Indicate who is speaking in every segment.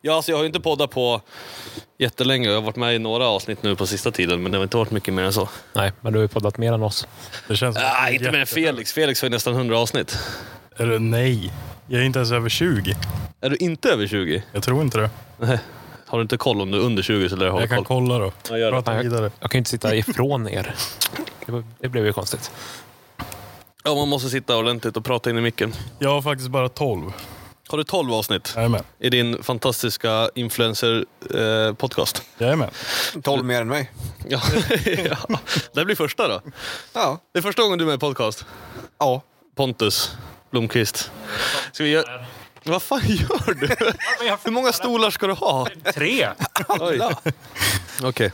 Speaker 1: Ja, alltså jag har ju inte poddat på jättelänge. Jag har varit med i några avsnitt nu på sista tiden, men det har inte varit mycket mer än så.
Speaker 2: Nej, men du har ju poddat mer än oss.
Speaker 3: Det känns som-
Speaker 1: Nej, Ah, inte mer än Felix. Felix har ju nästan 100 avsnitt.
Speaker 3: Eller nej. Jag är inte ens över 20.
Speaker 1: Är du inte över 20?
Speaker 3: Jag tror inte det.
Speaker 1: Har du inte koll om du är under 20 så lär du ha
Speaker 3: Jag kan
Speaker 1: koll.
Speaker 3: kolla då.
Speaker 1: Ja, gör det.
Speaker 3: Prata
Speaker 2: Nej,
Speaker 3: vidare.
Speaker 2: jag, jag kan ju inte sitta ifrån er. Det, var- det blev ju konstigt.
Speaker 1: Ja, man måste sitta ordentligt och prata in i micken.
Speaker 3: Jag har faktiskt bara 12.
Speaker 1: Har du 12 avsnitt
Speaker 3: Jajamän.
Speaker 1: i din fantastiska eh, influencer-podcast?
Speaker 3: Jajamän.
Speaker 4: 12 mer än mig.
Speaker 1: Ja. ja. Det blir första då.
Speaker 4: Ja.
Speaker 1: Det är första gången du är med i podcast.
Speaker 4: Ja.
Speaker 1: Pontus Blomqvist. Ska vi göra... Vad fan gör du? Hur många stolar ska du ha?
Speaker 2: Tre!
Speaker 1: Oj. Okej.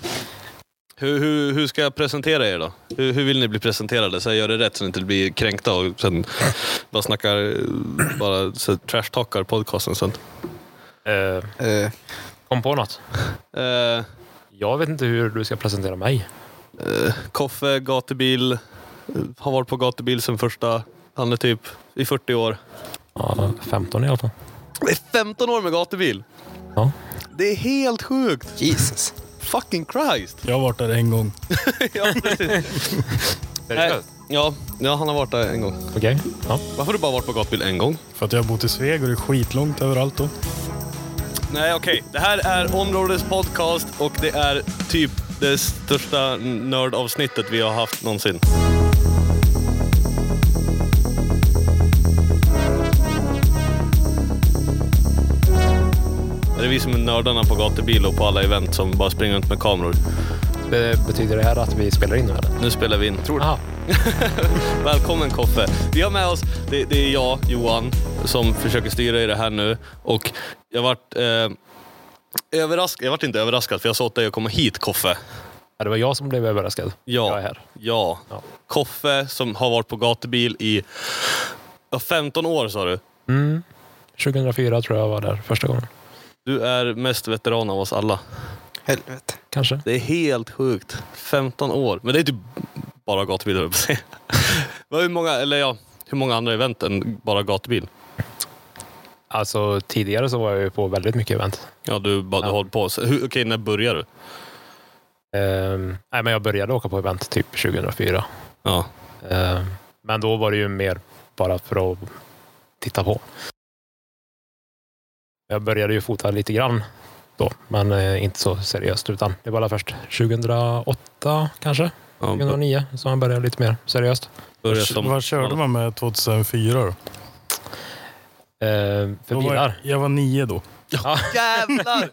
Speaker 1: Hur, hur, hur ska jag presentera er då? Hur, hur vill ni bli presenterade? Så jag gör det rätt så ni inte blir kränkta och sen bara snackar, eh, bara så här trashtalkar podcasten sen.
Speaker 2: Eh,
Speaker 4: Eh,
Speaker 2: kom på något.
Speaker 1: Eh,
Speaker 2: Jag vet inte hur du ska presentera mig.
Speaker 1: Eh, Koffe, gatubil, eh, har varit på gatubil sen första, han är typ i 40 år.
Speaker 2: Ja, 15 i alla fall.
Speaker 1: Det är 15 år med gatubil!
Speaker 2: Ja.
Speaker 1: Det är helt sjukt!
Speaker 4: Jesus.
Speaker 1: Fucking Christ!
Speaker 3: Jag har varit där en gång.
Speaker 1: ja, precis. Nej, ja, ja, han har varit där en gång.
Speaker 2: Okej. Ja.
Speaker 1: Varför har du bara varit på gatubil en gång?
Speaker 3: För att jag har bott i Sveg och det är skitlångt överallt då.
Speaker 1: Nej, okej. Det här är Områdes podcast och det är typ det största nördavsnittet vi har haft någonsin. Det är vi som är nördarna på gatubil och på alla event som bara springer runt med kameror.
Speaker 2: Be- Betyder det här Ah, att vi spelar in nu eller?
Speaker 1: Nu spelar vi in. Tror
Speaker 2: Aha.
Speaker 1: Välkommen Koffe. Vi har med oss, det, det är jag, Johan, som försöker styra i det här nu. Och jag vart, eh, överraskad, jag vart inte överraskad för jag sa åt dig att komma hit Koffe.
Speaker 2: Ja, det var jag som blev överraskad.
Speaker 1: Ja.
Speaker 2: Jag är här.
Speaker 1: Ja.
Speaker 2: Ja.
Speaker 1: Koffe som har varit på gatubil i ja, 15 år sa du.
Speaker 2: 2004 tror jag var där första gången.
Speaker 1: Du är mest veteran av oss alla.
Speaker 4: Helvete.
Speaker 2: Kanske.
Speaker 1: Det är helt sjukt. 15 år. Men det är typ bara gatubil höll jag på att säga. Vad- hur, många, eller ja, hur många andra event än bara gatubil?
Speaker 2: Alltså tidigare så var jag ju på väldigt mycket event.
Speaker 1: Ja, du, bara, du
Speaker 2: Ja.
Speaker 1: har hållit på. Så hur- Okej, när börjar du?
Speaker 2: Ehm, nej, men jag började åka på event typ 2004.
Speaker 1: Ja.
Speaker 2: Ehm, men då var det ju mer bara för att titta på. Jag började ju fota lite grann då, men eh, inte så seriöst. Utan det var allra först 2008 kanske,
Speaker 1: ja bör-
Speaker 2: 2009 som jag började lite mer seriöst.
Speaker 1: börjar som,
Speaker 3: Vad körde man med 2004 då?
Speaker 2: Ehm, för
Speaker 3: Då var jag,
Speaker 2: bilar.
Speaker 3: jag var nio då.
Speaker 1: Jävlar!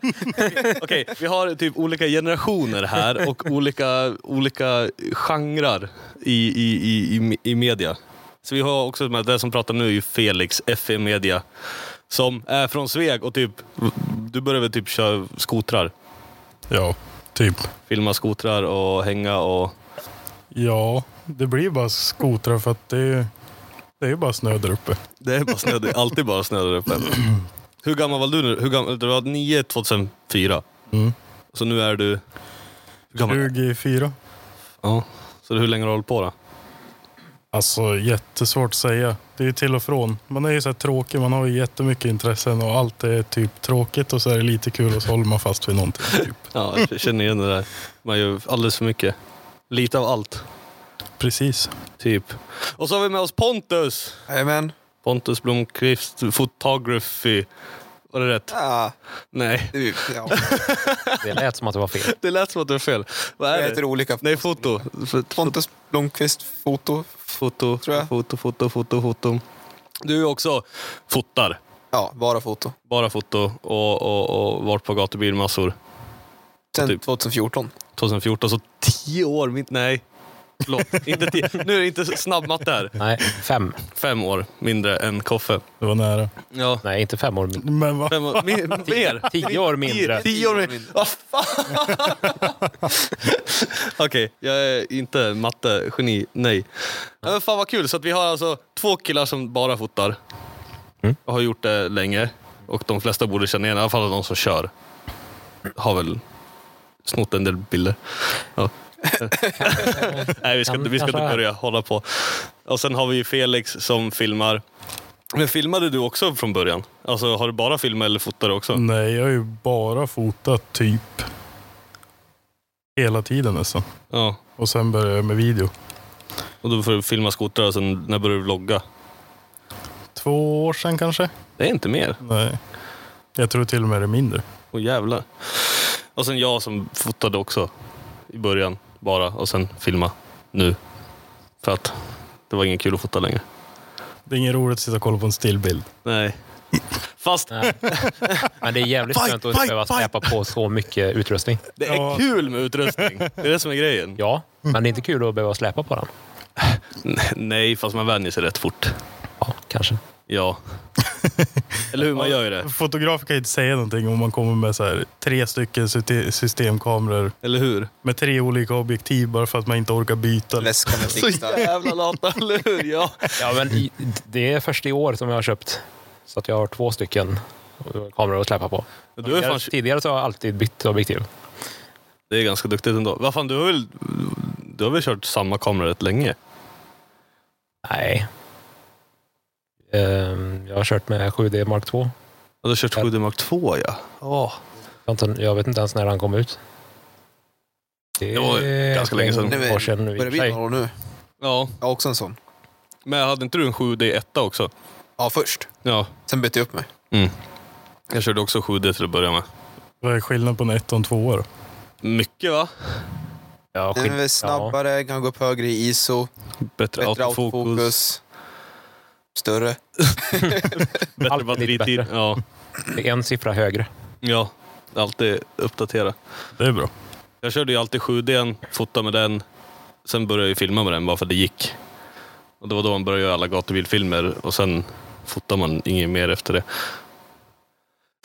Speaker 1: Okej, vi har typ olika generationer här och olika, olika genrer i, i, i, i, me- i media. Så vi har också med, det som pratar nu är ju Felix, FE Media, som är från Sveg och typ, du började väl typ köra skotrar?
Speaker 3: Ja, typ.
Speaker 1: Filma skotrar och hänga och...
Speaker 3: Ja, det blir bara skotrar för att det är, det är bara snö där uppe.
Speaker 1: Det är bara snö, det är alltid bara snö där uppe. Hur gammal var du nu? Hur gammal, du var 9 2004.
Speaker 3: Mm.
Speaker 1: Så nu är du... Hur gammal?
Speaker 3: 24.
Speaker 1: Ja. Så hur länge har du hållit på då?
Speaker 3: Alltså jättesvårt att säga. Det är ju till och från. Man är ju så här tråkig, man har ju jättemycket intressen och allt är typ tråkigt och så är det lite kul och så håller man fast vid någonting. Typ.
Speaker 1: Ja, jag känner igen det där. Man gör alldeles för mycket. Lite av allt,
Speaker 3: Precis.
Speaker 1: typ. Och så har vi med oss Pontus!
Speaker 4: Jajamän.
Speaker 1: Pontus Blomqvist Photography. Var det rätt?
Speaker 4: Ah,
Speaker 1: Nej,
Speaker 4: det är ju- ja.
Speaker 2: Det lät som att det var fel.
Speaker 1: det lät som att det var fel. Vad
Speaker 4: Jag
Speaker 1: är
Speaker 4: heter
Speaker 1: det?
Speaker 4: olika.
Speaker 1: Nej, foto.
Speaker 4: Pontus Blomqvist, foto.
Speaker 1: Foto,
Speaker 4: Tror jag.
Speaker 1: foto, foto, foto, foto. Du är också fotar.
Speaker 4: Ja, bara foto.
Speaker 1: Bara foto och, och, och varit på gatubil massor.
Speaker 4: Sen
Speaker 1: Typ.
Speaker 4: 2014.
Speaker 1: 2014, så tio år. Min, nej, förlåt. inte tio, nu är det inte snabbmatte här.
Speaker 2: Nej, fem.
Speaker 1: Fem år mindre än Koffe.
Speaker 3: Det var nära.
Speaker 1: Ja.
Speaker 2: Nej, inte fem år. min-
Speaker 3: Men vad
Speaker 1: Fem år, mer, mer.
Speaker 2: Tio år
Speaker 1: Tio,
Speaker 2: mindre.
Speaker 1: tio år mindre. Vad fan! Okej, jag är inte mattegeni. Nej. Ja, Men fan vad kul. Så att vi har alltså två killar som bara fotar. Och har gjort det länge. Och de flesta borde känna igen, i alla fall de som kör. Har väl snott en del bilder. Ja. Nej, vi ska, inte- vi ska inte börja hålla på. Och sen har vi ju Felix som filmar. Men filmade du också från början? Alltså har du bara filmat eller fotat också?
Speaker 3: Nej, jag har ju bara fotat typ hela tiden nästan.
Speaker 1: Ja.
Speaker 3: Och sen började jag med video.
Speaker 1: Och då får du filma skotrar och sen när börjar du vlogga?
Speaker 3: Två år sedan kanske?
Speaker 1: Det är inte mer.
Speaker 3: Nej. Jag tror till och med det är mindre.
Speaker 1: Åh jävlar. Och sen jag som fotade också. I början bara och sen filma nu. För att det var ingen kul att fota längre.
Speaker 3: Det är inget roligt att sitta och kolla på en stillbild.
Speaker 1: Nej. Fast
Speaker 2: Nej. Men det är jävligt
Speaker 1: Fight,
Speaker 2: skönt att
Speaker 1: fight,
Speaker 2: inte behöva släpa på så mycket utrustning.
Speaker 1: det är
Speaker 3: Ja.
Speaker 1: kul med utrustning. Det är det som är grejen.
Speaker 2: Ja, men det är inte kul att behöva släpa på den.
Speaker 1: Nej, fast man vänjer sig rätt fort.
Speaker 2: Ja, kanske.
Speaker 1: Ja. Eller hur, man gör ju det.
Speaker 3: Fotografer kan ju inte säga någonting om man kommer med så här, tre stycken syte- systemkameror
Speaker 1: Eller hur?
Speaker 3: med tre olika objektiv bara för att man inte orkar byta.
Speaker 4: Läskande
Speaker 1: Så
Speaker 4: blixtar.
Speaker 1: jävla lata, eller hur? Ja.
Speaker 2: Ja, men i- det är först i år som jag har köpt. Så att jag har två stycken kameror att släpa på.
Speaker 1: Du är fan,
Speaker 2: Tidigare så har jag alltid bytt objektiv.
Speaker 1: det är ganska duktigt ändå. Vad fan, du har väl, du har väl kört samma kamera rätt länge?
Speaker 2: Nej. Ehm, Jag har kört med 7D Mark II.
Speaker 1: Ja, du har kört 7D Mark 2 ja. Oh.
Speaker 2: Jag har inte- Jag vet inte ens när han kom ut.
Speaker 1: Det var
Speaker 2: är
Speaker 1: ganska länge sedan.
Speaker 2: ett
Speaker 4: Nej,
Speaker 2: År sedan nu i och
Speaker 4: Börjar
Speaker 2: för
Speaker 4: bli några
Speaker 2: sig.
Speaker 4: år nu.
Speaker 1: Ja,
Speaker 4: Jag har också en sån.
Speaker 1: men hade inte du en 7D 1 också?
Speaker 4: Ja, först.
Speaker 1: Ja.
Speaker 4: Sen bytte jag upp mig.
Speaker 1: Jag körde också 7D till att börja med.
Speaker 3: Vad är skillnaden på en ett och en tvåa då?
Speaker 1: Mycket va?
Speaker 2: Ja,
Speaker 4: Den är
Speaker 2: skit-
Speaker 4: väl
Speaker 2: Ja.
Speaker 4: snabbare, kan gå upp högre i ISO.
Speaker 1: Bättre,
Speaker 4: Bättre
Speaker 1: autofokus,
Speaker 4: autofokus. Större.
Speaker 1: bättre
Speaker 2: Allt är lite
Speaker 1: batteritid.
Speaker 2: bättre.
Speaker 1: Ja.
Speaker 2: Det är en siffra högre.
Speaker 1: ja, alltid uppdatera.
Speaker 3: Det är bra.
Speaker 1: Jag körde ju alltid 7D, fotade med den. Sen började jag ju filma med den bara för att det gick. Och det var då man började göra alla gatubilfilmer och sen fotar man inget mer efter det.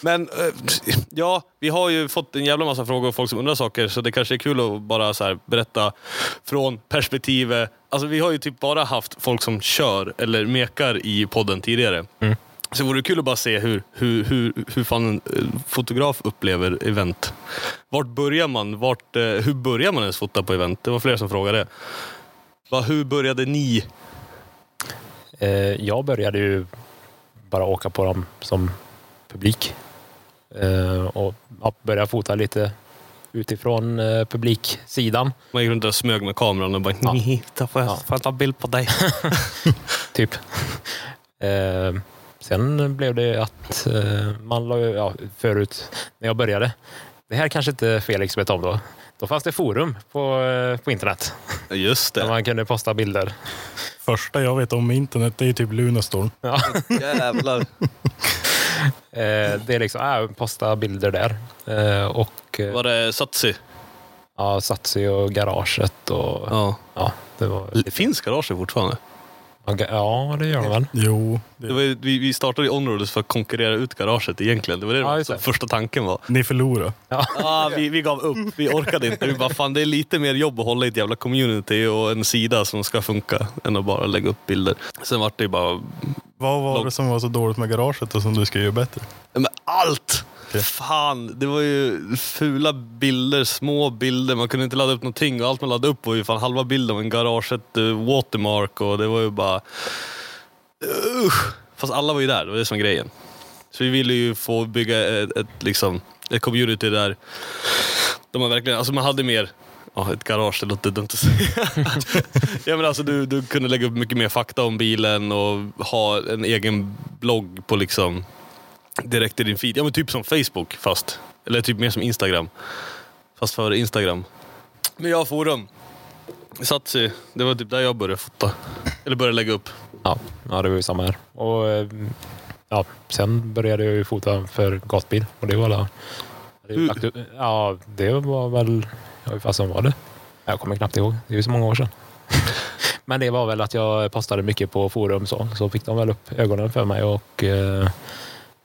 Speaker 1: Men eh, ja, vi har ju fått en jävla massa frågor och folk som undrar saker så det kanske är kul att bara så här berätta från perspektivet. Alltså vi har ju typ bara haft folk som kör eller mekar i podden tidigare. Så vore det kul att bara se hur, hur, hur, hur fan en eh, fotograf upplever event. Vart börjar man? Vart, eh, hur börjar man ens fota på event? Det var flera som frågade. Va, hur började ni?
Speaker 2: Eh, Jag började ju bara åka på dem som publik Eh, och ja, började fota lite utifrån eh, publiksidan.
Speaker 1: Man gick runt där och smög med kameran och bara
Speaker 2: Ja.
Speaker 1: ja. får, jag,
Speaker 2: Ja.
Speaker 1: får jag ta bild på dig?
Speaker 2: Typ. Eh, sen blev det att eh, man la ju, ja, förut när jag började. Det här kanske inte Felix vet om då. Då fanns det forum på, eh, på internet
Speaker 1: Just
Speaker 2: där
Speaker 1: det.
Speaker 2: man kunde posta bilder.
Speaker 3: Första jag vet om internet det är typ Lunarstorm.
Speaker 2: Ja.
Speaker 1: Jävlar.
Speaker 2: Eh, det är liksom, äh, posta bilder där. Eh, och eh,
Speaker 1: Var det Satsi?
Speaker 2: ja, Satsi och garaget och
Speaker 1: Ja.
Speaker 2: ja, det var
Speaker 1: Finns garaget fortfarande?
Speaker 2: Ja, det gör de väl.
Speaker 3: Jo.
Speaker 1: Det
Speaker 3: Det...
Speaker 1: var, ju- vi, vi startade ju Onroaders för att konkurrera ut garaget egentligen. Det var det
Speaker 2: Ja, just
Speaker 1: som
Speaker 2: det.
Speaker 1: första tanken var.
Speaker 3: Ni förlorar.
Speaker 1: Ah, vi, vi gav upp. Vi orkade inte. Vi bara, fan det är lite mer jobb att hålla i ett jävla community och en sida som ska funka än att bara lägga upp bilder. Sen vart det ju bara,
Speaker 3: Vad var
Speaker 1: Lång-
Speaker 3: det som var så dåligt med garaget och som du ska göra bättre?
Speaker 1: men allt!
Speaker 3: mycket.
Speaker 1: Fan, det var ju fula bilder, små bilder. Man kunde inte ladda upp någonting och allt man laddade upp var ju fan halva bilden av en garaget eh, watermark och det var ju bara... Usch! Fast alla var ju där, det var det som var grejen. Så vi ville ju få bygga ett, ett, liksom, ett community där de man verkligen, alltså man hade mer Ja, ett garage, det låter dumt att säga. ja, men alltså, du, du kunde lägga upp mycket mer fakta om bilen och ha en egen blogg på liksom direkt i din feed. Ja men typ som Facebook fast. Eller typ mer som Instagram. Fast för Instagram. Men jag har forum. Satsi, det var typ där jag började fota. Eller började lägga upp.
Speaker 2: Ja, ja, det var ju samma här. Och, eh, ja, sen började jag ju fota för gatbil och det var alla... det är ju
Speaker 1: Hur-
Speaker 2: faktiskt- Ja, det var väl... Ja, hur fasen var det? Jag kommer knappt ihåg. Det är ju så många år sedan. Men det var väl att jag postade mycket på forum så, så fick de väl upp ögonen för mig och eh,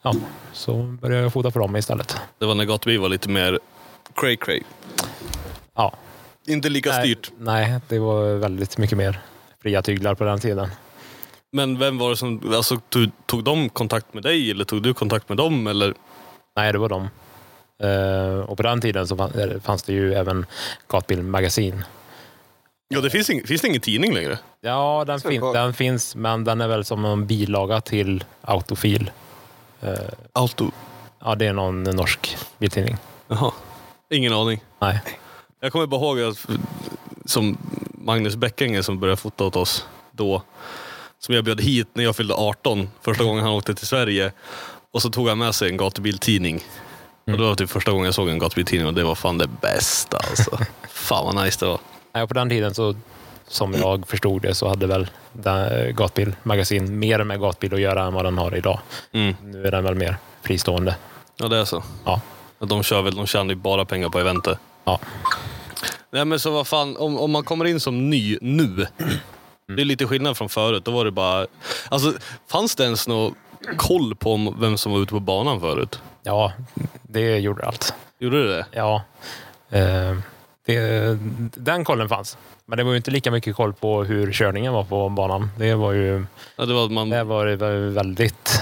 Speaker 2: ja, så började jag fota för dem istället.
Speaker 1: Det var när Gatuby var lite mer cray cray.
Speaker 2: Ja,
Speaker 1: Inte lika styrt.
Speaker 2: Nej, nej, det var väldigt mycket mer fria tyglar på den tiden.
Speaker 1: Men vem var det som, alltså tog, tog de kontakt med dig eller tog du kontakt med dem eller?
Speaker 2: Nej, det var dem. Eh, och på den tiden så fanns, eh, fanns det ju även Gatbilmagasin.
Speaker 1: Ja det finns, ing, finns det ingen tidning längre.
Speaker 2: Ja, den,
Speaker 4: Så
Speaker 2: fin,
Speaker 4: kvar.
Speaker 2: den finns, men den är väl som en bilaga till Autofil.
Speaker 1: Auto.
Speaker 2: Ja, det är någon norsk biltidning.
Speaker 1: Jaha. Ingen aning.
Speaker 2: Nej.
Speaker 1: Jag kommer bara ihåg att som Magnus Bäckänger som började fota åt oss då. Som jag bjöd hit när jag fyllde 18. Första gången han åkte till Sverige. Och så tog han med sig en gatubiltidning. Och det var typ första gången jag såg en gatubiltidning och det var fan det bästa alltså. fan vad nice det var.
Speaker 2: Nej, och på den tiden så som jag förstod det så hade väl den- eh, Gatbilmagasin mer med gatbil att göra än vad den har idag.
Speaker 1: Mm.
Speaker 2: Nu är den väl mer fristående.
Speaker 1: Ja det är så.
Speaker 2: Ja.
Speaker 1: Och De kör väl, de tjänar ju bara pengar på eventet.
Speaker 2: Ja.
Speaker 1: Nej men så vad fan, om, om man kommer in som ny nu. Det är lite skillnad från förut. Då var det bara... Alltså, fanns det ens någon koll på om- vem som var ute på banan förut?
Speaker 2: ja, det gjorde allt.
Speaker 1: Gjorde du det?
Speaker 2: Ja. Eh, det, den kollen fanns. Men det var ju inte lika mycket koll på hur körningen var på banan. Det var ju
Speaker 1: Ja, det var att man...
Speaker 2: det var det väl väldigt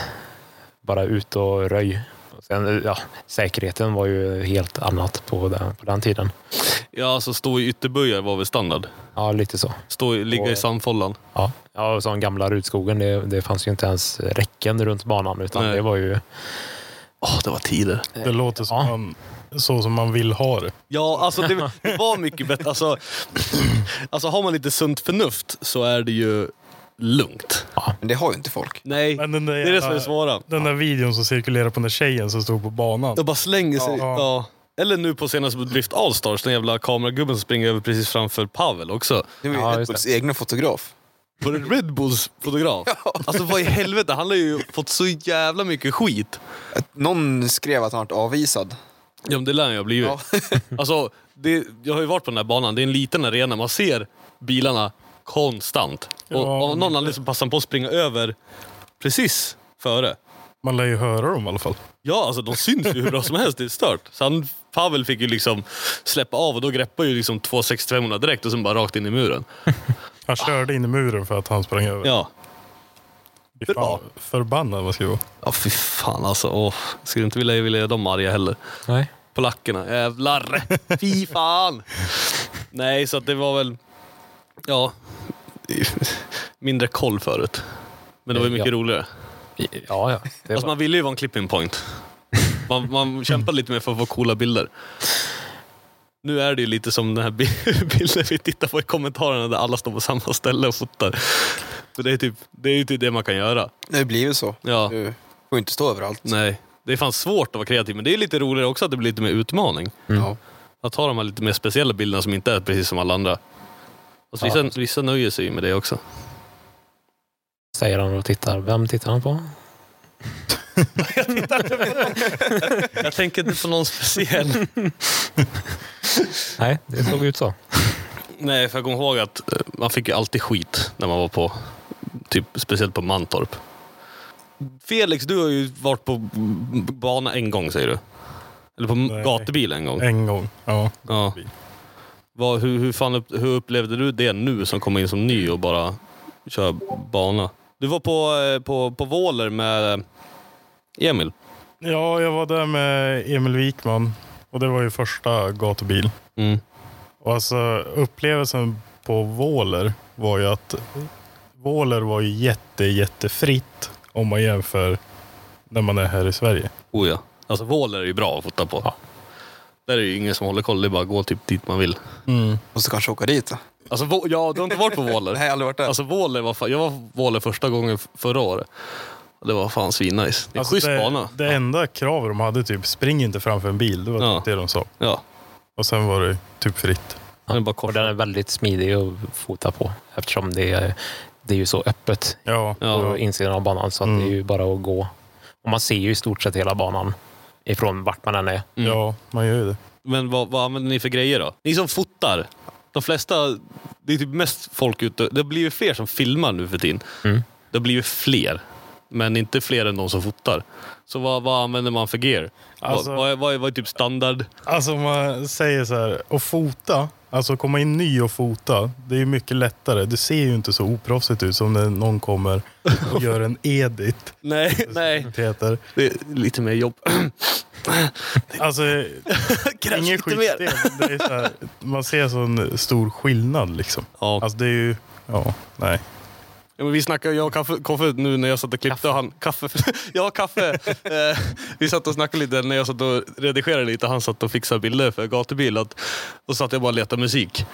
Speaker 2: bara ut och röj. Och Sen, ja, säkerheten var ju helt annat på den, på den tiden.
Speaker 1: Ja, alltså stå i ytterbujar var väl standard.
Speaker 2: Ja, lite så.
Speaker 1: Stå, i- ligga i
Speaker 2: Och-
Speaker 1: sandfållan.
Speaker 2: Ja, ja och som gamla Rudskogen, det, det fanns ju inte ens räcken runt banan utan
Speaker 1: Nej.
Speaker 2: det var ju...
Speaker 1: Åh, det var tider.
Speaker 3: Det låter som
Speaker 2: ja.
Speaker 3: man, så som man vill ha det.
Speaker 1: Ja, alltså det, det var mycket bättre. Alltså, alltså har man lite sunt förnuft så är det ju lugnt.
Speaker 4: Men det har ju inte folk.
Speaker 1: Nej,
Speaker 3: Men den där
Speaker 1: det är det som är
Speaker 3: jävla-
Speaker 1: det svåra.
Speaker 3: Den där videon som cirkulerar på den där tjejen som stod på banan.
Speaker 1: De bara slänger sig. Ja.
Speaker 3: Ja.
Speaker 1: Eller nu på senaste på Drift Allstars, den jävla kameragubben som springer över precis framför Pavel också.
Speaker 4: Det var ju
Speaker 2: Ja,
Speaker 4: Red
Speaker 2: just
Speaker 4: Bulls egna fotograf.
Speaker 1: Var det Red Bulls fotograf? Alltså vad i helvete, han har ju fått så jävla mycket skit.
Speaker 4: Någon skrev att han varit avvisad.
Speaker 1: Ja men det lär jag bli ju.
Speaker 4: Ja.
Speaker 1: Alltså, det, jag har ju varit på den här banan, det är en liten arena, man ser bilarna konstant. och
Speaker 3: Ja,
Speaker 1: av någon anledning så passar han på att springa över precis före.
Speaker 3: Man lär ju höra dem i alla fall.
Speaker 1: Ja, alltså de syns ju hur bra som helst. Det är stört. Så han, Pavel fick ju liksom släppa av och då greppade ju liksom 265 direkt och sen bara rakt in i muren.
Speaker 3: Han körde in i muren för att han sprang över.
Speaker 1: Ja.
Speaker 3: Fy fan,
Speaker 1: bra.
Speaker 3: Förbannad man ska vara.
Speaker 1: Ja, fy fan alltså. Åh, skulle inte vilja, vilja göra dem arga heller.
Speaker 2: Nej.
Speaker 1: Polackerna, jävlar. Fy fan. Nej, så att det var väl... Ja. Mindre koll förut. Men det var ju mycket
Speaker 2: Ja.
Speaker 1: roligare.
Speaker 2: Ja, ja. Det
Speaker 1: Alltså
Speaker 2: var,
Speaker 1: man ville ju vara en clipping point. Man, man kämpade lite mer för att få coola bilder. Nu är det ju lite som den här bi- bilden vi tittar på i kommentarerna där alla står på samma ställe och fotar. Så det är, typ, det är ju typ det man kan göra.
Speaker 4: Det blir ju så.
Speaker 1: Ja.
Speaker 4: Du får ju inte stå överallt.
Speaker 1: Nej, det är fan svårt att vara kreativ, men det är lite roligare också att det blir lite mer utmaning.
Speaker 4: Ja.
Speaker 1: Att ta de här lite mer speciella bilderna som inte är precis som alla andra. Alltså,
Speaker 2: Ja.
Speaker 1: vissa, vissa nöjer sig ju med det också.
Speaker 2: säger han och tittar. Vem tittar han på?
Speaker 1: Jag tänker inte på någon speciell.
Speaker 2: Nej, det såg ut så.
Speaker 1: Nej, för jag kommer ihåg att eh, man fick ju alltid skit när man var på, typ speciellt på Mantorp. Felix, du har ju varit på b- bana en gång säger du? Eller på
Speaker 3: Nej.
Speaker 1: gatubil en gång?
Speaker 3: En gång. Ja.
Speaker 1: Ja. Vad, hur, hur, fan upp, hur upplevde du det nu som kom in som ny och bara kör bana? Du var på, eh, på, på Våler med eh, Emil.
Speaker 3: Ja, jag var där med Emil Wikman och det var ju första gatubil.
Speaker 1: Mm.
Speaker 3: Och alltså upplevelsen på Våler var ju att Våler var ju jätte, jättefritt om man jämför när man är här i Sverige.
Speaker 1: Oh ja. Alltså Våler är ju bra att fota på. Där är det ju ingen som håller koll. Det är bara att gå typ dit man vill.
Speaker 4: Måste kanske åka dit då.
Speaker 1: Alltså, Vå- ja, du har inte varit på Våler?
Speaker 4: Nej, jag har aldrig varit där.
Speaker 1: Alltså Våler var fan, jag var på Våler första gången f- förra året. Och Det var fan svinnice. Det är
Speaker 3: Alltså,
Speaker 1: schysst
Speaker 3: det,
Speaker 1: bana.
Speaker 3: Det enda krav de hade typ, spring inte framför en bil. Det var
Speaker 1: Ja.
Speaker 3: typ det de sa.
Speaker 1: Ja.
Speaker 3: Och sen var det typ fritt.
Speaker 1: Den är bara
Speaker 2: Och
Speaker 1: kort.
Speaker 2: den är väldigt smidig att fota på eftersom det är, det är ju så öppet
Speaker 3: Ja,
Speaker 2: på insidan av banan så att det är ju bara att gå. Och man ser ju i stort sett hela banan ifrån vart man än är.
Speaker 3: ja, man gör ju det.
Speaker 1: Men vad, vad använder ni för grejer då? Ni som fotar. De flesta, det är typ mest folk ute. Det blir ju fler som filmar nu för tiden.
Speaker 2: Mm.
Speaker 1: Det blir ju fler. Men inte fler än de som fotar. Så vad, vad använder man för gear?
Speaker 3: Alltså-
Speaker 1: vad, vad, är, vad, är, vad är typ standard?
Speaker 3: Alltså om man säger så här, att fota, alltså komma in ny och fota, det är ju mycket lättare. Det ser ju inte så oproffsigt ut som när någon kommer och gör en edit.
Speaker 1: Nej, nej.
Speaker 3: Peter.
Speaker 1: Det är lite mer jobb.
Speaker 3: Alltså,
Speaker 1: Krävs
Speaker 3: ingen
Speaker 1: lite mer.
Speaker 3: skitstel. Det är så här, man ser sån stor skillnad liksom.
Speaker 1: Ja.
Speaker 3: Alltså det är ju, ja, nej.
Speaker 1: Ja, men vi snackade, jag och kaffe, kaffe nu när jag satt och klippte och han... Kaffe. jag och kaffe. Eh, vi satt och snackade lite när jag satt och redigerade lite. Han satt och fixade bilder för gatubil. Att, och satt jag bara och letade musik.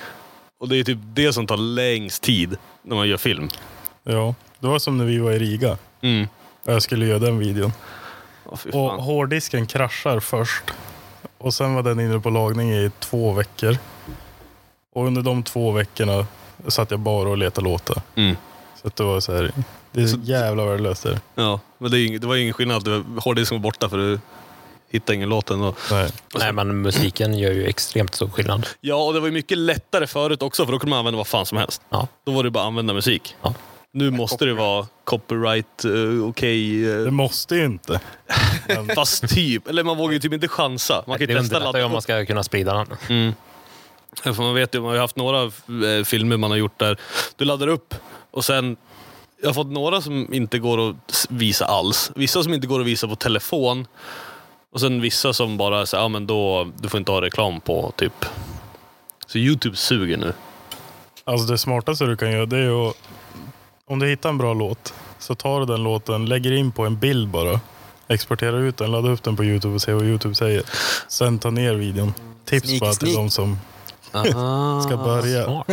Speaker 1: Och det är typ det som tar längst tid när man gör film.
Speaker 3: Ja, det var som när vi var i Riga.
Speaker 1: Mm.
Speaker 3: och Jag skulle göra den videon.
Speaker 1: Åh, fy
Speaker 3: Och
Speaker 1: fan.
Speaker 3: hårddisken kraschar först. Och sen var den inne på lagning i två veckor. Och under de två veckorna satt jag bara och letade låtar.
Speaker 1: Mm.
Speaker 3: Så att det var så här, det är så jävla värdelöst det.
Speaker 1: Ja, men det, är, ing- det var ju ingen skillnad. Det var- Hårddisken var borta för du hittade ingen låt ändå.
Speaker 3: Nej.
Speaker 2: Nej, men musiken gör ju extremt stor skillnad.
Speaker 1: Ja, och det var ju mycket lättare förut också för då kunde man använda vad fan som helst.
Speaker 2: Ja.
Speaker 1: Då var det bara att använda musik.
Speaker 2: Ja.
Speaker 1: Nu måste det vara copyright, eh, okej... eh,
Speaker 3: Det måste ju inte.
Speaker 1: Fast typ. Eller man vågar ju typ inte chansa. Man kan
Speaker 2: det
Speaker 1: ju testa
Speaker 2: underlättar ju
Speaker 1: ladda
Speaker 2: om man ska kunna sprida den.
Speaker 1: upp. För man vet ju, man har ju haft några eh, filmer man har gjort där du laddar upp och sen jag har fått några som inte går att s- visa alls. Vissa som inte går att visa på telefon. Och sen vissa som bara säger, ja men då, du får inte ha reklam på typ. Så Youtube suger nu.
Speaker 3: Alltså det smartaste du kan göra det är ju att, om du hittar en bra låt så tar du den låten, lägger in på en bild bara. Exporterar ut den, laddar upp den på Youtube och ser vad Youtube säger. Sen ta ner videon. Tips
Speaker 4: Sneaky
Speaker 3: bara till
Speaker 4: sneak.
Speaker 3: de som
Speaker 1: Aha.
Speaker 3: ska börja.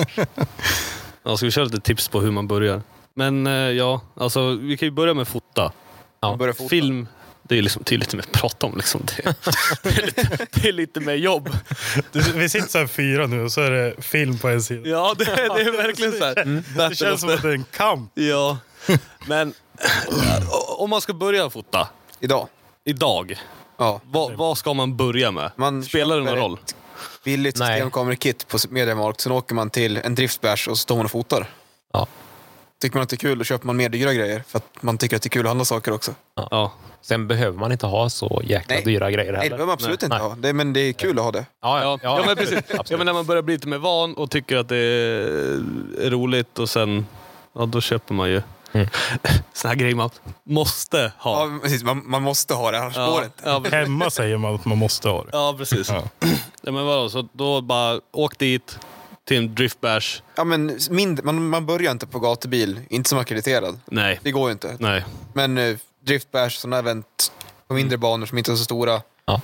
Speaker 1: Ja, ska vi köra lite tips på hur man börjar? Men eh, ja, alltså vi kan ju börja med fota.
Speaker 2: Ja.
Speaker 4: Börja fota.
Speaker 1: Film, det är, liksom, det är lite mer att prata om. Liksom. Det, är lite, det är lite mer jobb.
Speaker 3: Du, vi sitter så här fyra nu och så är det film på en sida.
Speaker 1: Ja, det, det är verkligen så här. Battle
Speaker 3: Det känns som
Speaker 1: of
Speaker 3: att
Speaker 1: the-
Speaker 3: det är en kamp.
Speaker 1: Ja, men eh, om man ska börja fota
Speaker 4: Idag.
Speaker 1: idag,
Speaker 4: Ja.
Speaker 1: vad, vad ska man börja med?
Speaker 4: Man
Speaker 1: Spelar det någon
Speaker 4: köper
Speaker 1: roll?
Speaker 4: Billigt
Speaker 2: Nej.
Speaker 4: systemkamerakit på Mediamarkt. Sen åker man till en driftbärs och så står man och fotar.
Speaker 2: Ja.
Speaker 4: Tycker man att det är kul, då köper man mer dyra grejer. För att man tycker att det är kul att handla saker också.
Speaker 1: Ja.
Speaker 2: Sen behöver man inte ha så jäkla
Speaker 4: Nej.
Speaker 2: dyra grejer
Speaker 4: Nej, det behöver
Speaker 2: heller.
Speaker 4: man absolut
Speaker 2: Nej.
Speaker 4: inte ha. Det, men det är kul att ha det.
Speaker 1: Ja, ja, men precis.
Speaker 2: absolut.
Speaker 1: Ja, men när man börjar bli lite mer van och tycker att det är roligt och sen, ja då köper man ju. Såna här grejer man måste ha.
Speaker 4: Ja, precis. Man, man måste ha det, annars går det inte.
Speaker 1: ja, precis.
Speaker 3: Hemma säger man att man måste ha det.
Speaker 1: ja precis.
Speaker 3: Ja.
Speaker 1: Ja, men vadå, så då bara åk dit till en driftbash.
Speaker 4: Ja, men mindre, man, man börjar inte på gatubil, inte som ackrediterad.
Speaker 1: Nej.
Speaker 4: Det går ju inte.
Speaker 1: Nej.
Speaker 4: Men eh, driftbärs, sådana event på mindre banor som inte är så stora.
Speaker 2: Mm. Ja.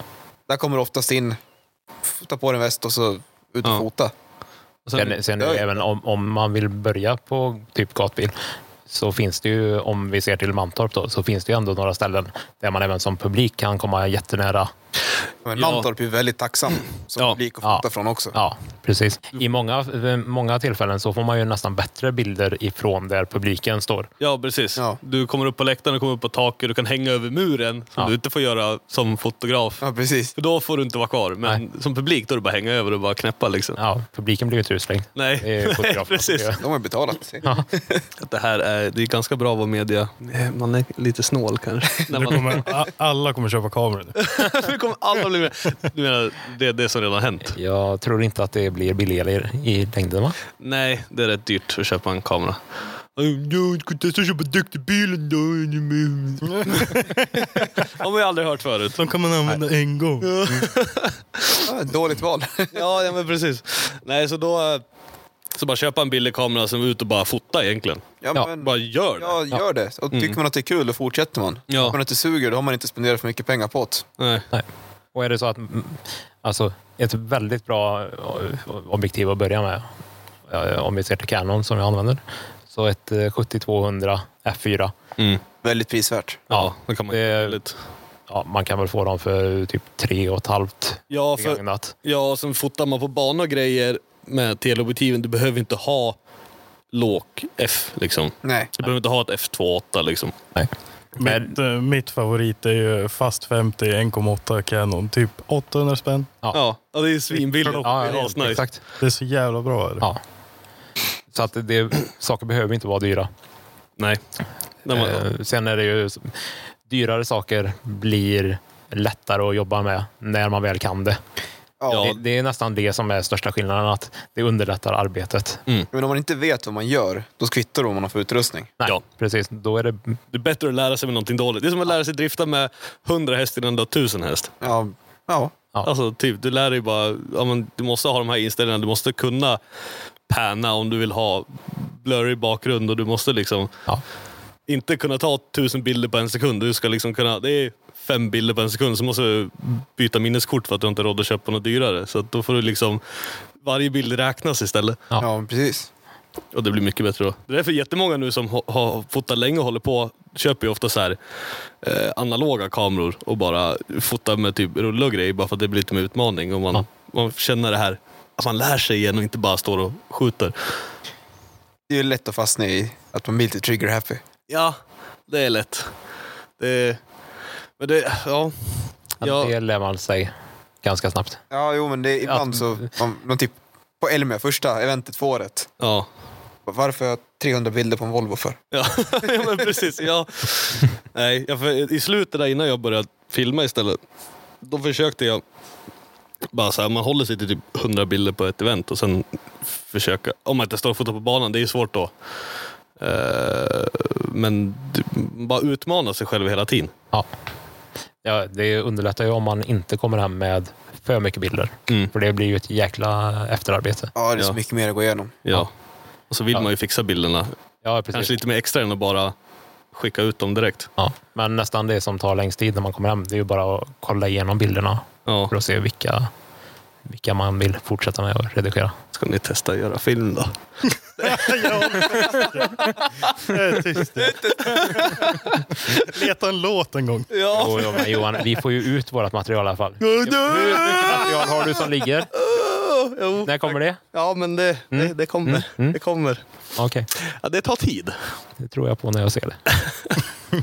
Speaker 4: Där kommer du oftast in, f- ta på dig en väst och så ut och
Speaker 1: Ja.
Speaker 4: fota.
Speaker 1: Och sen-
Speaker 2: Sen, sen är det
Speaker 4: Ja.
Speaker 2: även om, om man vill börja på typ gatbil så finns det ju, om vi ser till Mantorp då, så finns det ju ändå några ställen där man även som publik kan komma jättenära.
Speaker 4: Men
Speaker 1: Ja.
Speaker 4: Mantorp är ju väldigt tacksam som
Speaker 1: Ja.
Speaker 4: publik att
Speaker 2: Ja.
Speaker 4: fota från också.
Speaker 2: Ja, precis. I många, många tillfällen så får man ju nästan bättre bilder ifrån där publiken står.
Speaker 1: Ja, precis.
Speaker 4: Ja.
Speaker 1: Du kommer upp på läktaren, du kommer upp på taket, du kan hänga över muren som
Speaker 2: Ja.
Speaker 1: du inte får göra som fotograf.
Speaker 4: Ja, precis.
Speaker 1: För då får du inte vara kvar. Men som publik då är det bara att hänga över och bara knäppa liksom.
Speaker 2: Ja, publiken blir ju inte utslängd.
Speaker 1: Nej.
Speaker 2: Det är ju fotograferna som
Speaker 1: precis.
Speaker 2: gör.
Speaker 4: De har ju betalat.
Speaker 2: Mm.
Speaker 1: Att Det här är, det är ganska bra att vara media. Eh, Man är lite snål kanske. När
Speaker 3: Nu
Speaker 1: man,
Speaker 3: kommer, a- alla kommer köpa kameror nu.
Speaker 1: nu kommer alla bli med. Du menar, det är det som redan har hänt?
Speaker 2: Jag tror inte att det blir billigare i längden va?
Speaker 1: Nej, det är rätt dyrt att köpa en kamera. Och Jag ska testa att köpa duktigbilen då. Har man ju aldrig hört förut.
Speaker 3: Som kan man använda en gång.
Speaker 4: Ja, dåligt val.
Speaker 1: Ja, ja men precis. Nej, så då... eh, Så bara köpa en billig kamera som är ute och bara fota egentligen.
Speaker 2: Ja,
Speaker 1: Bara gör det.
Speaker 4: Ja, gör det. Och tycker man att det är kul, då fortsätter man.
Speaker 1: Ja.
Speaker 4: Tycker man att det suger, då har man inte spenderat för mycket pengar på det.
Speaker 1: Nej.
Speaker 2: Nej. Och är det så att mm, alltså, ett väldigt bra eh, objektiv att börja med, eh, om vi ser till Canon som jag använder, så ett eh, 70-200 f4.
Speaker 4: Väldigt prisvärt.
Speaker 1: Ja, då kan man
Speaker 2: Det-
Speaker 1: göra lite.
Speaker 2: Ja, man kan väl få dem för typ tre och ett halvt
Speaker 1: Ja, för,
Speaker 2: begagnat.
Speaker 1: ja, och sen fotar man på bana och grejer med teleobjektiven. Du behöver inte ha låg F liksom.
Speaker 4: Nej.
Speaker 1: Du behöver inte ha ett F28 liksom.
Speaker 2: Nej. Men,
Speaker 3: Mitt, eh, mitt favorit är ju fast 50 1,8 Canon. Typ 800 spänn.
Speaker 1: Ja, ja det är svinbilligt.
Speaker 2: ja,
Speaker 1: det är asnice.
Speaker 2: exakt.
Speaker 3: Det är så jävla bra. Är det?
Speaker 2: Ja. Så att det, saker behöver inte vara dyra.
Speaker 1: Nej. Nej, man,
Speaker 2: Eh, Sen är det ju dyrare saker blir lättare att jobba med när man väl kan det.
Speaker 4: Ja.
Speaker 2: Det, det är nästan det som är största skillnaden, att det underlättar arbetet.
Speaker 4: Men om man inte vet vad man gör, då kvittar det om man har för utrustning.
Speaker 2: Nej,
Speaker 1: Ja.
Speaker 2: precis. Då är det...
Speaker 1: Det är bättre att lära sig med någonting dåligt. Det är som att lära sig drifta med 100 häst innan du har 1000 häst.
Speaker 4: Ja. ja.
Speaker 2: Ja.
Speaker 1: Alltså typ, du lär dig bara, ja, men du måste ha de här inställningarna, du måste kunna panna om du vill ha blurrig bakgrund och du måste liksom
Speaker 2: Ja.
Speaker 1: inte kunna ta 1000 bilder på en sekund. Du ska liksom kunna, det är fem bilder på en sekund, så måste du byta minneskort för att du inte har råd att köpa något dyrare. Så att då får du liksom, varje bild räknas istället.
Speaker 2: Ja.
Speaker 4: Ja, precis.
Speaker 1: Och det blir mycket bättre då. Det är därför jättemånga nu som ho- har fotat länge och håller på köper ju ofta så här eh, analoga kameror och bara fotar med typ rulle och grejer bara för att det blir lite mer utmaning och man, man känner det här att man lär sig igen och inte bara står och skjuter.
Speaker 4: Det är ju lätt att fastna i att man blir lite trigger happy.
Speaker 1: Ja, det är lätt. Det är, men det, ja.
Speaker 2: Ja.
Speaker 1: Ja.
Speaker 2: Det lär man sig ganska snabbt.
Speaker 4: Ja, jo, men det är ibland
Speaker 2: Att-
Speaker 4: så... Man, man typ, på Elmia, första eventet för året.
Speaker 1: ja.
Speaker 4: Varför har jag 300 bilder på en Volvo för?
Speaker 1: Ja, ja men precis. Ja. Nej, jag, för, I slutet där innan jag började filma istället, då försökte jag bara så här, man håller sig till typ 100 bilder på ett event och sen försöka, om man inte står och fotar på banan, det är ju svårt då. Eh, men du, bara utmana sig själv hela tiden.
Speaker 2: Ja. Ja, det underlättar ju om man inte kommer hem med för mycket bilder.
Speaker 1: Mm.
Speaker 2: För det blir ju ett jäkla efterarbete.
Speaker 4: Ja, det är så
Speaker 1: Ja.
Speaker 4: mycket mer att gå igenom.
Speaker 1: Ja. Och så vill man ju fixa bilderna,
Speaker 2: Ja, precis.
Speaker 1: kanske lite mer extra än att bara skicka ut dem direkt.
Speaker 2: Ja. Men nästan det som tar längst tid när man kommer hem, det är ju bara att kolla igenom bilderna
Speaker 1: Ja.
Speaker 2: för att se vilka, vilka man vill fortsätta med att redigera.
Speaker 1: Ska ni testa att göra film då?
Speaker 3: Leta en låt en gång.
Speaker 1: Ja!
Speaker 2: Jo, jo, men Johan, vi får ju ut vårt material i alla fall. Hur mycket material har du som ligger?
Speaker 1: Jo.
Speaker 2: När kommer det?
Speaker 1: Ja, men det, det, det kommer. Det kommer.
Speaker 2: Okej,
Speaker 1: Ja, det tar tid.
Speaker 2: det tror jag på när jag ser det.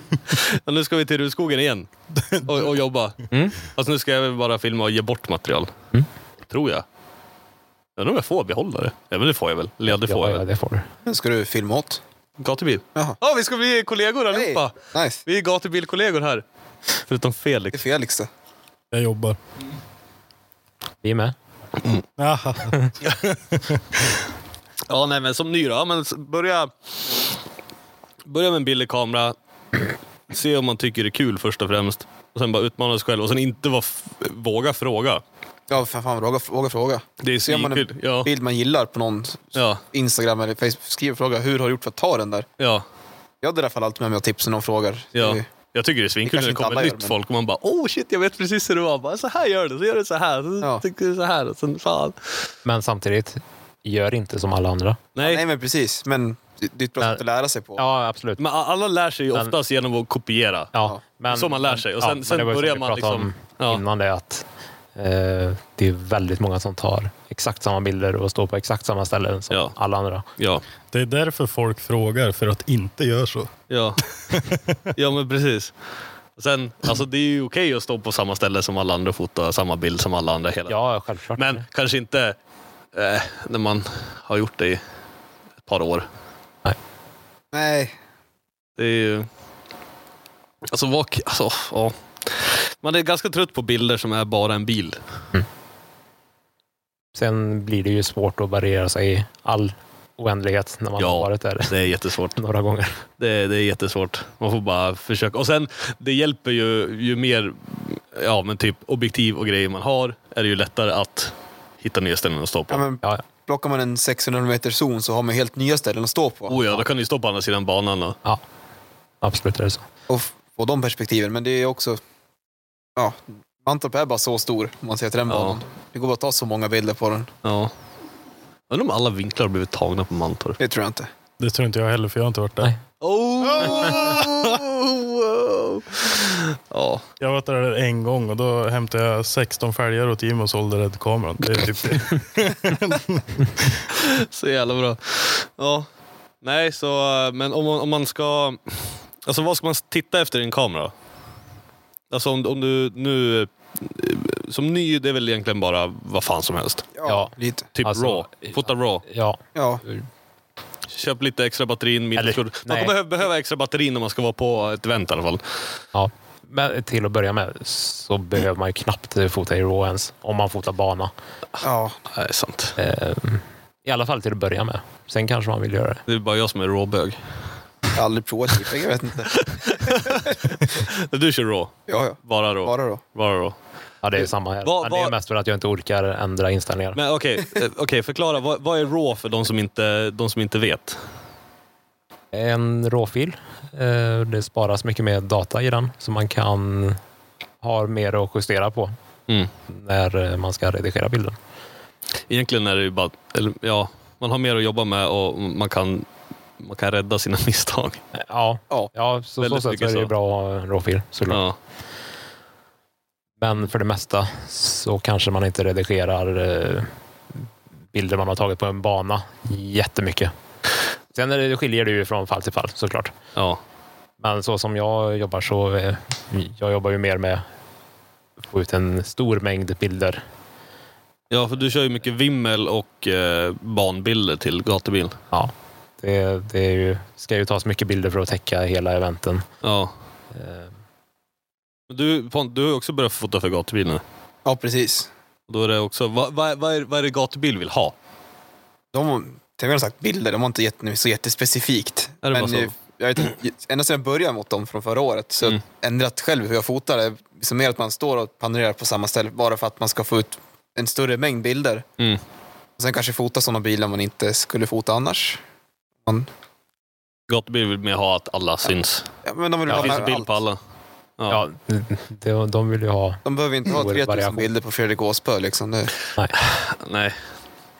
Speaker 1: Ja, nu ska vi till Rudskogen igen och, och jobba.
Speaker 4: Mm.
Speaker 1: Alltså, nu ska jag väl bara filma och ge bort material. Tror jag. Jag undrar om jag får behålla det. Ja, men det får jag väl. Eller ja, det får
Speaker 2: ja,
Speaker 1: jag
Speaker 2: ja,
Speaker 1: väl.
Speaker 2: det får du.
Speaker 4: Men ska du filma åt?
Speaker 1: Gatubil.
Speaker 4: Jaha.
Speaker 1: Ja, vi ska bli kollegor allihopa.
Speaker 4: Hej. Nice.
Speaker 1: Vi är gatubilkollegor här. Förutom
Speaker 4: Det är
Speaker 1: Felix.
Speaker 4: Felix det.
Speaker 3: Jag jobbar.
Speaker 2: Vi är med.
Speaker 3: Aha.
Speaker 1: Ja, nej, men som ny då. Ja, men s- börja, börja med en billig kamera. Se om man tycker det är kul först och främst. Och sen bara utmana sig själv och sen inte vara f- våga fråga.
Speaker 4: Ja, för fan, våga, våga fråga.
Speaker 1: Det är
Speaker 4: Ser man en
Speaker 1: svinkul. Ja.
Speaker 4: bild man gillar på någons
Speaker 1: Ja.
Speaker 4: Instagram eller Facebook, skriv och fråga hur har du gjort för att ta den där?
Speaker 1: Ja.
Speaker 4: Jag drar i alla fall alltid med mig av tips när någon frågar.
Speaker 1: Ja.
Speaker 4: Det-
Speaker 1: Jag tycker det är
Speaker 4: Det
Speaker 1: svinkul
Speaker 4: kanske
Speaker 1: när det
Speaker 4: inte
Speaker 1: kommer
Speaker 4: alla
Speaker 1: nytt
Speaker 4: gör, men-
Speaker 1: folk och man bara oh shit jag vet precis hur det var. Bara, så här gör du, så gör du så här, så
Speaker 4: Ja.
Speaker 1: tycker du så här och sen fan.
Speaker 2: Men samtidigt, gör inte som alla andra.
Speaker 1: Nej,
Speaker 4: Nej, men precis. Men det det är ett bra
Speaker 2: Nej.
Speaker 4: sätt att lära sig på.
Speaker 2: Ja, absolut.
Speaker 1: men a- alla lär sig ju oftast genom att kopiera.
Speaker 2: Ja, men,
Speaker 1: Så man lär sig. Och sen-
Speaker 2: men
Speaker 1: sen
Speaker 2: det var ju som
Speaker 1: börjar
Speaker 2: vi
Speaker 1: man
Speaker 2: pratade
Speaker 1: liksom-
Speaker 2: om
Speaker 1: ja.
Speaker 2: Innan det att eh, det är väldigt många som tar exakt samma bilder och står på exakt samma ställen som
Speaker 1: Ja.
Speaker 2: alla andra.
Speaker 1: Ja,
Speaker 3: Det är därför folk frågar, för att inte göra så.
Speaker 1: ja. ja men precis. Och Sen, alltså det är ju okej att stå på samma ställe som alla andra och fota samma bild som alla andra hela
Speaker 2: Ja, självklart.
Speaker 1: Men kanske inte eh, när man har gjort det i ett par år.
Speaker 4: Nej,
Speaker 1: Det är ju... Alltså, vad... alltså ja. Man är ganska trött på bilder som är bara en bil.
Speaker 2: Sen blir det ju svårt att variera sig i all oändlighet när man
Speaker 1: Ja.
Speaker 2: har varit där
Speaker 1: Det är jättesvårt.
Speaker 2: några gånger.
Speaker 1: Det, är- det är jättesvårt. Man får bara försöka. Och sen, det hjälper ju, ju mer ja, men typ objektiv och grejer man har, är det ju lättare att hitta nya ställen att stå på.
Speaker 4: Ja, men
Speaker 2: Ja, ja.
Speaker 4: plockar man en 600 meter zon så har man helt nya ställen att stå på.
Speaker 1: Oh ja, då kan du ju stå på andra sidan banan. Och,
Speaker 2: ja. Absolut är det så.
Speaker 4: Och f- få de perspektiven. Men det är också... Ja, Mantorp är bara så stor om man ser till den
Speaker 1: Ja.
Speaker 4: banan. Det går bara att ta så många bilder på den.
Speaker 1: ja. Undrar om alla vinklar har blivit tagna på Mantorp.
Speaker 4: Det tror jag inte.
Speaker 3: Det tror inte jag heller för jag har inte varit där.
Speaker 2: Nej.
Speaker 1: Oh! wow. Ja,
Speaker 3: Jag har varit där en gång och då hämtade jag 16 fälgar åt Jim och sålde räddkameran. Det är typ det.
Speaker 1: så jävla bra. Ja. Nej, så, eh, men om, man- om man ska... Alltså vad ska man titta efter i en kamera? Alltså om, om du nu... eh, Som ny, det är väl egentligen bara vad fan som helst.
Speaker 2: Ja.
Speaker 4: lite.
Speaker 1: Typ
Speaker 2: Alltså,
Speaker 1: RAW. Fota RAW.
Speaker 2: Ja,
Speaker 4: Ja,
Speaker 1: Köp lite extra batterin.
Speaker 2: Eller-
Speaker 1: Eller, man
Speaker 2: nej.
Speaker 1: kommer behöva, behöva extra batterin om man ska vara på ett event i alla fall.
Speaker 2: ja. Men till att börja med så behöver man ju knappt eh, fota i RAW ens, om man fotar bana.
Speaker 4: ja.
Speaker 1: Nej, sant.
Speaker 2: Ehm, I alla fall till att börja med. Sen kanske man vill göra det.
Speaker 1: Det är bara jag som är RAW-bög.
Speaker 4: Jag har aldrig provat JPEG, jag vet inte.
Speaker 1: Du kör RAW.
Speaker 4: Ja, ja.
Speaker 1: Bara RAW.
Speaker 4: Bara då.
Speaker 1: Bara RAW.
Speaker 2: Ja, det är samma här.
Speaker 1: Vad-
Speaker 2: Ja, Det är
Speaker 1: vad-
Speaker 2: mest för att jag inte orkar ändra inställningar.
Speaker 1: Men okej, eh, okej, förklara. Vad, vad är RAW för de som inte, de som inte vet?
Speaker 2: En råfil. Eh, Det sparas mycket mer data i den så man kan ha mer att justera på
Speaker 1: Mm.
Speaker 2: när eh, man ska redigera bilden.
Speaker 1: Egentligen är det ju bara... Eller, ja, man har mer att jobba med och man kan, man kan rädda sina misstag.
Speaker 2: Eh, Ja,
Speaker 4: Ja.
Speaker 2: ja så, så
Speaker 1: Väldigt
Speaker 2: sätt så
Speaker 1: mycket
Speaker 2: är det ju
Speaker 1: så.
Speaker 2: bra att ha en råfil såklart.
Speaker 1: Ja.
Speaker 2: Men för det mesta så kanske man inte redigerar eh, bilder man har tagit på en bana jättemycket. Sen är det, skiljer det ju från fall till fall såklart.
Speaker 1: ja.
Speaker 2: Men så som jag jobbar så eh, jag jobbar ju mer med att få ut en stor mängd bilder.
Speaker 1: Ja, för du kör ju mycket vimmel och eh, banbilder till gatubil.
Speaker 2: Ja, det, det är ju, ska ju tas mycket bilder för att täcka hela eventen.
Speaker 1: Ja.
Speaker 2: Eh,
Speaker 1: Men Du, Pont, du har ju också börjat fota för gatubil nu.
Speaker 4: Ja, precis.
Speaker 1: Och Då är det också, vad, vad, vad, är, vad är det gatubil vill ha?
Speaker 4: De TV har sagt bilder, de har inte gett nu så jättespecifikt.
Speaker 1: Är det bara så?
Speaker 4: eh, jag vet, inte, ända sedan jag började mot dem från förra året så har jag
Speaker 1: Mm.
Speaker 4: ändrat själv hur jag fotar. Det är liksom mer att man står och panorerar på samma ställe bara för att man ska få ut en större mängd bilder.
Speaker 1: Mm.
Speaker 4: Och sen kanske fota sådana bilar man inte skulle fota annars. Man,
Speaker 1: Gatubil vill mer ha att alla syns.
Speaker 4: ja, men de vill
Speaker 1: Det
Speaker 4: ha
Speaker 1: finns en
Speaker 4: med
Speaker 1: bild
Speaker 4: allt.
Speaker 1: på alla. Ja.
Speaker 2: ja, de, de vill ju ha...
Speaker 4: De behöver inte ha
Speaker 2: Stor
Speaker 4: 3000
Speaker 2: variation.
Speaker 4: bilder på Fredrik Åsberg. Liksom. Det,
Speaker 1: Nej.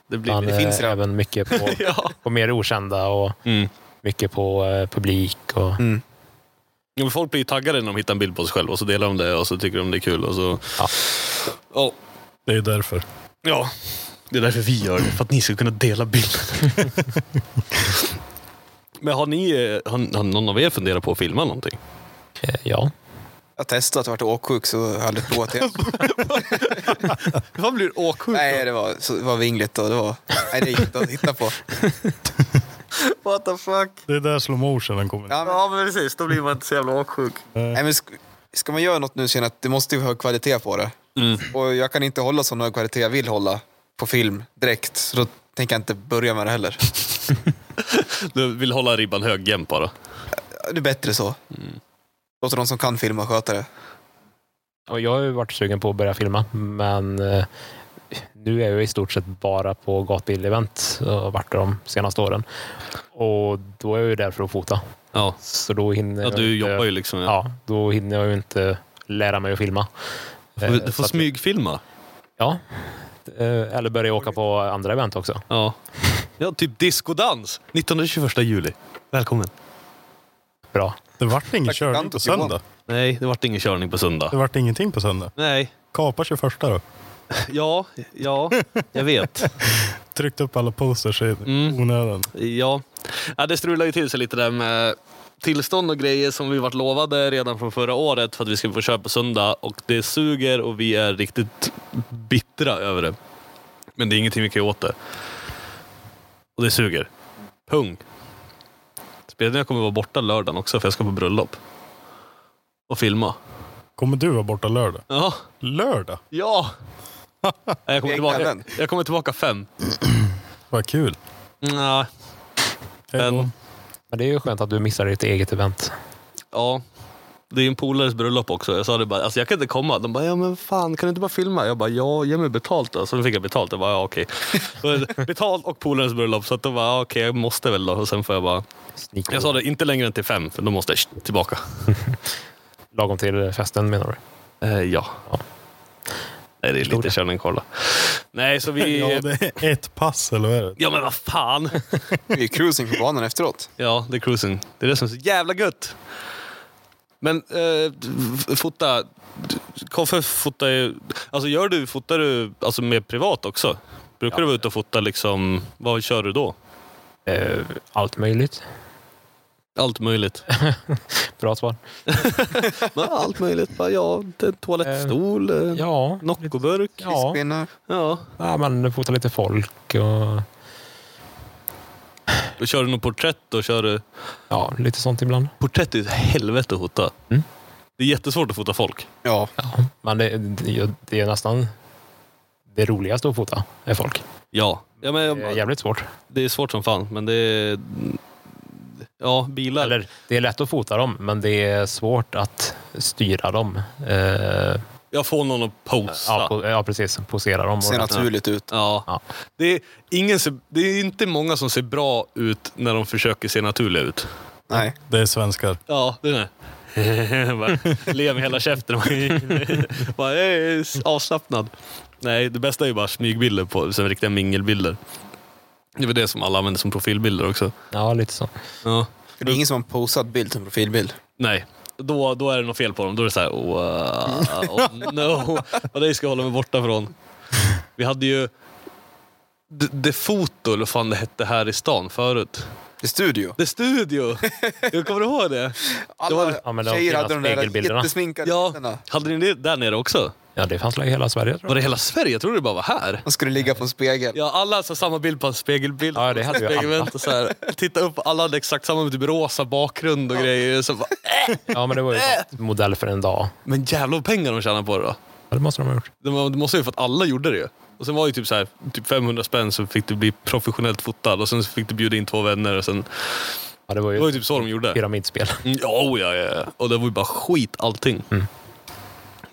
Speaker 1: Det blir...
Speaker 2: Man,
Speaker 4: det finns
Speaker 2: eh,
Speaker 4: redan.
Speaker 2: även mycket på,
Speaker 1: Ja.
Speaker 2: på mer okända och
Speaker 1: Mm.
Speaker 2: mycket på eh, publik. Och,
Speaker 4: mm.
Speaker 1: Jo, men folk blir ju taggade när de hittar en bild på sig själv och så delar de det och så tycker de det är kul. Och så...
Speaker 2: Ja.
Speaker 1: Ja.
Speaker 3: Det är därför.
Speaker 1: ja. Det är därför vi gör det, för att ni ska kunna dela bilden. Men har ni, eh, har, har någon av er funderat på att filma någonting?
Speaker 2: eh, ja.
Speaker 4: Jag har testat och varit åksjuk så jag har aldrig provat det.
Speaker 1: Vad blir åksjuk?
Speaker 4: Nej, det var, så, det var vingligt och det var... Nej, det gick inte att titta på.
Speaker 1: What the fuck?
Speaker 3: Det är där slow motionen kommer.
Speaker 4: Ja, men,
Speaker 1: men precis, då blir man inte så jävla åksjuk.
Speaker 4: nej, men sk- ska man göra något nu känner jag att det måste ju vara hög kvalitet på det.
Speaker 1: Mm.
Speaker 4: Och jag kan inte hålla sån hög kvalitet jag vill hålla på film direkt. Så då tänker jag inte börja med det heller.
Speaker 1: Du vill hålla ribban hög jämt bara.
Speaker 4: Det är bättre så. Låter de som kan filma sköta det.
Speaker 2: Och jag har ju varit sugen på att börja filma, men eh, nu är jag i stort sett bara på gatbil-event och har varit de senaste åren. Och då är jag ju där för att fota.
Speaker 1: Ja,
Speaker 2: Så då hinner
Speaker 1: ja
Speaker 2: jag
Speaker 1: du
Speaker 2: inte,
Speaker 1: jobbar ju liksom. Ja.
Speaker 2: Ja, då hinner jag ju inte lära mig att filma. Eh,
Speaker 1: Du
Speaker 2: så
Speaker 1: får
Speaker 2: att-
Speaker 1: smygfilma.
Speaker 2: Ja. Eh, Eller börja åka på andra event också.
Speaker 1: Ja. ja, typ diskodans. 19-21 juli. Välkommen.
Speaker 2: Bra.
Speaker 3: Det vart ingen körning på
Speaker 4: Praktikant Johan.
Speaker 3: söndag.
Speaker 1: Nej, det vart ingen körning på söndag.
Speaker 3: Det vart ingenting på söndag.
Speaker 1: Nej,
Speaker 3: Kapa 21 då.
Speaker 1: ja, ja, jag vet.
Speaker 3: Tryckt upp alla posters i
Speaker 1: Mm.
Speaker 3: onödan.
Speaker 1: Ja. ja, det strular ju till sig lite där med tillstånd och grejer som vi vart lovade redan från förra året för att vi skulle få köra på söndag och det suger och vi är riktigt bittra över det. Men det är ingenting vi kan göra åt det. Och det suger. Pung. Spelningen kommer vara borta lördagen också för jag ska på bröllop. Och filma.
Speaker 3: Kommer du vara borta lördag?
Speaker 1: Ja.
Speaker 3: Lördag?
Speaker 1: Ja! Nej, Jag kommer,
Speaker 4: Egna
Speaker 1: tillbaka,
Speaker 4: vän.
Speaker 1: jag kommer tillbaka fem.
Speaker 3: Vad kul.
Speaker 1: Nej,
Speaker 3: Hej då.
Speaker 1: Men-
Speaker 2: Men det är ju skönt att du missar ditt eget event.
Speaker 1: Ja. Det är ju en polares bröllop också. Jag sa det bara, alltså jag kan inte komma. De bara, ja men fan kan du inte bara filma? Jag bara, ja ge mig betalt då. Så då fick jag betalt. Jag bara, ja okej. Så betalt och polarens bröllop. Så att de bara, ja, okej jag måste väl då. Och sen får jag bara,
Speaker 2: Sneak
Speaker 1: jag sa det inte längre än till fem för då måste jag tillbaka.
Speaker 2: Lagom till festen menar du?
Speaker 1: Eh, ja.
Speaker 2: Ja.
Speaker 1: Nej det är lite körning kolla. Nej så vi...
Speaker 3: Ja, det är ett pass eller vad är det?
Speaker 1: Ja men vad fan.
Speaker 4: Vi är cruising på banan efteråt.
Speaker 1: Ja, det är cruising. Det är det som är så jävla gött. Men eh, f- fota... Koffe fotar ju... Alltså gör du, fotar du alltså mer privat också? Brukar du vara ute och fota liksom... Vad kör du då?
Speaker 2: Eh, allt möjligt.
Speaker 1: Allt möjligt.
Speaker 2: Bra svar.
Speaker 1: Ja, Allt möjligt. Bara, ja, en toalettstol, eh,
Speaker 2: Ja.
Speaker 1: Noccoburk.
Speaker 2: Ja,
Speaker 4: Fiskpinnar.
Speaker 1: Ja.
Speaker 2: ja man fotar lite folk och
Speaker 1: Då kör du något porträtt och kör du...
Speaker 2: ja, lite sånt ibland.
Speaker 1: Porträtt är ett helvete att fota.
Speaker 2: Mm.
Speaker 1: Det är jättesvårt att fota folk.
Speaker 4: Ja.
Speaker 2: Men det, det, det är nästan det roligaste att fota, är folk.
Speaker 1: Ja. Eh, ja men,
Speaker 2: Det är jävligt svårt.
Speaker 1: det är svårt som fan, men det är... Ja, bilar.
Speaker 2: Eller, det är lätt att fota dem, men det är svårt att styra dem. Eh,
Speaker 1: Jag får någon att posa.
Speaker 2: ja, po- ja, precis. Posera dem.
Speaker 4: Ser naturligt ut.
Speaker 1: Ja.
Speaker 2: Ja.
Speaker 1: Det, är ingen, ser- det är inte många som ser bra ut när de försöker se naturliga ut.
Speaker 4: Nej.
Speaker 3: Det är svenskar.
Speaker 1: Ja, det är det. Bara Le med hela käften. Bara, jag är avslappnad. Nej, det bästa är ju bara smygbilder på sen riktiga mingelbilder. Det är väl det som alla använder som profilbilder också.
Speaker 2: Ja, lite så.
Speaker 1: Ja.
Speaker 4: För det är ingen som har en posad bild som profilbild.
Speaker 1: Nej, då, då är det något fel på dem. Då är det så här, oh, uh, oh no. Vad det ska jag hålla mig borta från. Vi hade ju D- det foto, eller vad fan det hette här i stan förut.
Speaker 4: Det är studio.
Speaker 1: Det studio! Jag kommer du ihåg det?
Speaker 4: Alla
Speaker 2: Ja, men det var
Speaker 4: tjejer
Speaker 2: fina
Speaker 4: hade de där
Speaker 2: spegelbilderna.
Speaker 4: jättesminkade
Speaker 1: Ja,
Speaker 4: fötterna.
Speaker 1: hade ni det där nere också?
Speaker 2: Ja, det fanns i hela Sverige, tror
Speaker 1: Var
Speaker 2: jag.
Speaker 1: det hela Sverige? Jag trodde det bara var här.
Speaker 4: De skulle ligga på en spegel.
Speaker 1: Ja, alla hade så samma bild på en spegelbild.
Speaker 2: Ja, det hade ju alla.
Speaker 1: Spegelvänt och så här. Titta upp, alla hade exakt samma med typ rosa bakgrund och grejer. Så bara, "Äh,
Speaker 2: Ja, men det var ju en modell för en dag.
Speaker 1: men jävlar vad pengar de tjänar på det då.
Speaker 2: Ja, det måste de ha gjort.
Speaker 1: Det var- det måste ju för att alla gjorde det ju. Och sen var det ju typ, så här, typ 500 spänn så fick du bli professionellt fotad och sen fick du bjuda in två vänner. Och sen,
Speaker 2: Ja, det var
Speaker 1: det var ju
Speaker 2: ju
Speaker 1: typ så de gjorde. Mm,
Speaker 2: pyramidspel.
Speaker 1: Ja, oh, ja, ja. ja. Och det var ju bara skit allting.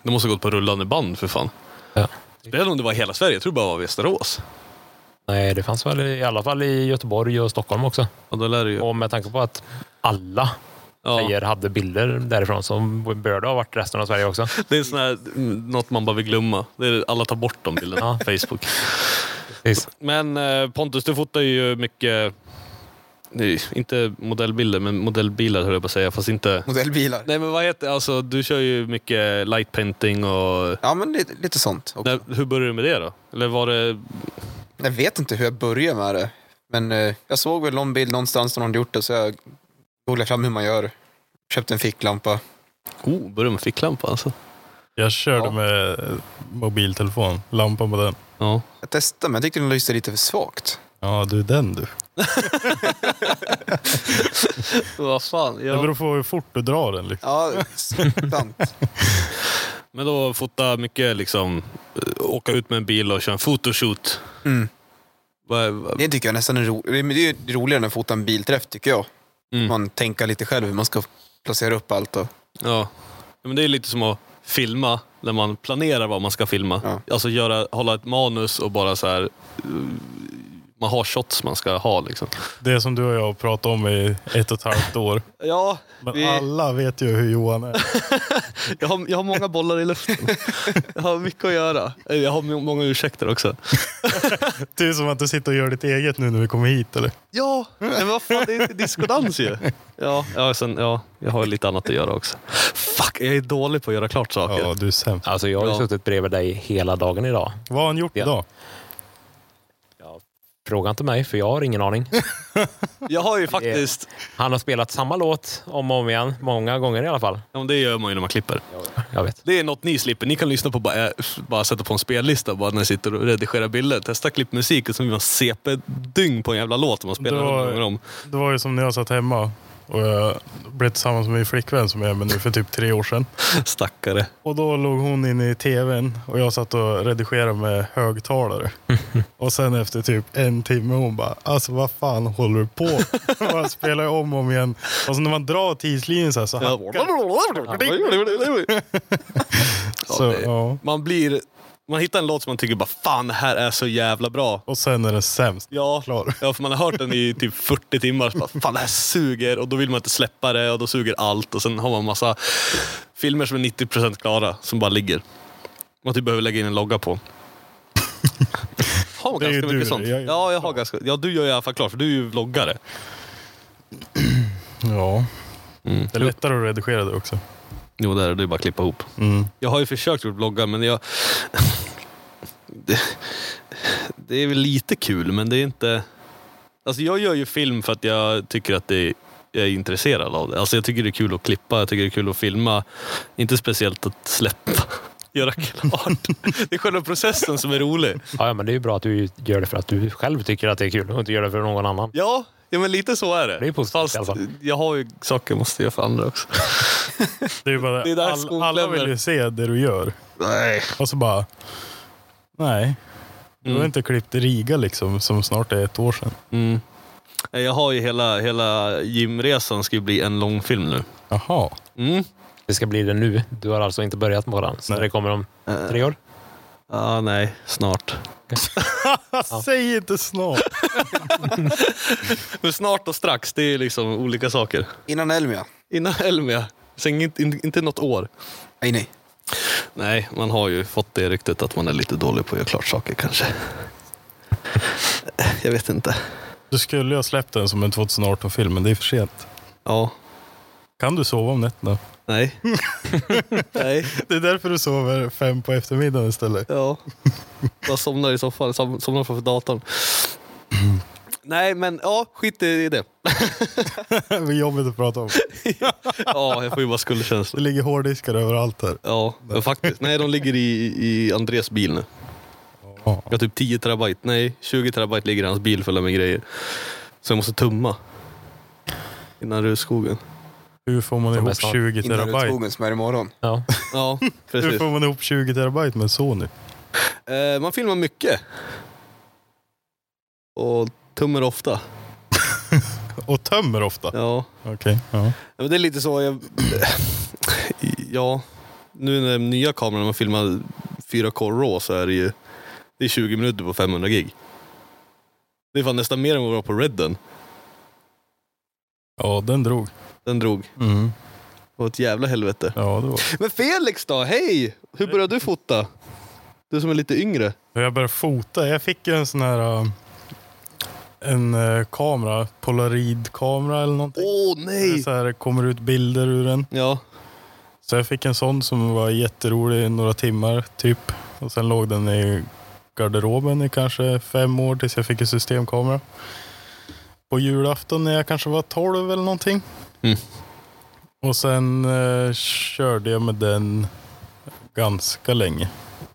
Speaker 1: Det måste ha gått på rullande band för fan.
Speaker 2: Ja.
Speaker 1: Det är om det var i hela Sverige. Jag tror det bara var Västerås.
Speaker 2: Nej, det fanns väl i alla fall i Göteborg och Stockholm också.
Speaker 1: Och då lär det ju...
Speaker 2: Och med tanke på att alla
Speaker 1: ja.
Speaker 2: tjejer hade bilder därifrån som bör det ha varit resten av Sverige också.
Speaker 1: Det är sån här, mm, något man bara vill glömma. Det är, alla tar bort de bilderna på Facebook.
Speaker 2: Precis.
Speaker 1: Men eh, Pontus, du fotar ju mycket... Nej, inte modellbilder, men modellbilar höll jag på att säga. Fast inte...
Speaker 4: Modellbilar.
Speaker 1: Nej men vad heter alltså du kör ju mycket light painting och...
Speaker 4: Ja, men lite, lite sånt. också.
Speaker 1: Nej, hur började du med det då? Eller var det...
Speaker 4: Jag vet inte hur jag började med det. Men eh, jag såg väl någon bild någonstans när någon hade gjort det så jag googlade fram hur man gör. Köpte en ficklampa.
Speaker 1: Oh, började med ficklampa alltså?
Speaker 3: Jag körde
Speaker 4: Ja.
Speaker 3: med eh, mobiltelefon, lampan på den.
Speaker 1: Ja.
Speaker 4: Jag testade men jag tyckte den lyste lite för svagt.
Speaker 3: Ja, du den du.
Speaker 1: Vad fan.
Speaker 3: Det beror på hur fort du drar den. Liksom.
Speaker 4: Ja, sant.
Speaker 1: Men då fota mycket liksom, eh, åka ut med en bil och köra en fotoshoot.
Speaker 4: Mm.
Speaker 1: Vad- vad-
Speaker 4: Det tycker jag nästan är roligt. Det är ju roligare än att fota en bilträff tycker jag.
Speaker 1: Mm.
Speaker 4: Man tänker lite själv hur man ska placera upp allt. Och,
Speaker 1: Ja. ja. Men det är lite som att filma när man planerar vad man ska filma.
Speaker 4: Ja.
Speaker 1: Alltså göra, hålla ett manus och bara så här... eh, Man har shots man ska ha liksom.
Speaker 3: Det som du och jag har pratat om i ett och ett halvt år.
Speaker 1: Ja,
Speaker 3: Men
Speaker 1: Vi-
Speaker 3: alla vet ju hur Johan är.
Speaker 1: Jag har, jag har många bollar i luften. Jag har mycket att göra. Eh, Jag har må- många ursäkter också.
Speaker 3: Det är som att du sitter och gör ditt eget nu när vi kommer hit. Eller?
Speaker 1: Ja, men vad fan, det är diskodans ju. Ja, ja, sen, ja, jag har lite annat att göra också. Fuck, jag är dålig på att göra klart saker.
Speaker 3: Ja, du är sämst.
Speaker 2: Alltså, jag har ju
Speaker 1: Ja.
Speaker 2: suttit bredvid dig hela dagen idag.
Speaker 3: Vad har han gjort
Speaker 2: Ja.
Speaker 3: idag?
Speaker 2: Fråga inte mig, för jag har ingen aning.
Speaker 1: Jag har ju faktiskt...
Speaker 2: Han har spelat samma låt om och om igen, många gånger i alla fall.
Speaker 1: Ja, men det gör man ju när man klipper.
Speaker 2: Jag vet.
Speaker 1: Det är något ni slipper. Ni kan lyssna på bara, äh, bara sätta på en spellista bara när ni sitter och redigerar bilder. Testa klippmusik och så blir man CP-dyng på en jävla låt om man spelar
Speaker 3: Det
Speaker 1: den
Speaker 3: var-
Speaker 1: gånger om.
Speaker 3: Det var ju som när jag satt hemma Och jag blev tillsammans med min flickvän som jag är med nu för typ tre år sedan.
Speaker 1: Stackare.
Speaker 3: Och då låg hon inne i tvn och jag satt och redigerade med högtalare. och sen efter typ en timme hon bara, alltså vad fan håller du på med?" Man spelar ju om och om igen. Och så när man drar tidslinjen så här så
Speaker 1: Ja.
Speaker 3: hackar så,
Speaker 1: det-
Speaker 3: ja.
Speaker 1: Man blir... Man hittar en låt som man tycker bara fan det här är så jävla bra.
Speaker 3: Och sen är den sämst.
Speaker 1: Ja,
Speaker 3: Klar.
Speaker 1: ja, för man har hört den i typ 40 timmar. Så bara, fan det här suger och då vill man inte släppa det och då suger allt. Och sen har man massa filmer som är 90% klara som bara ligger. Man typ behöver lägga in en logga på. Har man
Speaker 3: Det är
Speaker 1: ganska
Speaker 3: ju
Speaker 1: mycket
Speaker 3: du,
Speaker 1: sånt?
Speaker 3: jag är ju
Speaker 1: ja, jag har ganska, ja, du gör ju i alla fall klart för du är ju vloggare.
Speaker 3: Ja.
Speaker 1: Mm.
Speaker 3: Det är lättare att redigera det också.
Speaker 1: Jo, det är det. Det är bara att klippa ihop.
Speaker 3: Mm.
Speaker 1: Jag har ju försökt gjort vloggar, men jag... det, det är väl lite kul, men det är inte... Alltså jag gör ju film för att jag tycker att det jag är intresserad av det. Alltså jag tycker det är kul att klippa, jag tycker det är kul att filma. Inte speciellt att släppa, göra klart. Det är själva processen som är rolig.
Speaker 2: Ja, ja, men det är ju bra att du gör det för att du själv tycker att det är kul och inte gör det för någon annan.
Speaker 1: Ja, ja men lite så är alltså. det.
Speaker 2: Det är positivt
Speaker 1: Fast
Speaker 2: i alla fall.
Speaker 1: jag har ju saker jag måste göra för andra också.
Speaker 3: Det är ju bara
Speaker 1: Det är där skon
Speaker 3: all, alla
Speaker 1: klämmer.
Speaker 3: vill ju se det du gör.
Speaker 1: Nej.
Speaker 3: Och så bara, nej. Du har
Speaker 1: Mm.
Speaker 3: inte klippt Riga liksom, som snart är ett år sedan.
Speaker 1: Mm. Nej, Jag har ju hela, hela gymresan ska ju bli en lång film nu.
Speaker 3: Jaha.
Speaker 1: Mm.
Speaker 2: Det ska bli det nu. Du har alltså inte börjat på den. Så
Speaker 3: Nej.
Speaker 2: det kommer om
Speaker 1: Eh,
Speaker 2: tre år.
Speaker 1: Ja, nej, snart.
Speaker 3: Säg inte snart.
Speaker 1: Men snart och strax, det är liksom olika saker.
Speaker 4: Innan Elmia?
Speaker 1: Innan Elmia, sen inte, inte, inte något år.
Speaker 4: Nej, nej.
Speaker 1: Nej, man har ju fått det ryktet att man är lite dålig på att göra klart saker kanske. Jag vet inte.
Speaker 3: Du skulle ju ha släppt den som en 2018-film, men det är för sent.
Speaker 1: Ja,
Speaker 3: Kan du sova om nätterna?
Speaker 1: nej. nej,
Speaker 3: Det är därför du sover fem på eftermiddagen istället.
Speaker 1: ja. Bara somnar i soffan, som- somnar framför datorn. Nej, men ja, skit i det.
Speaker 3: Det är jobbigt att prata om.
Speaker 1: Ja, jag får ju bara
Speaker 3: Det
Speaker 1: skuldkänslor.
Speaker 3: ligger hårddiskar överallt här.
Speaker 1: Ja, men faktiskt. Nej, de ligger i, i Andres bil nu.
Speaker 3: Ja.
Speaker 1: Jag har typ 10 terabyte, nej 20 terabyte ligger i hans bil fulla med grejer. Så jag måste tumma. Innan russkogen.
Speaker 3: Hur får man
Speaker 2: Som
Speaker 3: ihop
Speaker 2: är snart
Speaker 3: 20
Speaker 4: Innan du
Speaker 3: terabyte?
Speaker 4: skogen som är imorgon.
Speaker 2: Ja.
Speaker 1: Ja,
Speaker 3: Hur
Speaker 1: precis.
Speaker 3: får man ihop 20 terabyte med Sony?
Speaker 1: Eh, man filmar mycket. Och tummar ofta.
Speaker 3: Och tömmer ofta.
Speaker 1: Ja.
Speaker 3: Okej. Ja.
Speaker 1: Ja, Men det är lite så jag... Ja. Nu när den nya kameran, man filmar 4K RAW så är det ju... Det är 20 minuter på 500 gig. Det är fan nästan mer än vad det var på Redden.
Speaker 3: ja, den drog.
Speaker 1: Den drog.
Speaker 3: Mm.
Speaker 1: Det var ett jävla helvete.
Speaker 3: Ja, det var
Speaker 1: Men Felix då, hej! Hur började du fota? Du som är lite yngre.
Speaker 3: Och Jag började fota. Jag fick ju en sån här... äh, En äh, kamera. Polaroidkamera eller någonting.
Speaker 1: Åh
Speaker 3: Det är
Speaker 1: nej!
Speaker 3: Så här, det kommer ut bilder ur den.
Speaker 1: Ja,
Speaker 3: Så jag fick en sån som var jätterolig i några timmar typ. Och sen låg den i garderoben i kanske fem år tills jag fick en systemkamera. På julafton när jag kanske var 12 eller någonting.
Speaker 1: Mm.
Speaker 3: Och sen eh, körde jag med den ganska länge.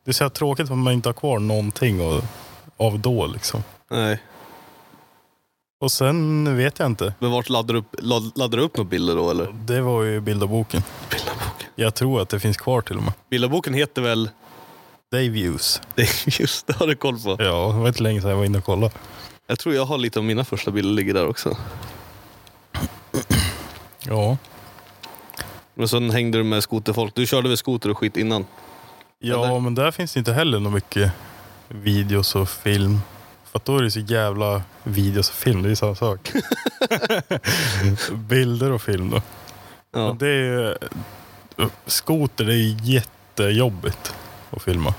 Speaker 3: Det är så här tråkigt att man inte har kvar någonting av, av då liksom.
Speaker 1: nej.
Speaker 3: Och sen vet jag inte.
Speaker 1: Men vart laddar du upp, lad, laddar du upp några bilder då eller?
Speaker 3: Det var ju bilderboken.
Speaker 1: Bilderboken.
Speaker 3: Jag tror att det finns kvar till och med.
Speaker 1: Bilderboken heter väl...
Speaker 3: Dayviews.
Speaker 1: Det är Just det, har du koll på.
Speaker 3: Ja, det var inte länge sedan jag var inne och kollade.
Speaker 1: Jag tror jag har lite av mina första bilder ligger där också.
Speaker 3: Ja.
Speaker 1: Men sen hängde du med skoterfolk. Du körde väl skoter och skit innan?
Speaker 3: Ja,
Speaker 1: Eller?
Speaker 3: men där finns det inte heller något mycket videos och film. För att då är det så jävla videos och film, det är ju samma sak. Bilder och film då.
Speaker 1: Ja.
Speaker 3: Men det är ju, skoter det är ju jättejobbigt att filma.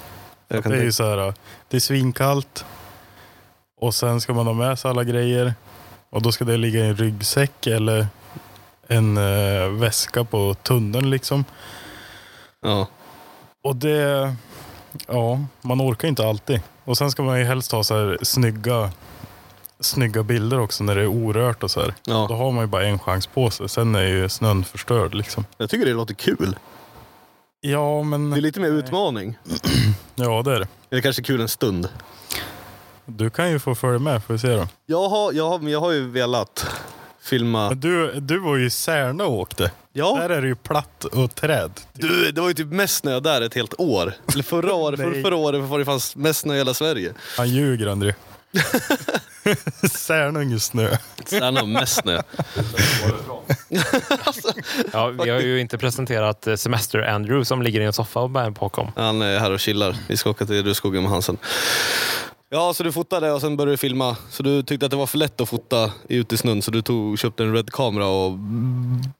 Speaker 1: Jag kan
Speaker 3: Det är ju
Speaker 1: tänka-
Speaker 3: så här, det är svinkallt och sen ska man ha med sig alla grejer och då ska det ligga i en ryggsäck eller en eh, väska på tunneln liksom.
Speaker 1: ja.
Speaker 3: Och det, ja, man orkar inte alltid. Och sen ska man ju helst ha så här snygga, snygga bilder också när det är orört och så här. Då
Speaker 1: ja.
Speaker 3: har man ju bara en chans på sig. Sen är ju snön förstörd liksom.
Speaker 1: Jag tycker det låter kul.
Speaker 3: Ja,
Speaker 1: Det är
Speaker 3: men
Speaker 1: lite mer utmaning.
Speaker 3: ja, det är det.
Speaker 1: Eller kanske kul en stund.
Speaker 3: Du kan ju få följa med, får vi se då.
Speaker 1: Jag har, jag har, men jag har ju velat. filma.
Speaker 3: Men du, du var ju i Särna och åkte. Där
Speaker 1: Ja,
Speaker 3: är det ju platt och träd.
Speaker 1: du, det var ju typ mest snö där ett helt år. Eller förra året, för,
Speaker 3: Nej.
Speaker 1: förra året var det fanns mest snö i hela Sverige.
Speaker 3: Han ljuger André. Särna har ingen snö.
Speaker 1: Särna har mest snö.
Speaker 2: Ja, vi har ju inte presenterat eh, Semester Andrew som ligger i en soffa och bär en popcorn.
Speaker 1: Han är här och chillar. Vi ska åka till Rudskogen med Hansen. Ja, så du fotade och sen började du filma. Så du tyckte att det var för lätt att fota ute i snön så du tog, köpte en Red-kamera och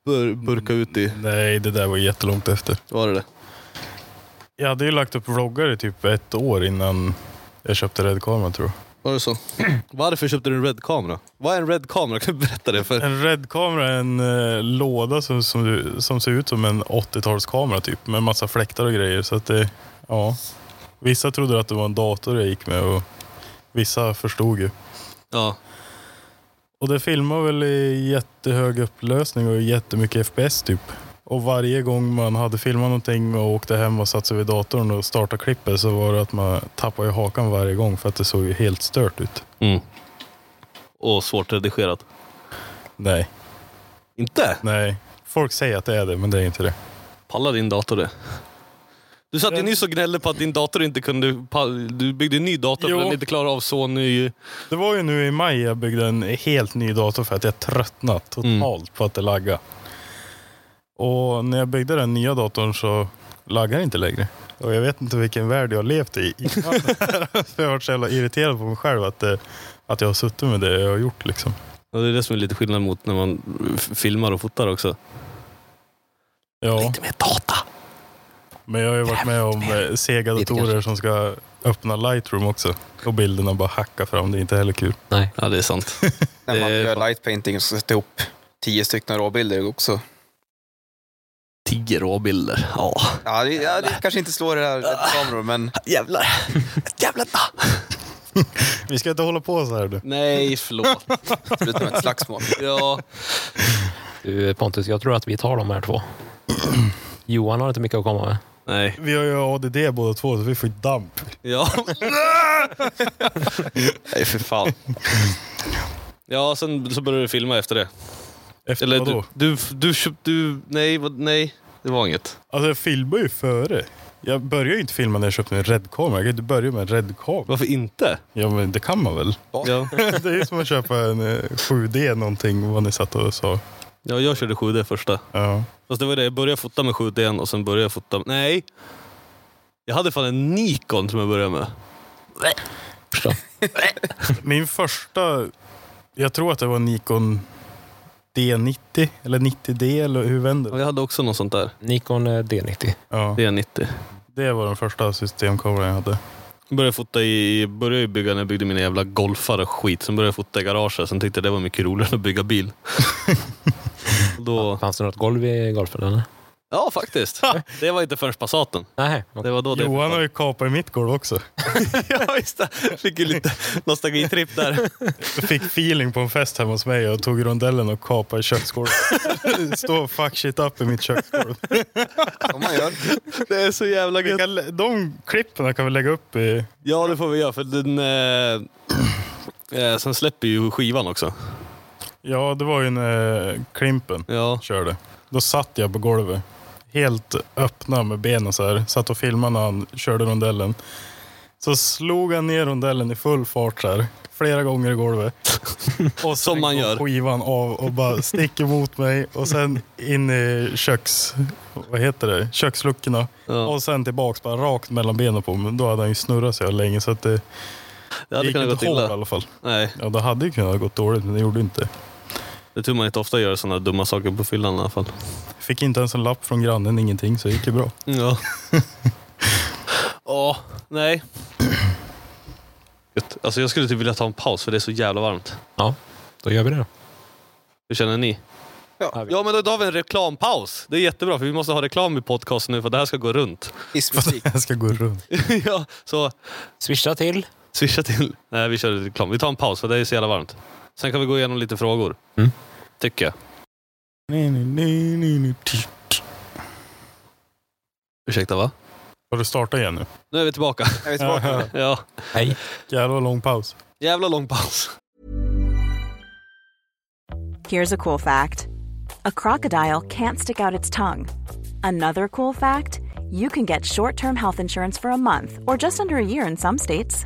Speaker 1: bur, burkade ut i...
Speaker 3: Nej, det där var jättelångt efter.
Speaker 1: Var det det?
Speaker 3: Jag hade ju lagt upp vloggar i typ ett år innan jag köpte Red-kameran tror jag.
Speaker 1: Var det så? Varför köpte du en Red-kamera? Vad är en Red-kamera? Kan du berätta det? För
Speaker 3: En Red-kamera är en eh, låda som, som, du- som ser ut som en 80-talskamera typ med massa fläktar och grejer. Så att det, ja. Vissa trodde att det var en dator jag gick med och vissa förstod ju.
Speaker 1: ja,
Speaker 3: Och det filmar väl i jättehög upplösning och jättemycket FPS typ. Och varje gång man hade filmat någonting och åkte hem och satte sig vid datorn och startade klippet så var det att man tappade ju hakan varje gång för att det såg ju helt stört ut.
Speaker 1: Mm. och svårt redigerat.
Speaker 3: Nej,
Speaker 1: Inte?
Speaker 3: nej. Folk säger att det är det, men det är inte det.
Speaker 1: Pallar din dator det? Du satt ju nyss och gnällde på att din dator inte kunde... pa- Du byggde en ny dator
Speaker 3: Jo.
Speaker 1: för den inte klarar av så ny...
Speaker 3: Det var ju nu i maj jag byggde en helt ny dator för att jag tröttnat
Speaker 1: Mm.
Speaker 3: totalt på att det lagga. Och när jag byggde den nya datorn så laggar det inte längre. Och jag vet inte vilken värld jag har levt i innan. för jag har varit så jävla irriterad på mig själv att, det, att jag har suttit med det jag har gjort liksom.
Speaker 1: Ja, det är det som är lite skillnad mot när man f- filmar och fotar också.
Speaker 3: Ja,
Speaker 1: Lite mer data.
Speaker 3: men jag har ju varit med om eh, sega datorer som ska öppna Lightroom också. Och bilderna bara hackar fram, det är inte heller kul.
Speaker 2: Nej.
Speaker 1: Ja, det är sant.
Speaker 4: När man
Speaker 1: Det är
Speaker 4: gör
Speaker 1: fan-
Speaker 4: light painting och ska sätta ihop tio stycken råbilder också.
Speaker 1: Tio råbilder. Ja,
Speaker 4: Ja, det, ja, det kanske inte slår det här rätt kameror, men
Speaker 1: jävlar. Jävlar.
Speaker 3: Vi ska inte hålla på så här nu.
Speaker 1: Nej, förlåt.
Speaker 4: sluta med ett slagsmål.
Speaker 1: Ja,
Speaker 2: Du, Pontus, jag tror att vi tar de här två. Johan har inte mycket att komma med.
Speaker 1: nej.
Speaker 3: Vi har ju ADD båda två så vi får ju damp.
Speaker 1: Ja. nej, för fan. Ja, sen så började du filma efter det.
Speaker 3: Efter
Speaker 1: Eller
Speaker 3: vadå?
Speaker 1: du, du, du köpte... Du, nej, vad- nej. Det var inget.
Speaker 3: Alltså jag filmar ju före. Jag började ju inte filma när jag köpte en Red-kamera. Jag kan ju inte börja med en Red-kamera.
Speaker 1: Varför inte?
Speaker 3: Ja men det kan man väl?
Speaker 1: Ja.
Speaker 3: det är ju som att köpa en eh, 7D någonting, vad ni satt och sa.
Speaker 1: ja, jag körde 7D första.
Speaker 3: Ja.
Speaker 1: Fast det var det, jag började fota med 7D och sen började jag fota... Nej! Jag hade fan en Nikon som jag började med.
Speaker 3: Min första, jag tror att det var en Nikon D90 eller 90D eller hur vänder
Speaker 1: Ja,
Speaker 3: det?
Speaker 1: Jag hade också något sånt där.
Speaker 2: Nikon eh, D90.
Speaker 3: Ja,
Speaker 1: D90.
Speaker 3: det var den första systemkameran jag hade.
Speaker 1: Började fota i, började ju bygga när jag byggde mina jävla golfar och skit. Sen började jag fota i garaget. Sen tyckte jag det var mycket roligare än att bygga bil. Då,
Speaker 2: Fanns det något golv i golfen? Eller?
Speaker 1: ja, faktiskt. Det var inte förrän Passaten.
Speaker 2: Nej.
Speaker 1: Det var då det
Speaker 3: Johan har ju kapat i mitt golv också.
Speaker 1: ja, just det. Fick ju lite nostalgitripp där.
Speaker 3: Jag fick feeling på en fest hemma hos mig och tog rondellen och kapade i köksgolvet. Står fuck shit up i mitt köksgolv.
Speaker 4: Som man gör.
Speaker 1: Det är så jävla
Speaker 3: Vi
Speaker 1: gött.
Speaker 3: kan, lä- de klippen kan vi lägga upp i...
Speaker 1: Ja, det får vi göra. För den, eh, eh, sen släpper ju skivan också.
Speaker 3: Ja, det var ju när eh, Klimpen
Speaker 1: Ja.
Speaker 3: körde. Då satt jag på golvet. Helt öppna med benen så här. Satt och filmade när han körde rondellen. Så slog han ner rondellen i full fart så här. Flera gånger i golvet. Och sen
Speaker 1: Som man
Speaker 3: går
Speaker 1: gör.
Speaker 3: skivan av och bara sticker mot mig. Och sen in i köks... Vad heter det? Köksluckorna.
Speaker 1: Ja.
Speaker 3: Och sen tillbaks bara rakt mellan benen på mig. Men Då hade han ju snurrat så jävla länge så att det,
Speaker 1: Det hade
Speaker 3: gick
Speaker 1: kunnat
Speaker 3: inte
Speaker 1: gått
Speaker 3: hål i
Speaker 1: illa.
Speaker 3: alla fall.
Speaker 1: Nej,
Speaker 3: Ja, det hade ju kunnat gått dåligt men det gjorde inte.
Speaker 1: det tror man inte ofta gör sådana dumma saker på fyllan i alla fall.
Speaker 3: Fick inte ens en lapp från grannen, ingenting, så det gick ju bra.
Speaker 1: Ja. Ja, nej. Gött. Alltså jag skulle typ vilja ta en paus för det är så jävla varmt.
Speaker 2: Ja, då gör vi det då.
Speaker 1: Hur känner ni?
Speaker 4: Ja.
Speaker 1: Ja men då tar vi en reklampaus. Det är jättebra för vi måste ha reklam i podcasten nu för det här ska gå runt.
Speaker 4: Hissmusik.
Speaker 3: Jag ska gå runt.
Speaker 1: ja, så
Speaker 2: Swisha till.
Speaker 1: swisha till. Nej vi kör reklam. Vi tar en paus för det är så jävla varmt. Sen kan vi gå igenom lite frågor.
Speaker 2: Mm.
Speaker 1: Tycker jag. Ursäkta va?
Speaker 3: Har du startat igen nu?
Speaker 1: Nu är vi tillbaka.
Speaker 4: Jag är tillbaka.
Speaker 1: ja.
Speaker 2: Hej.
Speaker 3: Jävlar vad lång paus.
Speaker 1: Jävla lång paus.
Speaker 5: Here's a cool fact a crocodile can't stick out its tongue. Another cool fact you can get short term health insurance for a month or just under a year in some states.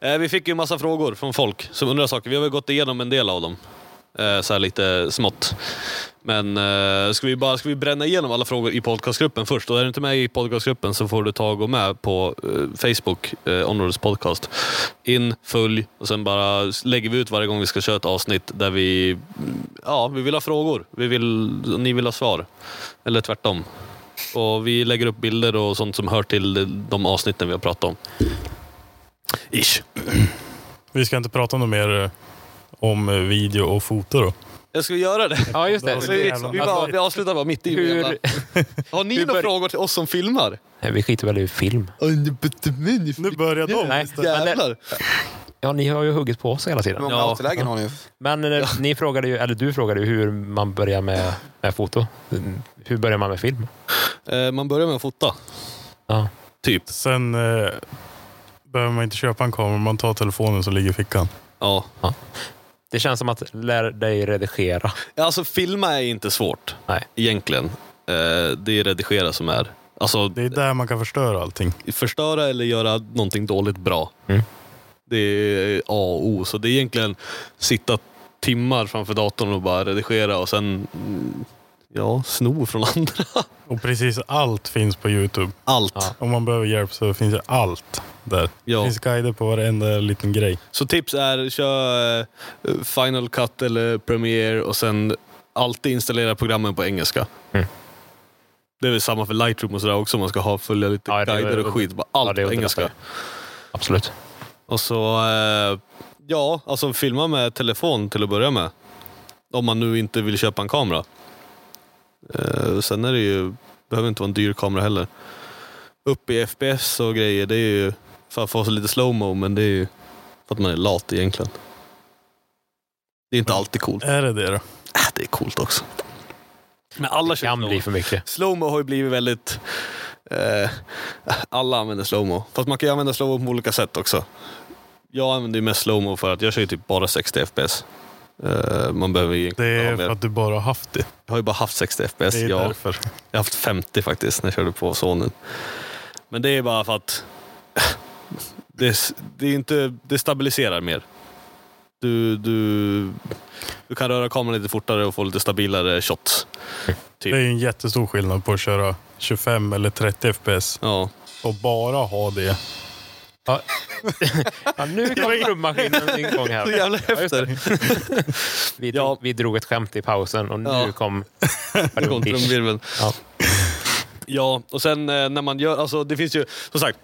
Speaker 1: Eh, vi fick ju en massa frågor från folk som undrar saker. Vi har väl gått igenom en del av dem. Eh, så här lite smått. Men eh, ska, vi bara, ska vi bränna igenom alla frågor i podcastgruppen först? Och är du inte med i podcastgruppen så får du ta och gå med på eh, Facebook, eh, Onroads podcast. In, följ och sen bara lägger vi ut varje gång vi ska köra ett avsnitt där vi, mm, ja, vi vill ha frågor. Vi vill, ni vill ha svar. Eller tvärtom. Och vi lägger upp bilder och sånt som hör till de avsnitten vi har pratat om. Ish.
Speaker 3: Vi ska inte prata något mer eh, om eh, video och foto då.
Speaker 1: Jag ska göra det.
Speaker 2: Ja, just
Speaker 3: Alltså,
Speaker 1: Så
Speaker 2: det.
Speaker 1: vi, vi, bara, vi avslutar bara mitt i.
Speaker 2: Hur-
Speaker 1: Hur... Har ni
Speaker 2: hur
Speaker 1: några
Speaker 2: bör-
Speaker 1: frågor till oss som filmar?
Speaker 2: Nej, Vi skiter väl i film.
Speaker 3: Nu börjar de.
Speaker 2: Nej, men, eh,
Speaker 1: Jävlar.
Speaker 2: ja, ni har ju huggit på oss hela
Speaker 4: Hur
Speaker 2: tiden.
Speaker 4: många
Speaker 1: Ja.
Speaker 4: outerlägen har ni?
Speaker 2: Men eh, ni frågade ju, eller du frågade ju hur man börjar med, med foto. Mm, Hur börjar man med film?
Speaker 1: Eh, Man börjar med att fota.
Speaker 2: Ja.
Speaker 1: Typ.
Speaker 3: Sen eh, behöver man inte köpa en kamera. Man tar telefonen som ligger i fickan.
Speaker 1: Ja.
Speaker 2: Det känns som att lära dig redigera.
Speaker 1: Alltså filma är inte svårt
Speaker 2: Nej.
Speaker 1: egentligen. Eh, Det är redigera som är... Alltså
Speaker 3: Det är där man kan förstöra allting.
Speaker 1: förstöra eller göra någonting dåligt bra.
Speaker 2: Mm.
Speaker 1: Det är A och O. Så det är egentligen sitta timmar framför datorn och bara redigera och sen mm, ja, sno från andra.
Speaker 3: Och precis allt finns på Youtube.
Speaker 1: Allt.
Speaker 2: Ja.
Speaker 3: Om man behöver hjälp så finns det allt där.
Speaker 1: Ja.
Speaker 3: Det finns guider på varenda liten grej.
Speaker 1: Så tips är kör eh, Final Cut eller Premiere och sen alltid installera programmen på engelska.
Speaker 2: Mm.
Speaker 1: Det är väl samma för Lightroom och sådär också om man ska ha, följa lite
Speaker 2: Ja, det är
Speaker 1: guider
Speaker 2: väl-
Speaker 1: och skit. Bara
Speaker 2: Ja,
Speaker 1: allt
Speaker 2: det är
Speaker 1: på
Speaker 2: väl
Speaker 1: engelska.
Speaker 2: därför. Absolut.
Speaker 1: Och så, eh, ja, alltså filma med telefon till att börja med. Om man nu inte vill köpa en kamera. Eh, sen är det ju, behöver inte vara en dyr kamera heller. Upp i FPS och grejer, det är ju för att få så lite slowmo men det är ju för att man är lat egentligen. Det är inte alltid coolt.
Speaker 3: Är det det då?
Speaker 1: Äh, det är coolt också. Men alla
Speaker 2: Det kan
Speaker 1: slow-mo.
Speaker 2: bli för mycket.
Speaker 1: Slowmo har ju blivit väldigt... Eh, alla använder slowmo. Fast man kan ju använda slowmo på olika sätt också. Jag använder ju mest slowmo för att jag kör ju typ bara 60 fps. Eh, man behöver ju
Speaker 3: Det
Speaker 1: inte
Speaker 3: är
Speaker 1: ha mer.
Speaker 3: för att du bara har haft det.
Speaker 1: Jag har ju bara haft 60 fps.
Speaker 3: Det är
Speaker 1: Jag, jag
Speaker 3: därför.
Speaker 1: har haft 50 faktiskt när jag körde på sonen. Men det är bara för att det, s- det, är inte, det stabiliserar mer. Du, du, du kan röra kameran lite fortare och få lite stabilare shots.
Speaker 3: Det är ju en jättestor skillnad på att köra 25 eller 30 fps
Speaker 1: Ja.
Speaker 3: och bara ha det.
Speaker 2: Ja. Ja, nu kom trummaskinen igång här.
Speaker 1: Så jävla
Speaker 2: Ja, just det.
Speaker 1: efter.
Speaker 2: Vi,
Speaker 1: Ja.
Speaker 2: drog, vi drog ett skämt i pausen och nu
Speaker 1: Ja.
Speaker 2: kom...
Speaker 1: Kom trumvirveln.
Speaker 2: Ja.
Speaker 1: Ja, och sen eh, när man gör, alltså det finns ju, som sagt,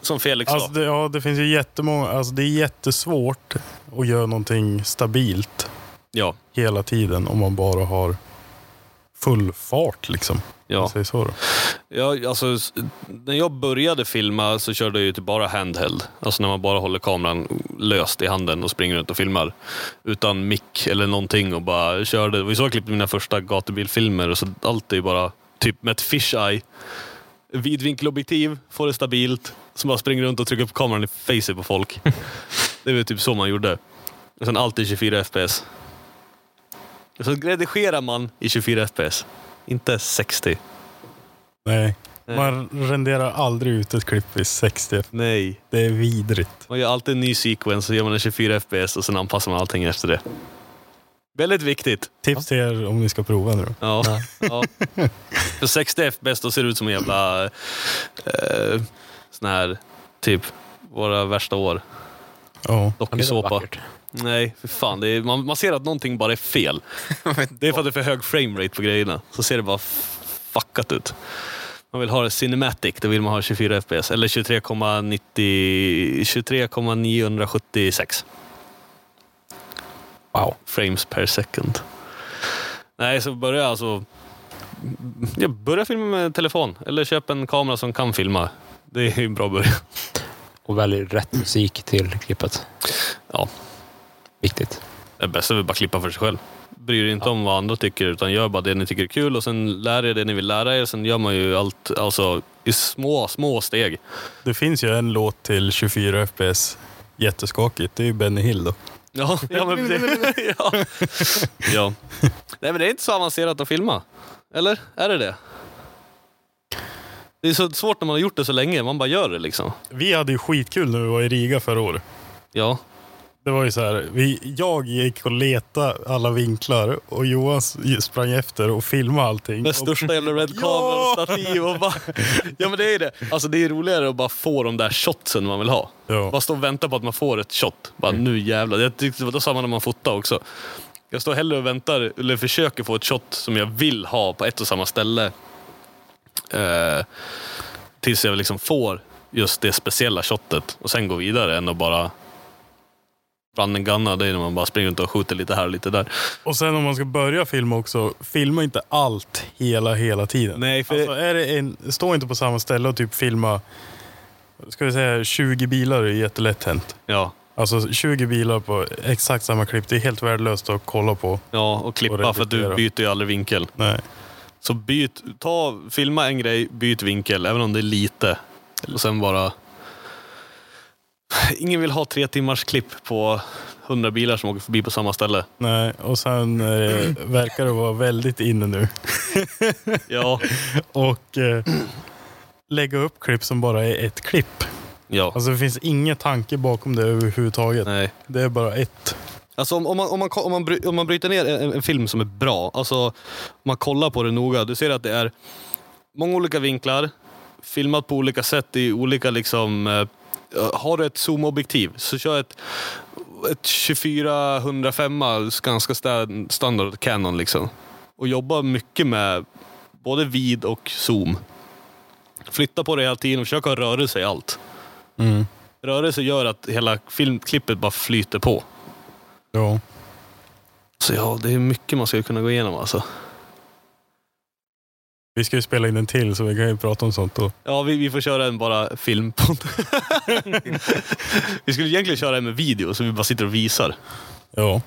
Speaker 1: som Felix
Speaker 3: Alltså
Speaker 1: sa.
Speaker 3: det, ja, det finns ju jättemånga, alltså det är jättesvårt att göra någonting stabilt
Speaker 1: Ja,
Speaker 3: hela tiden om man bara har full fart liksom.
Speaker 1: ja.
Speaker 3: Om man säger så då.
Speaker 1: ja alltså, s- när jag började filma så körde jag ju typ bara handheld. Alltså när man bara håller kameran löst i handen och springer runt och filmar. Utan mick eller någonting och bara körde. Vi såg klipp i mina första gatubilfilmer och så allt är ju bara typ med ett fisheye Vidvinkelobjektiv, får det stabilt. Så man springer runt och trycker på kameran i facet på folk. det var typ så man gjorde. Och sen alltid 24 fps. Och sen redigerar man i 24 fps. Inte 60.
Speaker 3: Nej. Man renderar aldrig ut ett klipp i 60.
Speaker 1: Nej.
Speaker 3: Det är vidrigt.
Speaker 1: Man gör alltid en ny sequence, så gör man en 24 fps och sen anpassar man allting efter det. Väldigt viktigt.
Speaker 3: Tips till er om ni ska prova nu.
Speaker 1: Ja. ja. För 60 fps då ser det ut som en jävla... Eh, sån här, typ, våra värsta år.
Speaker 3: Ja.
Speaker 1: Dokusåpa. Nej, för fan. Det är, man, man ser att någonting bara är fel. Det är för att det är för hög framerate på grejerna. Så ser det bara f- fuckat ut. Man vill ha det cinematic, då vill man ha 24 fps. Eller 23,90 23,976
Speaker 2: Wow.
Speaker 1: frames per second. Nej, så börja alltså... Ja, börja filma med telefon eller köp en kamera som kan filma. Det är en bra början.
Speaker 2: Och välj rätt musik till klippet.
Speaker 1: Ja.
Speaker 2: Viktigt.
Speaker 1: Det bästa är väl bara klippa för sig själv. Bryr er inte om vad andra tycker, utan gör bara det ni tycker är kul och sen lär er det ni vill lära er. Sen gör man ju allt alltså, i små, små steg.
Speaker 3: Det finns ju en låt till 24 FPS. Jätteskakigt. Det är ju Benny Hill då.
Speaker 1: Ja, ja men precis. ja. ja. Nej, men det är inte så avancerat att filma. Eller? Är det det? Det är så svårt när man har gjort det så länge. Man bara gör det liksom.
Speaker 3: Vi hade ju skitkul när vi var i Riga förra året.
Speaker 1: Ja.
Speaker 3: Det var ju så här, vi, jag gick och letade alla vinklar och Johan s- sprang efter och filmade allting.
Speaker 1: Med största jävla redkameran och stativ och bara... Ja men det är ju det. Alltså det är roligare att bara få de där shotsen man vill ha.
Speaker 3: Ja.
Speaker 1: Bara stå och vänta på att man får ett shot. Bara nu jävlar. Jag tyckte, då sa man när man fotade också. Jag står hellre och väntar, eller försöker få ett shot som jag vill ha på ett och samma ställe. Eh, tills jag liksom får just det speciella shotet och sen gå vidare än att bara... Run and gunna, det är när man bara springer runt och skjuter lite här och lite där.
Speaker 3: Och sen om man ska börja filma också, filma inte allt hela, hela tiden.
Speaker 1: Nej, för-
Speaker 3: alltså, är det en, stå inte på samma ställe och typ filma, ska vi säga 20 bilar är jättelätt hänt.
Speaker 1: Ja,
Speaker 3: Alltså 20 bilar på exakt samma klipp, det är helt värdelöst att kolla på.
Speaker 1: ja och klippa för att du
Speaker 3: repetera.
Speaker 1: byter ju aldrig vinkel.
Speaker 3: Nej.
Speaker 1: Så byt, ta, filma en grej, byt vinkel, även om det är lite. Och sen bara... Ingen vill ha tre timmars klipp på hundra bilar som åker förbi på samma ställe.
Speaker 3: Nej, och sen eh, verkar det vara väldigt inne nu.
Speaker 1: Ja,
Speaker 3: Och eh, lägga upp klipp som bara är ett klipp.
Speaker 1: ja.
Speaker 3: Alltså det finns ingen tanke bakom det överhuvudtaget.
Speaker 1: Nej.
Speaker 3: Det är bara ett.
Speaker 1: Alltså om, om, man, om, man, om, man, bry- om man bryter ner en, en film som är bra, alltså om man kollar på det noga, du ser att det är många olika vinklar, filmat på olika sätt i olika liksom... Eh, har du ett zoomobjektiv så kör ett, ett 2405 ganska sta- standard Canon liksom. Och jobba mycket med både vid och zoom. Flytta på det hela tiden och försöka ha rörelse i allt. Rörelse gör att hela filmklippet bara flyter på.
Speaker 3: Ja.
Speaker 1: Så ja, det är mycket man skulle kunna gå igenom alltså.
Speaker 3: Vi ska ju spela in en till så vi kan ju prata om sånt då.
Speaker 1: Ja, vi, vi får köra en bara filmpodd. vi skulle egentligen köra en med video, så vi bara sitter och visar.
Speaker 3: Ja.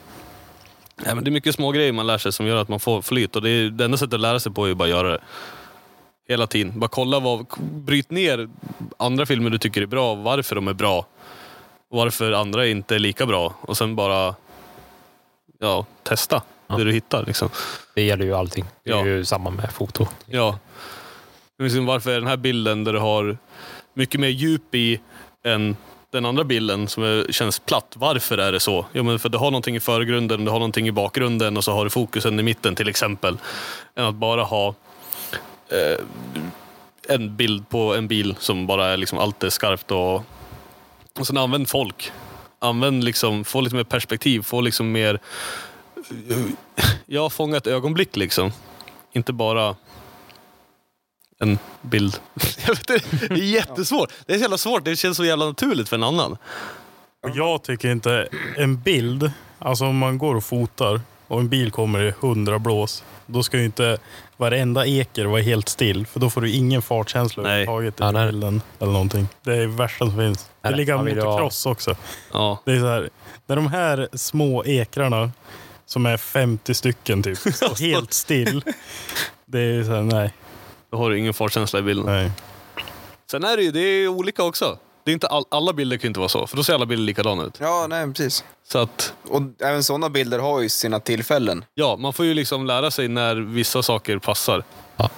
Speaker 1: Nej, men det är mycket små grejer man lär sig som gör att man får flyt. Och det, är, det enda sättet att lära sig på är ju bara att göra det. Hela tiden. Bara kolla vad... Bryt ner andra filmer du tycker är bra, varför de är bra. Varför andra inte är lika bra. Och sen bara... Ja, testa det du hittar liksom.
Speaker 2: Det gäller ju allting. Det är
Speaker 1: Ja.
Speaker 2: ju samma med foto.
Speaker 1: Ja. Men Liksom varför är den här bilden där du har mycket mer djup i än den andra bilden som är, känns platt. Varför är det så? Jo, men för du har någonting i förgrunden, du har någonting i bakgrunden och så har du fokusen i mitten till exempel. Än att bara ha eh, en bild på en bil som bara är liksom allt är skarpt och, och sen använd folk. Använd liksom, få lite mer perspektiv, få liksom mer... Ja, fånga ett ögonblick liksom. Inte bara en bild. Jag vet inte, det är jättesvårt. Det är så jävla svårt. Det känns så jävla naturligt för en annan.
Speaker 3: Och Jag tycker inte en bild, alltså om man går och fotar och en bil kommer i 100 blås, då ska ju inte varenda eker vara helt still, för då får du ingen fartkänsla
Speaker 1: Nej.
Speaker 3: överhuvudtaget i
Speaker 2: Ja, nej.
Speaker 3: bilden eller någonting. Det är det värsta som finns.
Speaker 2: Nej,
Speaker 3: det ligger
Speaker 2: man vill ju ha-
Speaker 3: motocross också.
Speaker 1: Ja.
Speaker 3: Det är så här, när de här små ekrarna, som är 50 stycken typ, står helt still. Det är ju så här, nej,
Speaker 1: Då har du ingen fartkänsla i bilden.
Speaker 3: nej.
Speaker 1: Sen är det ju det är olika också. Det är inte all, alla bilder kan ju inte vara så, för då ser alla bilder likadana ut.
Speaker 4: Ja, nej, precis.
Speaker 1: Så att,
Speaker 4: Och även sådana bilder har ju sina tillfällen.
Speaker 1: ja, man får ju liksom lära sig när vissa saker passar.
Speaker 2: Ja,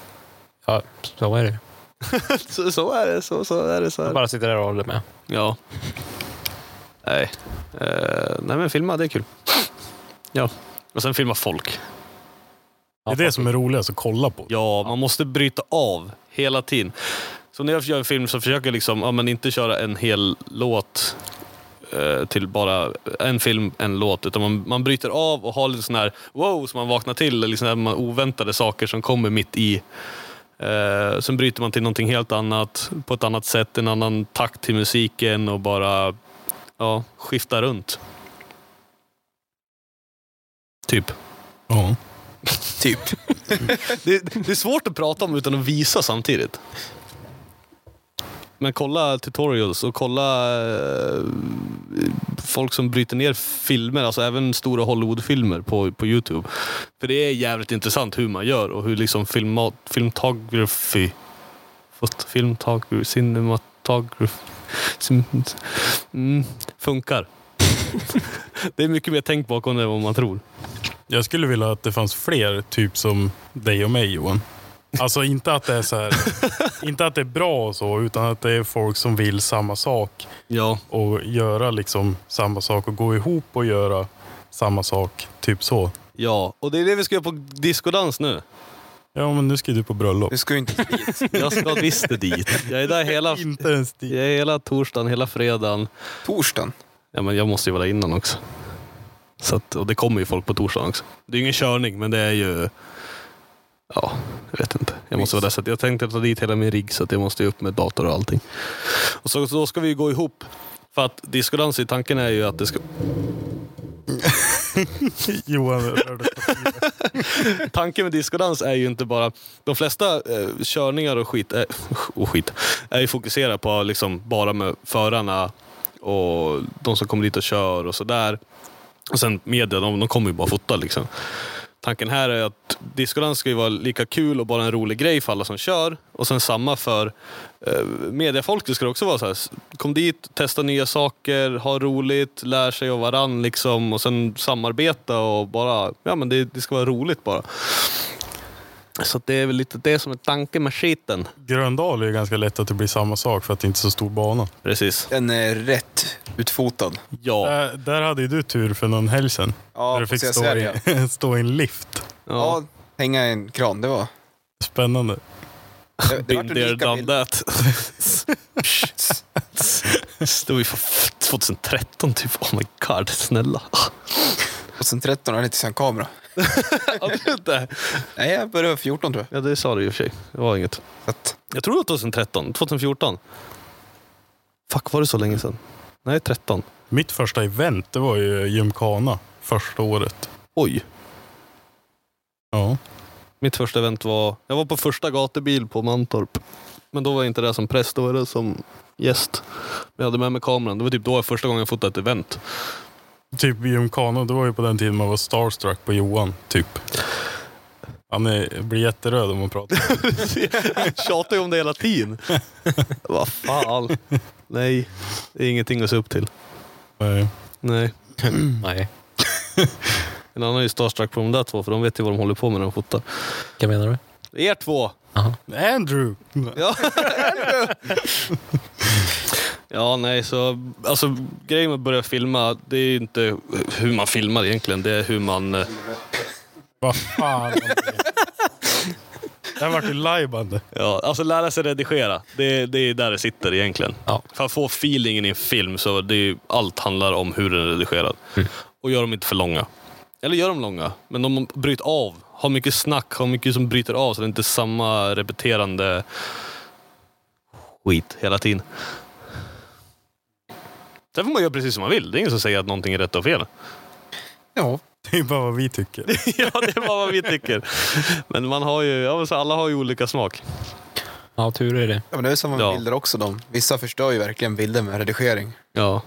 Speaker 2: så är det.
Speaker 1: Så, så är det, så, så är det, så är
Speaker 2: Jag
Speaker 1: det.
Speaker 2: bara sitter där och håller med.
Speaker 1: Ja. Nej. Eh, nej, men filma, det är kul. Ja. Och sen filma folk.
Speaker 3: Det är det som är roligast att kolla på.
Speaker 1: Ja, man måste bryta av hela tiden. Så när jag gör en film så försöker jag liksom, ja, men inte köra en hel låt eh, till bara en film, en låt. Utan man, man bryter av och har lite sån här wow som man vaknar till. Eller liksom man oväntade saker som kommer mitt i. Eh, sen bryter man till någonting helt annat på ett annat sätt. En annan takt till musiken och bara ja, skifta runt. Typ.
Speaker 3: Ja.
Speaker 1: Typ. det, det är svårt att prata om utan att visa samtidigt. Men kolla tutorials och kolla eh, folk som bryter ner filmer, alltså även stora Hollywoodfilmer på, på Youtube. För det är jävligt intressant hur man gör och hur liksom filma, filmtography, fot- filmtography, cinematography sim, mm, funkar. det är mycket mer tänk bakom det än vad man tror.
Speaker 3: Jag skulle vilja att det fanns fler, typ som dig och mig Johan. Alltså inte att det är så här, inte att det är bra och så, utan att det är folk som vill samma sak
Speaker 1: Ja.
Speaker 3: och göra liksom samma sak och gå ihop och göra samma sak. Typ så.
Speaker 1: Ja, och det är det vi ska göra på diskodans nu.
Speaker 3: Ja, men nu ska du på bröllop.
Speaker 4: Du ska ju inte dit.
Speaker 1: Jag ska visst dit. Jag är där hela,
Speaker 3: Inte ens dit.
Speaker 1: jag är hela torsdagen, hela fredagen.
Speaker 4: Torsdagen?
Speaker 1: Ja, men jag måste ju vara där innan också. Så att, och det kommer ju folk på torsdagen också. Det är ju ingen körning, men det är ju... Ja, jag vet inte. Jag måste vara där. Så att jag tänkte ta dit hela min rigg, så att jag måste ju upp med dator och allting. Och så, så då ska vi ju gå ihop. För att diskodans, i tanken är ju att det ska...
Speaker 3: Johan rörde på huvudet.
Speaker 1: tanken med discodans är ju inte bara... De flesta eh, körningar och skit, eh, och skit är ju fokuserade på liksom bara med förarna och de som kommer dit och kör och sådär. Och sen media, de, de kommer ju bara fota liksom. Tanken här är att discodans ska ju vara lika kul och bara en rolig grej för alla som kör. Och sen samma för eh, mediafolk. Det ska det också vara så här. s- Kom dit, testa nya saker, ha roligt, lär sig av varann liksom. Och sen samarbeta och bara, ja men det, det ska vara roligt bara. Så att det är väl lite det som är tanken med skiten.
Speaker 3: Gröndal är ju ganska lätt att det blir samma sak för att det inte är så stor bana.
Speaker 1: Precis.
Speaker 4: Den är rätt utfotad.
Speaker 1: Ja.
Speaker 3: Där, där hade ju du tur för någon helg sedan.
Speaker 4: Ja,
Speaker 3: där du fick
Speaker 4: på
Speaker 3: stå
Speaker 4: CSR,
Speaker 3: i, stå i en lift.
Speaker 4: Ja, hänga i en kran. Det var...
Speaker 3: Spännande.
Speaker 4: Det, det
Speaker 1: Been
Speaker 4: vart
Speaker 1: there,
Speaker 4: unika
Speaker 1: done
Speaker 4: bilder.
Speaker 1: that. Det var ju för 2013 typ. Oh my god, snälla.
Speaker 4: 2013 hade jag inte en kamera. Nej, jag började 14 tror jag.
Speaker 1: ja, det sa du i och för sig. Det var inget.
Speaker 4: Så att,
Speaker 1: Jag tror det var 2013, 2014. Fuck, var det så länge sedan? Nej, 13.
Speaker 3: Mitt första event, det var ju gymkana första året.
Speaker 1: Oj.
Speaker 3: Ja.
Speaker 1: Mitt första event var... Jag var på första gatubil på Mantorp. Men då var jag inte där som präst, då var jag där som gäst. Men jag hade med mig kameran. Det var typ då jag första gången jag fotade ett event.
Speaker 3: Typ gymkana, det var ju på den tiden man var starstruck på Johan, typ. Han är, blir jätteröd om man pratar.
Speaker 1: Tjatar ju om det hela tiden. Vad fan. Nej, det är ingenting att se upp till.
Speaker 3: Nej.
Speaker 1: Nej. Mm.
Speaker 2: Nej.
Speaker 1: En annan är ju starstruck på de där två, för de vet ju vad de håller på med när de fotar.
Speaker 2: Vad menar du?
Speaker 1: Er två!
Speaker 3: Andrew!
Speaker 1: Ja, ja nej, så alltså, grejen med att börja filma, det är ju inte hur man filmar egentligen. Det är hur man... eh,
Speaker 3: Vad fan. Det här vart ju lajbande.
Speaker 1: Ja, alltså lära sig redigera. Det, det är där det sitter egentligen.
Speaker 2: Ja.
Speaker 1: För att få feelingen i en film, så det är, ju- allt handlar om hur den är redigerad. Och gör dem inte för långa. Eller gör dem långa, men de bryter av. Har mycket snack, har mycket som bryter av så det är inte samma repeterande skit hela tiden. Sen får man göra precis som man vill. Det är ingen som säger att någonting är rätt och fel.
Speaker 4: ja,
Speaker 3: Det är bara vad vi tycker.
Speaker 1: ja, det är bara vad vi tycker. Men man har ju, ja, men så alla har ju olika smak.
Speaker 2: Ja, tur är det.
Speaker 4: men det är samma med
Speaker 1: Ja.
Speaker 4: bilder också. De. Vissa förstör ju verkligen bilder med redigering.
Speaker 1: Ja.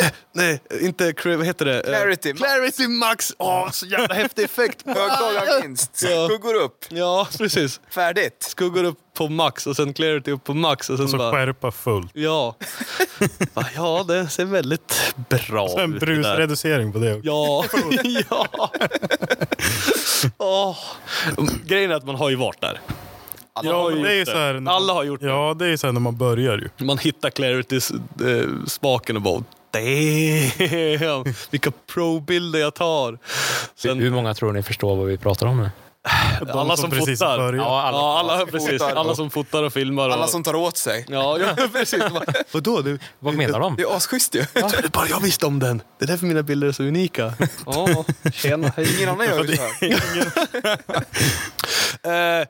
Speaker 1: eh, nej, inte, cra- vad heter det? Eh,
Speaker 4: Clarity Max.
Speaker 1: Clarity Max! Åh, så jävla häftig effekt!
Speaker 4: Högtagarvinst. vinst.
Speaker 1: Ja.
Speaker 4: Skuggor upp.
Speaker 1: Ja, precis.
Speaker 4: Färdigt.
Speaker 1: Skuggor upp på max och sen clarity upp på max och sen
Speaker 3: Och så
Speaker 1: bara...
Speaker 3: skärpa fullt.
Speaker 1: Ja. Bara, ja, det ser väldigt bra
Speaker 3: Så en
Speaker 1: ut. det där.
Speaker 3: brusreducering på det också.
Speaker 1: Ja. ja. Åh. Grejen är att man har ju varit där. Alla
Speaker 3: Ja,
Speaker 1: har
Speaker 3: men
Speaker 1: gjort
Speaker 3: det är ju så här när man-
Speaker 1: Alla har gjort
Speaker 3: Ja, det är ju så här när man börjar ju.
Speaker 1: det. Man hittar clarity-smaken och bara damn, vilka pro-bilder jag tar. Sen,
Speaker 2: Hur många tror ni förstår vad vi pratar om nu?
Speaker 1: alla som,
Speaker 3: som precis
Speaker 1: fotar.
Speaker 3: börjar.
Speaker 1: Ja, alla, ja, alla,
Speaker 4: som
Speaker 1: precis.
Speaker 4: fotar.
Speaker 1: Alla som fotar och filmar.
Speaker 4: Alla
Speaker 1: och,
Speaker 4: som tar åt sig.
Speaker 1: Ja, ja precis. Bara, Vadå? Du,
Speaker 2: Vad menar de?
Speaker 4: Det är asschysst ju.
Speaker 1: det är bara jag visste om den. Det är därför mina bilder är så unika. Ja, tjena. Hej.
Speaker 4: Ingen annan gör ju så här.
Speaker 1: Eh,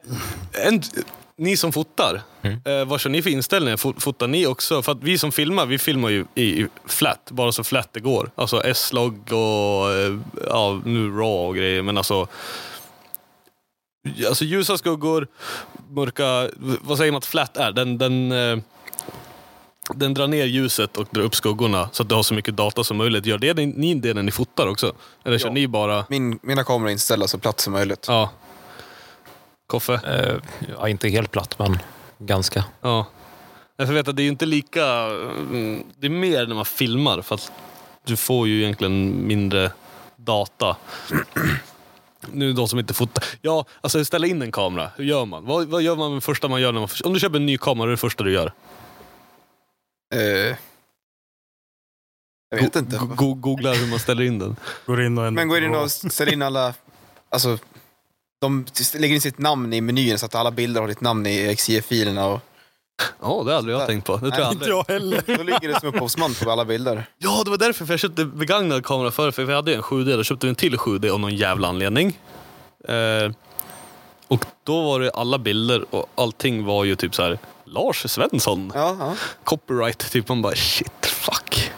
Speaker 1: en, ni som fotar, eh, vad kör ni för inställningar? Fo- Fotar ni också? För att vi som filmar, vi filmar ju i, i flat, bara så flat det går. Alltså S-log och eh, ja, nu RAW och grejer, men alltså... Alltså ljusa skuggor, mörka... Vad säger man att flat är? Den, den, eh, den drar ner ljuset och drar upp skuggorna så att du har så mycket data som möjligt. Gör det, ni det när ni fotar också? Eller kör ni bara...
Speaker 4: Min, mina kameror är inställda så platt som möjligt.
Speaker 1: Ja. Koffe?
Speaker 2: Eh, ja, inte helt platt, men ganska.
Speaker 1: Ja. Nej, för Jag vet att det är ju inte lika... mm, Det är mer när man filmar för att du får ju egentligen mindre data. Nu är det de som inte fotar. Ja, alltså ställa in en kamera. Hur gör man? Vad, vad gör man med det första man gör? När man, om du köper en ny kamera, vad är det första du gör?
Speaker 4: Eh, jag vet inte.
Speaker 1: Go- go- googlar hur man ställer in den.
Speaker 3: Går in och ändrar
Speaker 4: Men går in
Speaker 3: på-
Speaker 4: och ställer in alla... Alltså, de lägger in sitt namn i menyn så att alla bilder har ditt namn i XJ-filerna. Och
Speaker 1: Ja, det har aldrig jag
Speaker 4: Där.
Speaker 1: tänkt på. Det tror
Speaker 4: Nej,
Speaker 1: jag
Speaker 4: inte
Speaker 1: aldrig.
Speaker 3: Ja, heller.
Speaker 4: då ligger det som upphovsman på alla bilder.
Speaker 1: Ja, det var därför. För jag köpte begagnad kamera förr. För vi hade ju en 7D. Då köpte vi en till 7D av någon jävla anledning. Eh, och då var det alla bilder och allting var ju typ så här Lars Svensson.
Speaker 4: Ja, ja.
Speaker 1: Copyright. Typ man bara shit, fuck.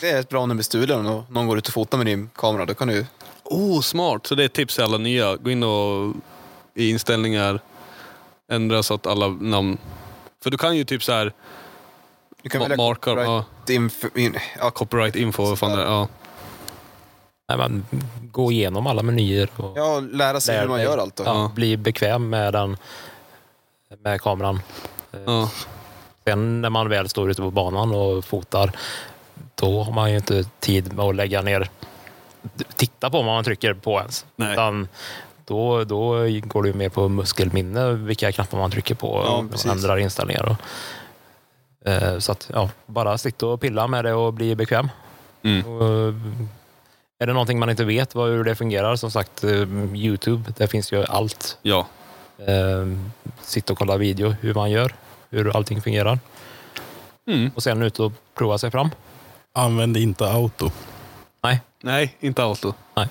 Speaker 4: Det är ett bra nummer stulen och någon går ut och fotar med din kamera. Då kan du...
Speaker 1: Oh, smart. Så det är ett tips till alla nya. Gå in och i inställningar ändra så att alla namn... För du kan ju typ så här
Speaker 4: du kan
Speaker 1: Ma-
Speaker 4: välja
Speaker 1: markar,
Speaker 4: copyright inf- in- ja, cop-
Speaker 1: copyright info. Vad fan det är. Ja.
Speaker 2: Nej, men, gå igenom alla menyer och
Speaker 4: ja, och lära sig
Speaker 2: Lär
Speaker 4: hur man
Speaker 2: dig.
Speaker 4: gör allt. Då.
Speaker 2: ja, bli bekväm med, den, med kameran.
Speaker 1: Ja.
Speaker 2: Sen när man väl står ute på banan och fotar, då har man ju inte tid med att lägga ner... Titta på vad man trycker på ens.
Speaker 1: Nej.
Speaker 2: Utan då, då går det ju mer på muskelminne, vilka knappar man trycker på
Speaker 4: Ja,
Speaker 2: och när
Speaker 4: precis.
Speaker 2: man ändrar inställningar. Och, eh, så att, ja, bara sitta och pilla med det och bli bekväm.
Speaker 1: Mm.
Speaker 2: Och, eh, är det någonting man inte vet vad, hur det fungerar, som sagt, eh, Youtube, där finns ju allt
Speaker 1: ja.
Speaker 2: eh, sitta och kolla video hur man gör, hur allting fungerar.
Speaker 1: Mm.
Speaker 2: Och sen ut och prova sig fram.
Speaker 3: Använd inte auto.
Speaker 2: Nej,
Speaker 1: Nej, inte auto.
Speaker 2: nej.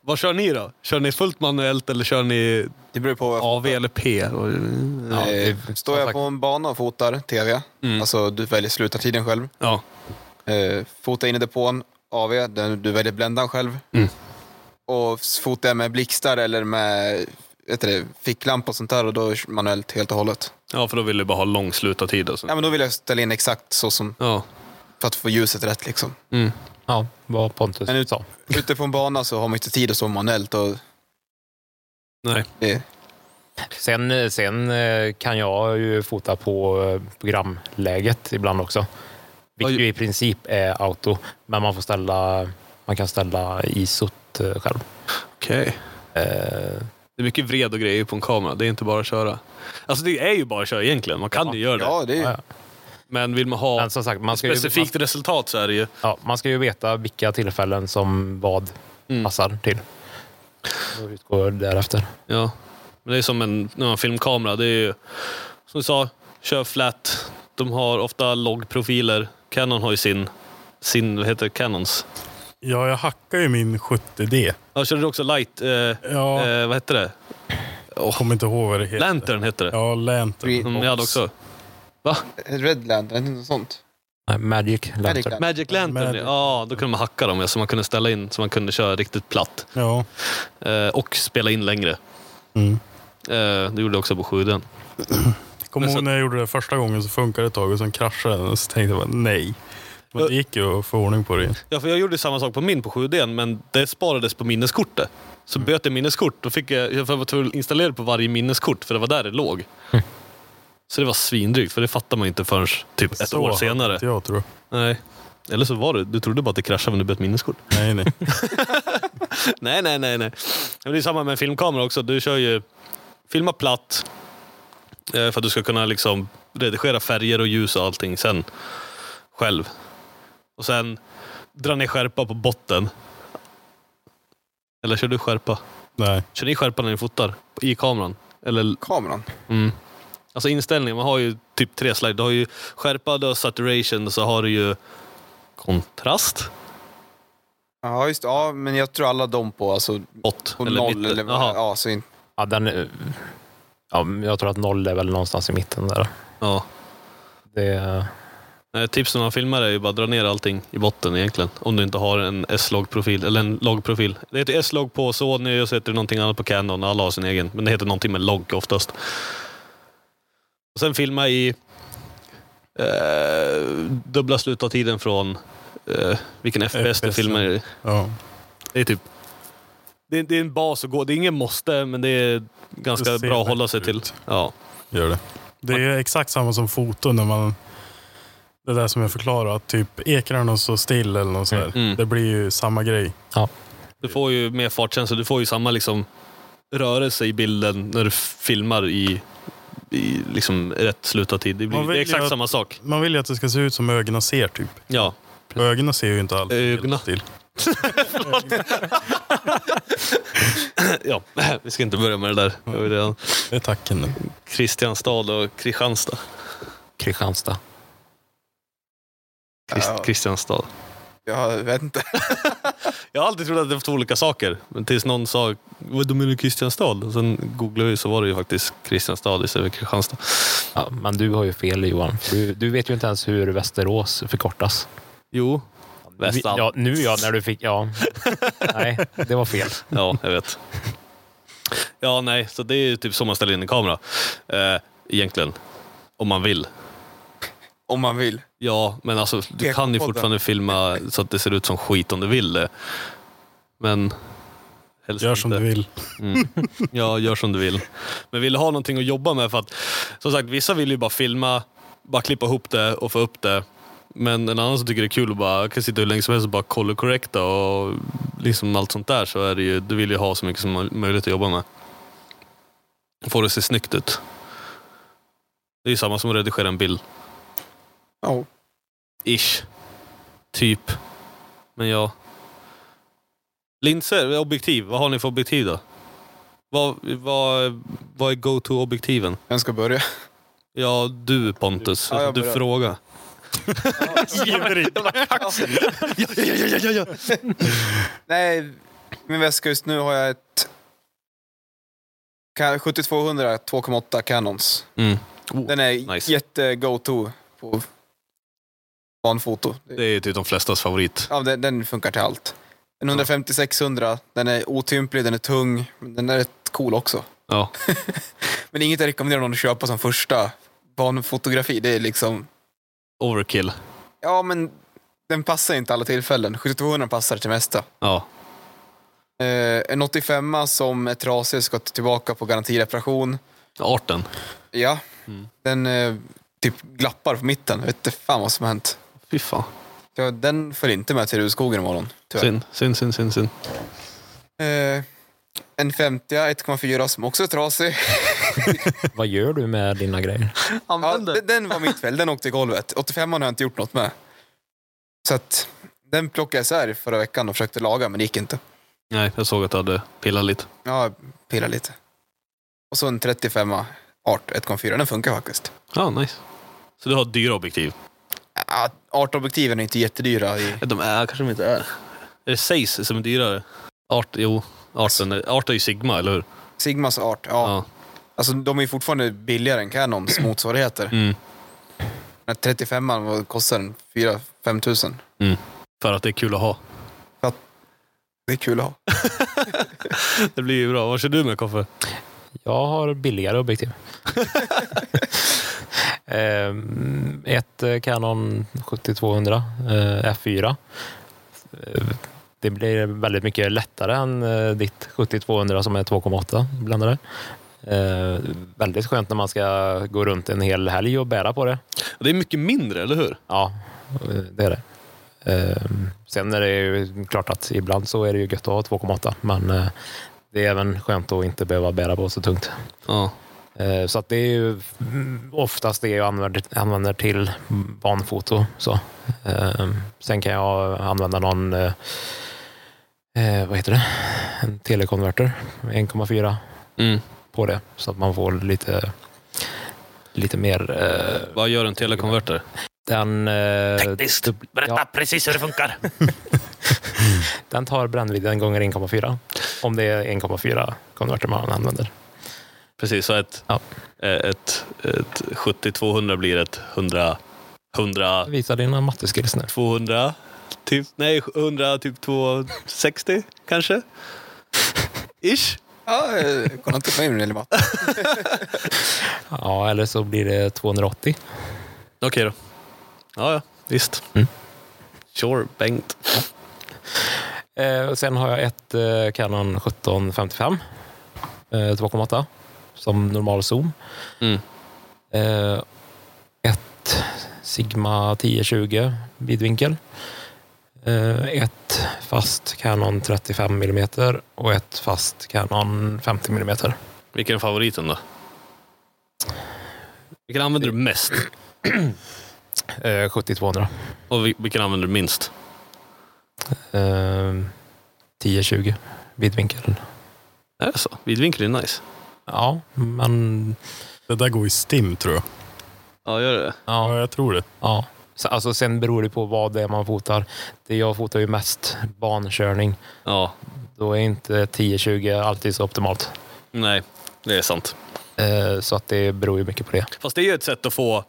Speaker 1: Vad kör ni då? Kör ni fullt manuellt eller kör ni
Speaker 4: Det beror på.
Speaker 1: AV eller P? Och-
Speaker 2: Ja,
Speaker 4: eh,
Speaker 2: det-
Speaker 4: står jag på en bana och fotar tv,
Speaker 1: Mm.
Speaker 4: alltså du väljer slutartiden själv.
Speaker 1: Ja.
Speaker 4: Eh, fota in i depån, AV, där du väljer bländan själv.
Speaker 1: Mm.
Speaker 4: Och s- fotar jag med blixtar eller med vet du det, ficklampa och sånt där, och då är det manuellt helt och hållet.
Speaker 1: ja, för då vill du bara ha lång slutartid. Och
Speaker 4: Ja, men då vill jag ställa in exakt så som,
Speaker 1: ja.
Speaker 4: för att få ljuset rätt liksom.
Speaker 1: Mm.
Speaker 2: Ja, vad Pontus
Speaker 4: Men ut-
Speaker 2: sa.
Speaker 4: Ute på en bana så har man inte tid att stå manuellt. Och
Speaker 1: Nej.
Speaker 4: det,
Speaker 2: Sen, eh, sen eh, kan jag ju fota på eh, programläget ibland också. Vilket
Speaker 1: Oj.
Speaker 2: ju i princip är auto, men man, får ställa, man kan ställa isot eh, själv.
Speaker 1: Okej.
Speaker 2: Eh,
Speaker 1: Det är mycket vred och grejer på en kamera. Det är inte bara att köra. Alltså det är ju bara att köra egentligen. Man kan ju göra det.
Speaker 4: ja, det är
Speaker 2: ja, ja.
Speaker 1: Men vill man ha
Speaker 2: Men som sagt, man ska ju,
Speaker 1: specifikt resultat så är det ju...
Speaker 2: Ja, man ska ju veta vilka tillfällen som vad
Speaker 4: Mm.
Speaker 2: passar till. Och utgår därefter.
Speaker 1: Ja. Men det är som en, när man filmkamera. Det är ju, som du sa, kör flat. De har ofta logprofiler. Canon har ju sin, sin vad heter det, Canons.
Speaker 3: Ja, jag hackar ju min 70D.
Speaker 1: Ja, körde du också light, eh,
Speaker 3: Ja.
Speaker 1: eh, vad hette det?
Speaker 3: Kommer inte ihåg vad det heter.
Speaker 1: Lantern hette det.
Speaker 3: Ja, Lantern.
Speaker 4: Green-
Speaker 2: Mm,
Speaker 1: Som jag hade också. Va?
Speaker 4: Redland, eller något sånt.
Speaker 2: Nej, Magic
Speaker 4: Magic
Speaker 2: Lantern.
Speaker 4: Lantern.
Speaker 1: Magic Lantern,
Speaker 3: Magic.
Speaker 1: ja. Då kunde man hacka dem ja, så man kunde ställa in så man kunde köra riktigt platt.
Speaker 3: Ja.
Speaker 1: Eh, och spela in längre.
Speaker 3: Mm.
Speaker 1: Eh, det gjorde jag också på 7
Speaker 3: Kommer
Speaker 1: Men så-
Speaker 3: ihåg när jag gjorde det första gången så funkade det ett tag och sen kraschade den och så tänkte jag bara nej. Men det gick ju att få ordning på det igen.
Speaker 1: Ja, för jag gjorde samma sak på min på 7D, men det sparades på minneskortet. Så böt jag minneskort. Då fick jag, jag var tvungen att installera det på varje minneskort, för det var där det låg. Så det var svindrygt, för det fattar man inte förrän typ ett
Speaker 3: Så
Speaker 1: år
Speaker 3: hade
Speaker 1: senare.
Speaker 3: inte Jag tror.
Speaker 1: Nej. Eller så var det, du trodde bara att det kraschade när du bytte minneskort.
Speaker 3: Nej, nej.
Speaker 1: Nej, nej, nej. nej. Men det är samma med en filmkamera också. Du kör ju... Filma platt eh, för att du ska kunna liksom redigera färger och ljus och allting sen själv. Och sen dra ner skärpa på botten. Eller kör du skärpa?
Speaker 3: nej.
Speaker 1: Kör ni skärpa när ni fotar? I kameran? Eller
Speaker 4: Kameran.
Speaker 1: Alltså inställningen, man har ju typ tre slide. Du har ju skärpa, du har saturation och så har du ju kontrast.
Speaker 4: Ja, just det. Ja, men jag tror alla de på, alltså,
Speaker 1: Bott.
Speaker 4: på
Speaker 1: eller
Speaker 4: noll
Speaker 1: mitten.
Speaker 4: eller
Speaker 1: Jaha.
Speaker 4: ja, så in,
Speaker 2: Ja, den, är- ja, men jag tror att noll är väl någonstans i mitten där.
Speaker 1: Ja.
Speaker 2: Det, är-
Speaker 1: Eh, Tips när man filmar är ju bara dra ner allting i botten egentligen. Om du inte har en S-log-profil, eller en log-profil. Det heter S-log på Sony och så heter det någonting annat på Canon. Alla har sin egen. Men det heter någonting med log oftast. Och sen filma i eh, dubbla slutavtiden från eh, vilken FPS du
Speaker 3: FPS.
Speaker 1: filmar i.
Speaker 3: Ja.
Speaker 1: Det är typ... Det är, det är en bas att gå. Det är ingen måste, men det är ganska
Speaker 3: Det ser
Speaker 1: bra att hålla sig
Speaker 3: bättre
Speaker 1: till.
Speaker 3: ut.
Speaker 1: Ja.
Speaker 3: Gör det. Det är ju exakt samma som foton när man... Det där som jag förklarade, att typ ekrarna står still eller något sådär.
Speaker 1: Mm.
Speaker 3: Det blir ju samma grej.
Speaker 2: ja.
Speaker 1: Du får ju mer fartkänsla, du får ju samma liksom rörelse i bilden när du filmar i, i liksom rätt slutavtid. Det,
Speaker 3: Man
Speaker 1: blir,
Speaker 3: vill
Speaker 1: det är
Speaker 3: ju
Speaker 1: exakt
Speaker 3: att-
Speaker 1: samma sak.
Speaker 3: Man vill ju att det ska se ut som ögonen ser typ.
Speaker 1: Ja.
Speaker 3: Och ögonen ser ju inte alltid helt
Speaker 1: Ögonen.
Speaker 3: still.
Speaker 1: ja, vi ska inte börja med det där. Det var ju redan
Speaker 3: Det är tacken nu.
Speaker 1: Kristianstad och Kristianstad.
Speaker 2: Kristianstad.
Speaker 1: Krist,
Speaker 4: Ja.
Speaker 1: Kristianstad.
Speaker 4: jag vet inte.
Speaker 1: Jag har alltid trott att det var två olika saker. Men tills någon sa, vad menar du Kristianstad? Och sen googlade jag så var det ju faktiskt Kristianstad istället för Kristianstad.
Speaker 2: Ja, men du har ju fel Johan. Du, du vet ju inte ens hur Västerås förkortas.
Speaker 1: Jo, Västan.
Speaker 2: Ja, nu ja, när du fick... Ja. Nej, det var fel.
Speaker 1: Ja, jag vet. Ja, nej, så det är ju typ så man ställer in en kamera. Eh, egentligen. Om man vill.
Speaker 4: Om man vill.
Speaker 1: Ja, men alltså du kan ju
Speaker 4: Ekopodden.
Speaker 1: fortfarande filma så att det ser ut som skit om du vill det. Men... helst
Speaker 3: Gör som
Speaker 1: inte.
Speaker 3: du vill.
Speaker 1: Ja, gör som du vill. Men vill du ha någonting att jobba med för att, som sagt, vissa vill ju bara filma, bara klippa ihop det och få upp det. Men en annan som tycker det är kul att bara kan sitta hur länge som helst och bara kolla och korrekta och liksom allt sånt där så är det ju, du vill ju ha så mycket som möjligt att jobba med. Får det se snyggt ut. Det är ju samma som att redigera en bild.
Speaker 4: Ja.
Speaker 1: Ish. Typ. Men ja. Linser, objektiv. Vad har ni för objektiv då? Vad, vad, vad är go-to-objektiven?
Speaker 4: Vem ska börja?
Speaker 1: Ja, du Pontus.
Speaker 4: Ja, jag
Speaker 1: du
Speaker 4: börjar.
Speaker 1: frågar. ja, ja, ja, ja, ja, ja.
Speaker 4: Nej, min väska just nu har jag ett Ka- 7200 2,8 Canons.
Speaker 1: Mm. Oh,
Speaker 4: Den är
Speaker 1: nice.
Speaker 4: jätte go-to på barnfoto.
Speaker 1: Det är typ de flestas favorit.
Speaker 4: Ja, den, den funkar till allt. En 150-600, den är otymplig, den är tung, men den är rätt cool också.
Speaker 1: Ja.
Speaker 4: Men inget jag rekommenderar någon att köpa som första barnfotografi. Det är liksom,
Speaker 1: Overkill.
Speaker 4: ja men den passar inte alla tillfällen. 7200 passar till mesta.
Speaker 1: Ja.
Speaker 4: Eh, en 85 som är trasig ska tillbaka på garantireparation.
Speaker 1: Arten.
Speaker 4: Ja, den eh, typ glappar på mitten. Vet inte fan vad som har hänt.
Speaker 1: Fy fan.
Speaker 4: Ja, den följer inte med till Rudskogen imorgon, tyvärr.
Speaker 1: Synd, synd, synd, synd. synd.
Speaker 4: Eh, en 50 1,4 som också är trasig.
Speaker 2: Vad gör du med dina grejer?
Speaker 4: Ja, den, den var mitt fel, den åkte i golvet. 85 har jag inte gjort något med. Så att den plockade jag isär förra veckan och försökte laga, men det gick inte.
Speaker 1: Nej, jag såg att du hade pillat lite.
Speaker 4: Ja, jag pillade lite. Och så en 35 art 1,4, den funkar faktiskt.
Speaker 1: Ja, nice. Så du har dyra objektiv?
Speaker 4: Ja, Artobjektiven är inte jättedyra. I...
Speaker 1: De är kanske de inte är. Är det Zeiss som är dyrare? Art, jo, arten är, art är ju Sigma, eller hur?
Speaker 4: Sigmas art, ja.
Speaker 1: Ja.
Speaker 4: Alltså de är ju fortfarande billigare än Canons motsvarigheter.
Speaker 1: Mm.
Speaker 4: Den här 35 vad kostar den? 4-5 tusen.
Speaker 1: För att det är kul att ha.
Speaker 4: Det är kul att ha.
Speaker 1: Det blir ju bra. Vad kör du med Koffe?
Speaker 2: Jag har billigare objektiv. Eh, ett eh, Canon 7200 eh, F4. Eh, Det blir väldigt mycket lättare än eh, ditt 7200 som är 2,8 bländare. Eh, väldigt skönt när man ska gå runt en hel helg och bära på det.
Speaker 1: Det är mycket mindre, eller hur?
Speaker 2: Ja, eh, det är det. Eh, Sen är det ju klart att ibland så är det ju gött att ha 2,8 men eh, det är även skönt att inte behöva bära på så tungt.
Speaker 1: Ja.
Speaker 2: Eh, Så att det är ju mm, oftast det jag använder, använder till barnfoto. Så. Eh, Sen kan jag använda någon, eh, eh, vad heter det, en telekonverter, 1,4
Speaker 1: Mm.
Speaker 2: på det. Så att man får lite, lite mer... eh,
Speaker 1: Vad gör en telekonverter?
Speaker 2: Den, eh, dubb- ja,
Speaker 1: precis hur det funkar.
Speaker 2: den tar brännvidden gånger 1,4. Om det är 1,4 konverter man använder.
Speaker 1: Precis, så ett,
Speaker 2: Ja.
Speaker 1: eh, ett, ett 70-200 blir ett 100... 100...
Speaker 2: Visa dina matteskills nu.
Speaker 1: 200? Typ, nej, 100, typ 260 kanske? Ish?
Speaker 4: Ja, eh, kolla inte på mig när det gäller matte.
Speaker 2: Ja, eller så blir det 280.
Speaker 1: Okej då. Ja, ja, visst.
Speaker 2: Mm.
Speaker 1: Sure, Bengt.
Speaker 2: Eh, och sen har jag ett eh, Canon 1755 eh, 2,8 som normal zoom.
Speaker 1: Mm.
Speaker 2: Eh, ett Sigma 1020 vidvinkel. Eh, ett fast Canon 35 mm och ett fast Canon 50 mm.
Speaker 1: Vilken är favoriten då? Vilken använder du mest?
Speaker 2: Eh, 70-200.
Speaker 1: Och vil- vilken använder du minst?
Speaker 2: Eh, 1020 vidvinkel.
Speaker 1: Är det så? Vidvinkel är nice.
Speaker 2: Ja, men
Speaker 3: Det där går i stim tror jag.
Speaker 1: Ja, gör det.
Speaker 2: ja.
Speaker 3: Ja, jag tror det.
Speaker 2: Ja. Så- Alltså, sen beror det på vad det är man fotar. Det jag fotar ju mest bankörning.
Speaker 1: Ja,
Speaker 2: Då är inte 10-20 alltid så optimalt.
Speaker 1: nej, det är sant.
Speaker 2: Eh, Så att det beror ju mycket på det.
Speaker 1: Fast det är ju ett sätt att få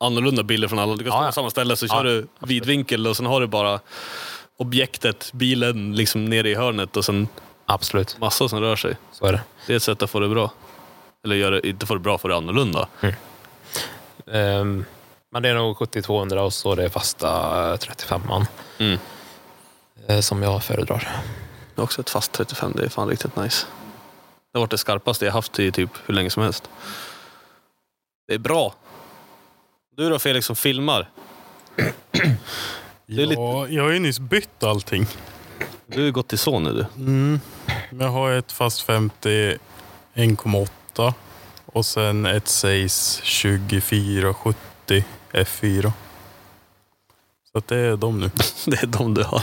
Speaker 1: annorlunda bilder från alla. Du kan stå
Speaker 2: Ja, ja.
Speaker 1: på samma ställe så
Speaker 2: Ja,
Speaker 1: kör du vidvinkel och sen har du bara objektet, bilen, liksom nere i hörnet och sen
Speaker 2: Absolut,
Speaker 1: massor som rör sig.
Speaker 2: så är det.
Speaker 1: Det är ett sätt att få det bra. Eller gör det, inte få det bra, få det annorlunda.
Speaker 2: Ehm, Men det är nog 70-200 och så är det fasta eh, 35an
Speaker 1: Mm.
Speaker 2: eh, som jag föredrar.
Speaker 1: Det är också ett fast 35, det är fan riktigt nice. Det har varit det skarpaste jag haft i typ hur länge som helst. Det är bra. Du då Felix som filmar. är lite-
Speaker 3: Ja, jag har ju nyss bytt allting.
Speaker 1: Du har gått till så nu du. Mm.
Speaker 3: Men Jag har ett fast 50 1,8 och sen ett Zeiss 2470 F4. Så att det är de nu.
Speaker 1: Det är de du har.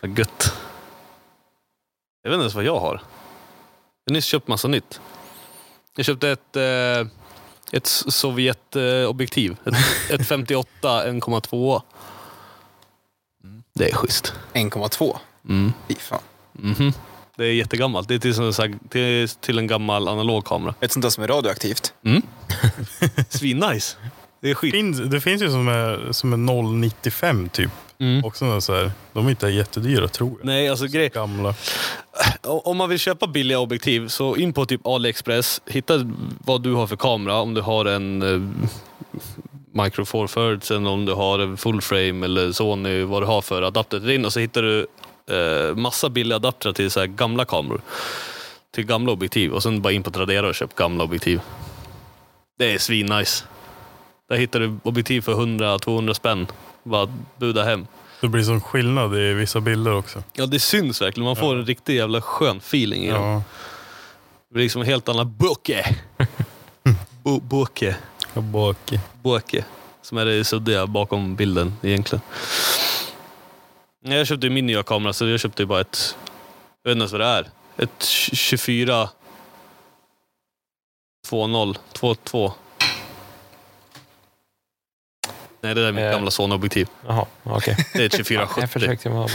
Speaker 1: Vad gött. Jag vet inte ens vad jag har. Jag har nyss köpt massa nytt. Jag köpte ett, eh, ett Sovjet-objektiv. Ett, ett 58 1,2. Det är schysst.
Speaker 4: 1,2.
Speaker 1: Mm.
Speaker 4: Fy fan.
Speaker 1: Mhm. Det är jättegammalt. Det är till, sån- så här- till, till en gammal analog kamera.
Speaker 4: Ett sånt där som är radioaktivt.
Speaker 1: Mm. Svinnice. Det är skit.
Speaker 3: Finns, det finns ju som är, som är 095 typ.
Speaker 1: Mm.
Speaker 3: Också några så här, de är inte jättedyra tror jag.
Speaker 1: Nej, alltså grej.
Speaker 3: Gamla.
Speaker 1: O- Om man vill köpa billiga objektiv, så in på typ AliExpress. Hitta vad du har för kamera. Om du har en eh, Micro Four Thirds, eller om du har en full frame eller Sony, vad du har för adapter till din. Och så hittar du eh, massa billiga adapter till så här gamla kameror. Till gamla objektiv. Och sen bara in på Tradera och köp gamla objektiv. Det är svinnice. Där hittar du objektiv för 100-200 spänn. Bara buda hem.
Speaker 3: Det blir sån skillnad i vissa bilder också.
Speaker 1: Ja, det syns verkligen. Man får en riktig jävla skön feeling i dem.
Speaker 3: Ja.
Speaker 1: Det blir liksom en helt annan böke. Bo- Böke.
Speaker 3: Och bak.
Speaker 1: Böke. Som är det suddiga bakom bilden egentligen. Nej, Jag köpte ju min nya kamera så jag köpte ju bara ett, jag vet inte ens vad det är. Ett 24 20 22. Nej det där är mitt
Speaker 2: Eh.
Speaker 1: gamla Sony-objektiv.
Speaker 2: Jaha, okej.
Speaker 1: Det är ett
Speaker 2: Jag
Speaker 1: 2470.
Speaker 2: försökte bara...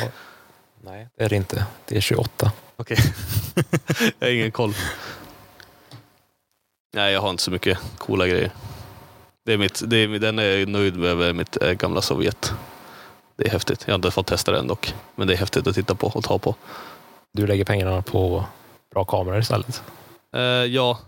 Speaker 2: Nej, det är det inte. Det är 28.
Speaker 1: Okej. jag har ingen koll. Nej, jag har inte så mycket coola grejer. Det är mitt, det är, den är jag nöjd med, med mitt eh, gamla Sovjet. Det är häftigt. Jag har inte fått testa den dock. Men det är häftigt att titta på och ta på.
Speaker 2: Du lägger pengarna på bra kameror istället.
Speaker 1: Eh, ja,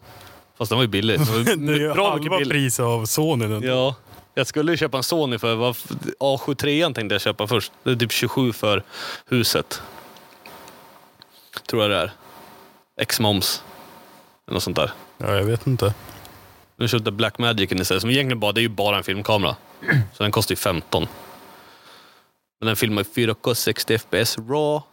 Speaker 1: Fast den var ju billig. Den var
Speaker 3: Det är ju
Speaker 1: ju bra mycket
Speaker 3: halva
Speaker 1: billig.
Speaker 3: priset av Sony nu.
Speaker 1: Ja. Jag skulle ju köpa en Sony för vad, f- A73 tänkte jag köpa först. Det är typ 27 för huset. Tror jag det är. Ex-moms. Eller något sånt där.
Speaker 3: Ja, jag vet inte.
Speaker 1: Nu köpte jag Blackmagicen istället, som egentligen bara, det är ju bara en filmkamera. Så den kostar ju 15. Men den filmar i 4K 60 FPS RAW.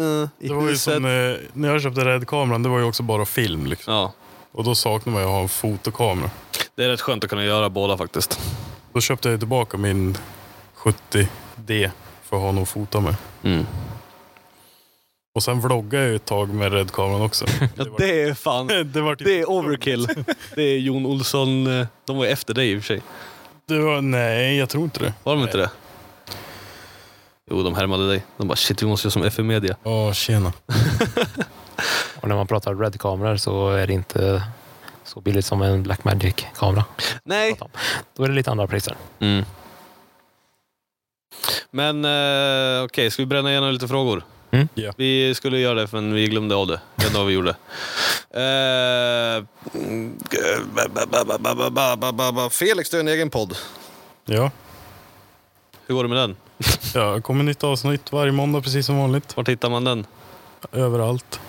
Speaker 1: Eh, I
Speaker 3: Det var ju
Speaker 1: huset.
Speaker 3: som eh, när jag köpte Red-kameran, det var ju också bara film. Liksom.
Speaker 1: Ja,
Speaker 3: Och då saknar man ju att ha en fotokamera.
Speaker 1: det är rätt skönt att kunna göra båda faktiskt.
Speaker 3: Då köpte jag ju tillbaka min 70D för att ha något att fota med.
Speaker 1: Mm.
Speaker 3: Och sen vloggade jag ju ett tag med Red-kameran också.
Speaker 1: Ja, det är fan...
Speaker 3: det, var typ,
Speaker 1: Det är overkill. Det är Jon Olsson. eh, De var ju efter dig i och för sig.
Speaker 3: det var, nej, jag tror inte det.
Speaker 1: Var de inte det? Jo, de härmade dig. De bara shit, vi måste göra som FM Media.
Speaker 3: Ja, tjena.
Speaker 2: Och när man pratar RED-kameror så är det inte så billigt som en Blackmagic-kamera.
Speaker 1: Nej.
Speaker 2: Då är det lite andra priser.
Speaker 1: Mm. Men eh, okej, ska vi bränna igenom lite frågor?
Speaker 2: Mm.
Speaker 3: Ja.
Speaker 1: Vi skulle göra det, men vi glömde av det. Det är vad vi gjorde. Eh, mm, ba, ba, ba, ba, ba, ba, ba, ba, ba. Eh, Felix, du har en egen podd.
Speaker 3: Ja.
Speaker 1: Hur går det med den?
Speaker 3: ja, det kommer nytt avsnitt varje måndag precis som vanligt.
Speaker 1: Vart hittar man den?
Speaker 3: Överallt.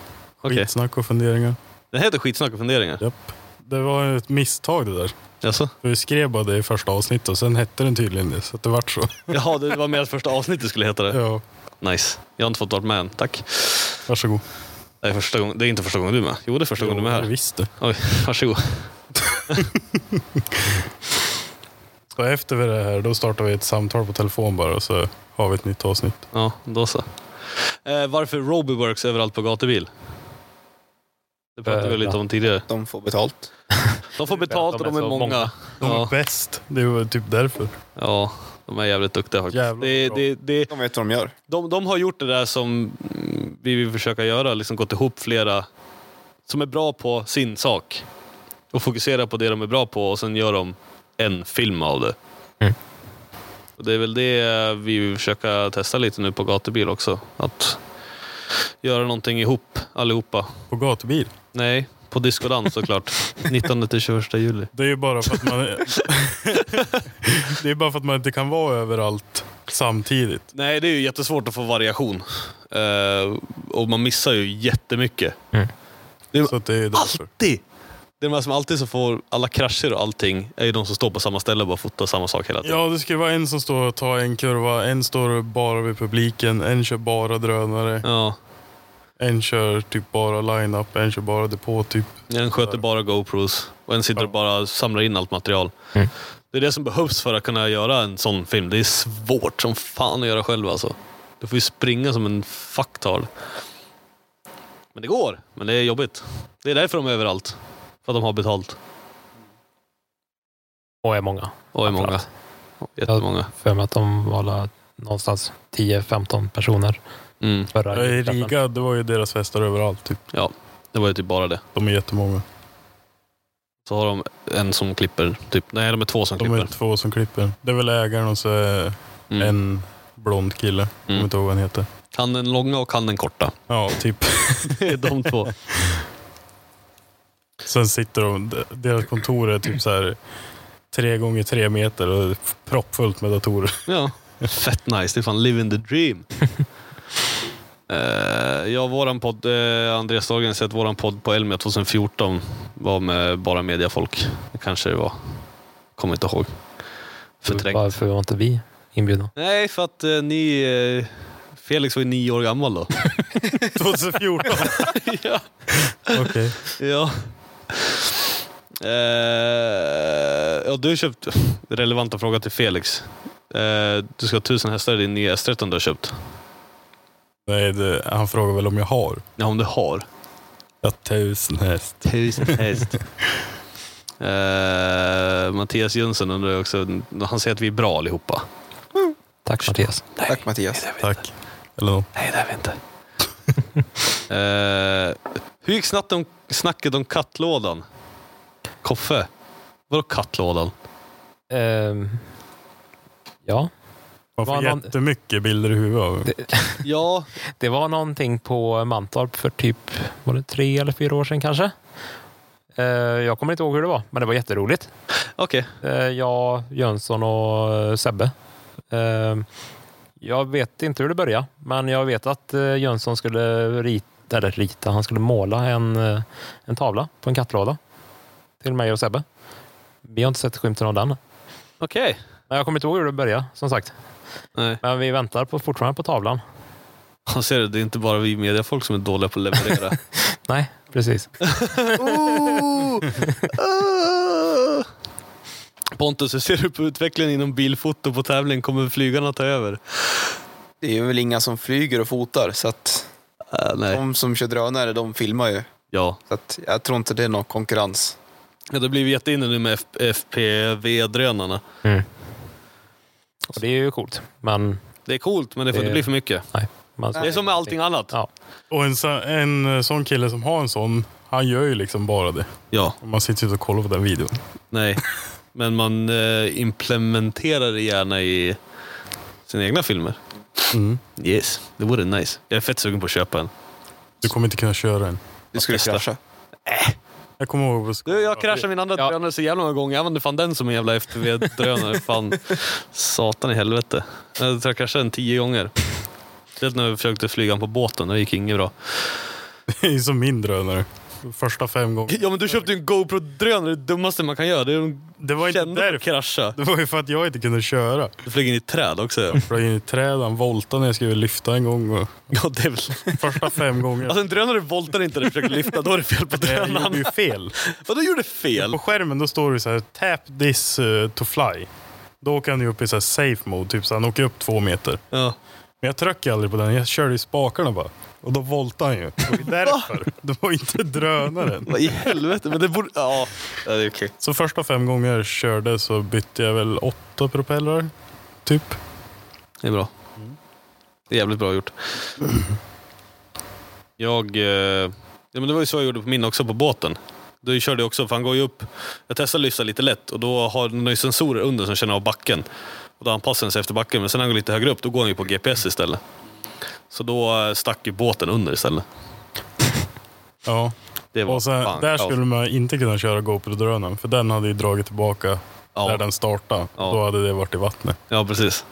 Speaker 1: Okej.
Speaker 3: Skitsnack och funderingar.
Speaker 1: Den heter Skitsnack och funderingar.
Speaker 3: Japp. Det var ju ett misstag det där.
Speaker 1: Jaså?
Speaker 3: För vi skrev bara det i första avsnittet och sen hette den tydligen det. Så att det vart så.
Speaker 1: Jaha, det var med att första avsnittet skulle heta det.
Speaker 3: Ja,
Speaker 1: Nice. Jag har inte fått vara med än. Tack.
Speaker 3: varsågod.
Speaker 1: Det är, första gången, det är inte första gången du är med. Jo, det är första gången du är med här.
Speaker 3: Visst det.
Speaker 1: Oj, varsågod.
Speaker 3: Så efter vi det här, då startar vi ett samtal på telefon bara och så har vi ett nytt avsnitt.
Speaker 1: Ja, då så. Eh, varför Robyworks överallt på gatubil? Det pratade vi
Speaker 2: Eh,
Speaker 1: lite
Speaker 2: ja.
Speaker 1: om tidigare.
Speaker 4: De får betalt.
Speaker 1: De får betalt
Speaker 2: de
Speaker 1: och
Speaker 2: är
Speaker 1: de är
Speaker 2: så
Speaker 1: många.
Speaker 2: många.
Speaker 3: De är
Speaker 1: Ja,
Speaker 3: bäst. Det var typ därför.
Speaker 1: ja, de är jävligt duktiga faktiskt.
Speaker 3: Jävlar
Speaker 1: Det,
Speaker 3: bra.
Speaker 1: det, det,
Speaker 4: De vet vad de gör.
Speaker 1: de, de har gjort det där som mm, vi vill försöka göra, liksom gått ihop flera som är bra på sin sak och fokusera på det de är bra på och sen gör de en film av det.
Speaker 2: Mm.
Speaker 1: Och det är väl det vi vill försöka testa lite nu på gatubil också. Att göra någonting ihop allihopa.
Speaker 3: På gatubil.
Speaker 1: Nej, på discodans såklart. 19 till 21 juli.
Speaker 3: Det är ju bara för att man... det är bara för att man inte kan vara överallt samtidigt.
Speaker 1: Nej, det är ju jättesvårt att få variation. Eh, och man missar ju jättemycket.
Speaker 3: Så att det är därför.
Speaker 1: Alltid! Det är de här som alltid så får alla krascher och allting, är ju de som står på samma ställe och bara fotar samma sak hela tiden.
Speaker 3: Ja, det ska ju vara en som står och tar en kurva, en står bara vid publiken, en kör bara drönare,
Speaker 1: Ja.
Speaker 3: en kör typ bara line-up, en kör bara depå typ.
Speaker 1: En sköter bara GoPros och en sitter och bara samlar in allt material.
Speaker 3: Mm.
Speaker 1: Det är det som behövs för att kunna göra en sån film. Det är svårt som fan att göra själv alltså. Du får ju springa som en fucktard. Men det går, men det är jobbigt. Det är därför de är överallt. För att de har betalt.
Speaker 2: Och är många.
Speaker 1: Och är många.
Speaker 2: Framförallt.
Speaker 1: Jättemånga.
Speaker 2: För mig att de var alla någonstans 10-15 personer
Speaker 1: Mm.
Speaker 2: förra
Speaker 3: I
Speaker 2: julklappen.
Speaker 3: Riga, det var ju deras fester överallt typ.
Speaker 1: Ja, det var ju typ bara det.
Speaker 3: De är jättemånga.
Speaker 1: Så har de en som klipper, typ. Nej, de är två som
Speaker 3: De är
Speaker 1: klipper.
Speaker 3: två som klipper. Det är väl ägaren och så är
Speaker 1: Mm.
Speaker 3: en blond kille. Kommer
Speaker 1: Mm.
Speaker 3: inte ihåg vad han heter.
Speaker 1: Kan den långa och kan den korta.
Speaker 3: Ja, typ.
Speaker 1: Det är de två.
Speaker 3: Sen sitter de, deras kontor är typ så här tre gånger tre meter och proppfullt med datorer.
Speaker 1: Ja, fett nice. Det är fan living the dream. uh, ja, våran podd, eh, Andreas Dahlgren sett våran podd på Elmia 2014 var med bara mediafolk. Det kanske det var. Kommer inte ihåg. Förträngt.
Speaker 2: Varför var inte vi inbjudna?
Speaker 1: Nej, för att eh, ni... eh, Felix var ju nio år gammal då.
Speaker 3: 2014?
Speaker 1: ja.
Speaker 3: Okej.
Speaker 1: Ja. Eh, ja, du har köpt... Relevanta fråga till Felix. Eh, du ska ha tusen hästar i din nya S13 du har köpt.
Speaker 3: Nej, det, han frågar väl om jag har.
Speaker 1: Ja, om du har.
Speaker 3: Ja, tusen häst.
Speaker 1: Tusen häst. Eh, Mattias Jönsson undrar ju också, han säger att vi är bra allihopa.
Speaker 2: Tack Mattias.
Speaker 4: Tack Mattias.
Speaker 3: Tack. Eller nåt.
Speaker 1: Nej, det är vi inte. Eh, hur gick snacket om, snacket om kattlådan? Koffe? Vadå kattlådan?
Speaker 2: Ehm, ja,
Speaker 3: Man får
Speaker 2: Var någon-
Speaker 3: jättemycket bilder i huvudet av
Speaker 1: Ja,
Speaker 2: det var någonting på Mantorp för typ var det tre eller fyra år sedan kanske. Eh, Jag kommer inte ihåg hur det var, men det var jätteroligt.
Speaker 1: Okej.
Speaker 2: Eh, Jag, Jönsson och eh, Sebbe. Eh, Jag vet inte hur det började, men jag vet att eh, Jönsson skulle rita, eller rita, han skulle måla en, eh, en tavla på en kattlåda till mig och Sebbe. Vi har inte sett skymten av den.
Speaker 1: Okej.
Speaker 2: Men jag kommer inte ihåg hur det började, som sagt.
Speaker 1: Nej.
Speaker 2: Men vi väntar på, fortfarande på tavlan.
Speaker 1: Han ser det, det är inte bara vi mediafolk som är dåliga på att leverera.
Speaker 2: Nej, precis.
Speaker 1: Ooh! Ah! Pontus, hur ser du på utvecklingen inom bilfoto på tävling? Kommer flygarna ta över?
Speaker 4: Det är väl inga som flyger och fotar, så att
Speaker 1: Ah, nej.
Speaker 4: de som kör drönare, de filmar ju.
Speaker 1: Ja.
Speaker 4: Så att jag tror inte det är någon konkurrens.
Speaker 1: ja, det blir vi jätteinne nu med F- FPV-drönarna.
Speaker 2: Och det är ju coolt. Men
Speaker 1: Det är coolt, men det får
Speaker 2: Det-
Speaker 1: inte bli för mycket.
Speaker 2: nej. Man
Speaker 1: Det är som med allting annat.
Speaker 2: Ja.
Speaker 3: Och en, så- en eh, sån kille som har en sån, han gör ju liksom bara det.
Speaker 1: Ja,
Speaker 3: Och Man sitter ju och kollar på den videon.
Speaker 1: nej. Men man eh, implementerar det gärna i sina egna filmer. Mm. Yes, det vore nice. Jag är fett sugen på att köpa en.
Speaker 3: Du kommer inte kunna köra den.
Speaker 4: Du skulle
Speaker 1: testa.
Speaker 4: krascha.
Speaker 3: Jag kommer ihåg på skolan.
Speaker 1: Du, jag kraschade min andra
Speaker 2: Ja.
Speaker 1: drönare så jävla många gånger. Jag använde fan den som en jävla FPV-drönare. fan, satan i helvete. Jag tror jag kraschade den tio gånger. Speciellt när jag försökte flyga den på båten. Det gick inget bra.
Speaker 3: Det är som min drönare. Första fem gånger.
Speaker 1: Ja, men du köpte ju en GoPro-drönare. Det dummaste man kan göra. Det är de
Speaker 3: Det var inte
Speaker 1: kända
Speaker 3: därför.
Speaker 1: att krascha.
Speaker 3: Det var ju för att jag inte kunde köra.
Speaker 1: Du flög in i ett träd också.
Speaker 3: Jag flög in i träden, voltade när jag skulle lyfta en gång. Och
Speaker 1: Ja, det är väl...
Speaker 3: första fem gånger.
Speaker 1: Alltså en drönare voltar inte när du försöker lyfta. Då är det fel på
Speaker 3: jag gjorde
Speaker 1: drönaren.
Speaker 3: ju fel.
Speaker 1: Vadå gjorde fel?
Speaker 3: På skärmen då står det så här, tap this eh, to fly. Då kan du upp i så här safe mode, typ så han åker upp två meter.
Speaker 1: Ja.
Speaker 3: Men jag tryckte aldrig på den, jag körde i spakarna bara. Och då voltade han ju. Det var ju därför. Det var inte drönaren.
Speaker 1: Vad i helvete? Men det borde... Ja, ja det är okej.
Speaker 3: Så första fem gånger jag körde så bytte jag väl åtta propellrar. Typ.
Speaker 1: Det är bra.
Speaker 3: Mm.
Speaker 1: Det är jävligt bra gjort. Jag... Eh, ja, men det var ju så jag gjorde på min också, på båten. Då körde jag också, för han går ju upp. Jag testade att lyfta lite lätt och då har den har ju sensorer under som känner av backen. Och då anpassar den sig efter backen, men sen när han går lite högre upp då går han ju på GPS istället. Så då eh, stack ju båten under istället.
Speaker 3: Ja.
Speaker 1: Det var
Speaker 3: Och sen,
Speaker 1: fan
Speaker 3: där
Speaker 1: kaos.
Speaker 3: skulle man inte kunna köra GoPro-drönaren för den hade ju dragit tillbaka
Speaker 1: Ja.
Speaker 3: där den startade.
Speaker 1: Ja.
Speaker 3: Då hade det varit i vattnet.
Speaker 1: Ja, precis.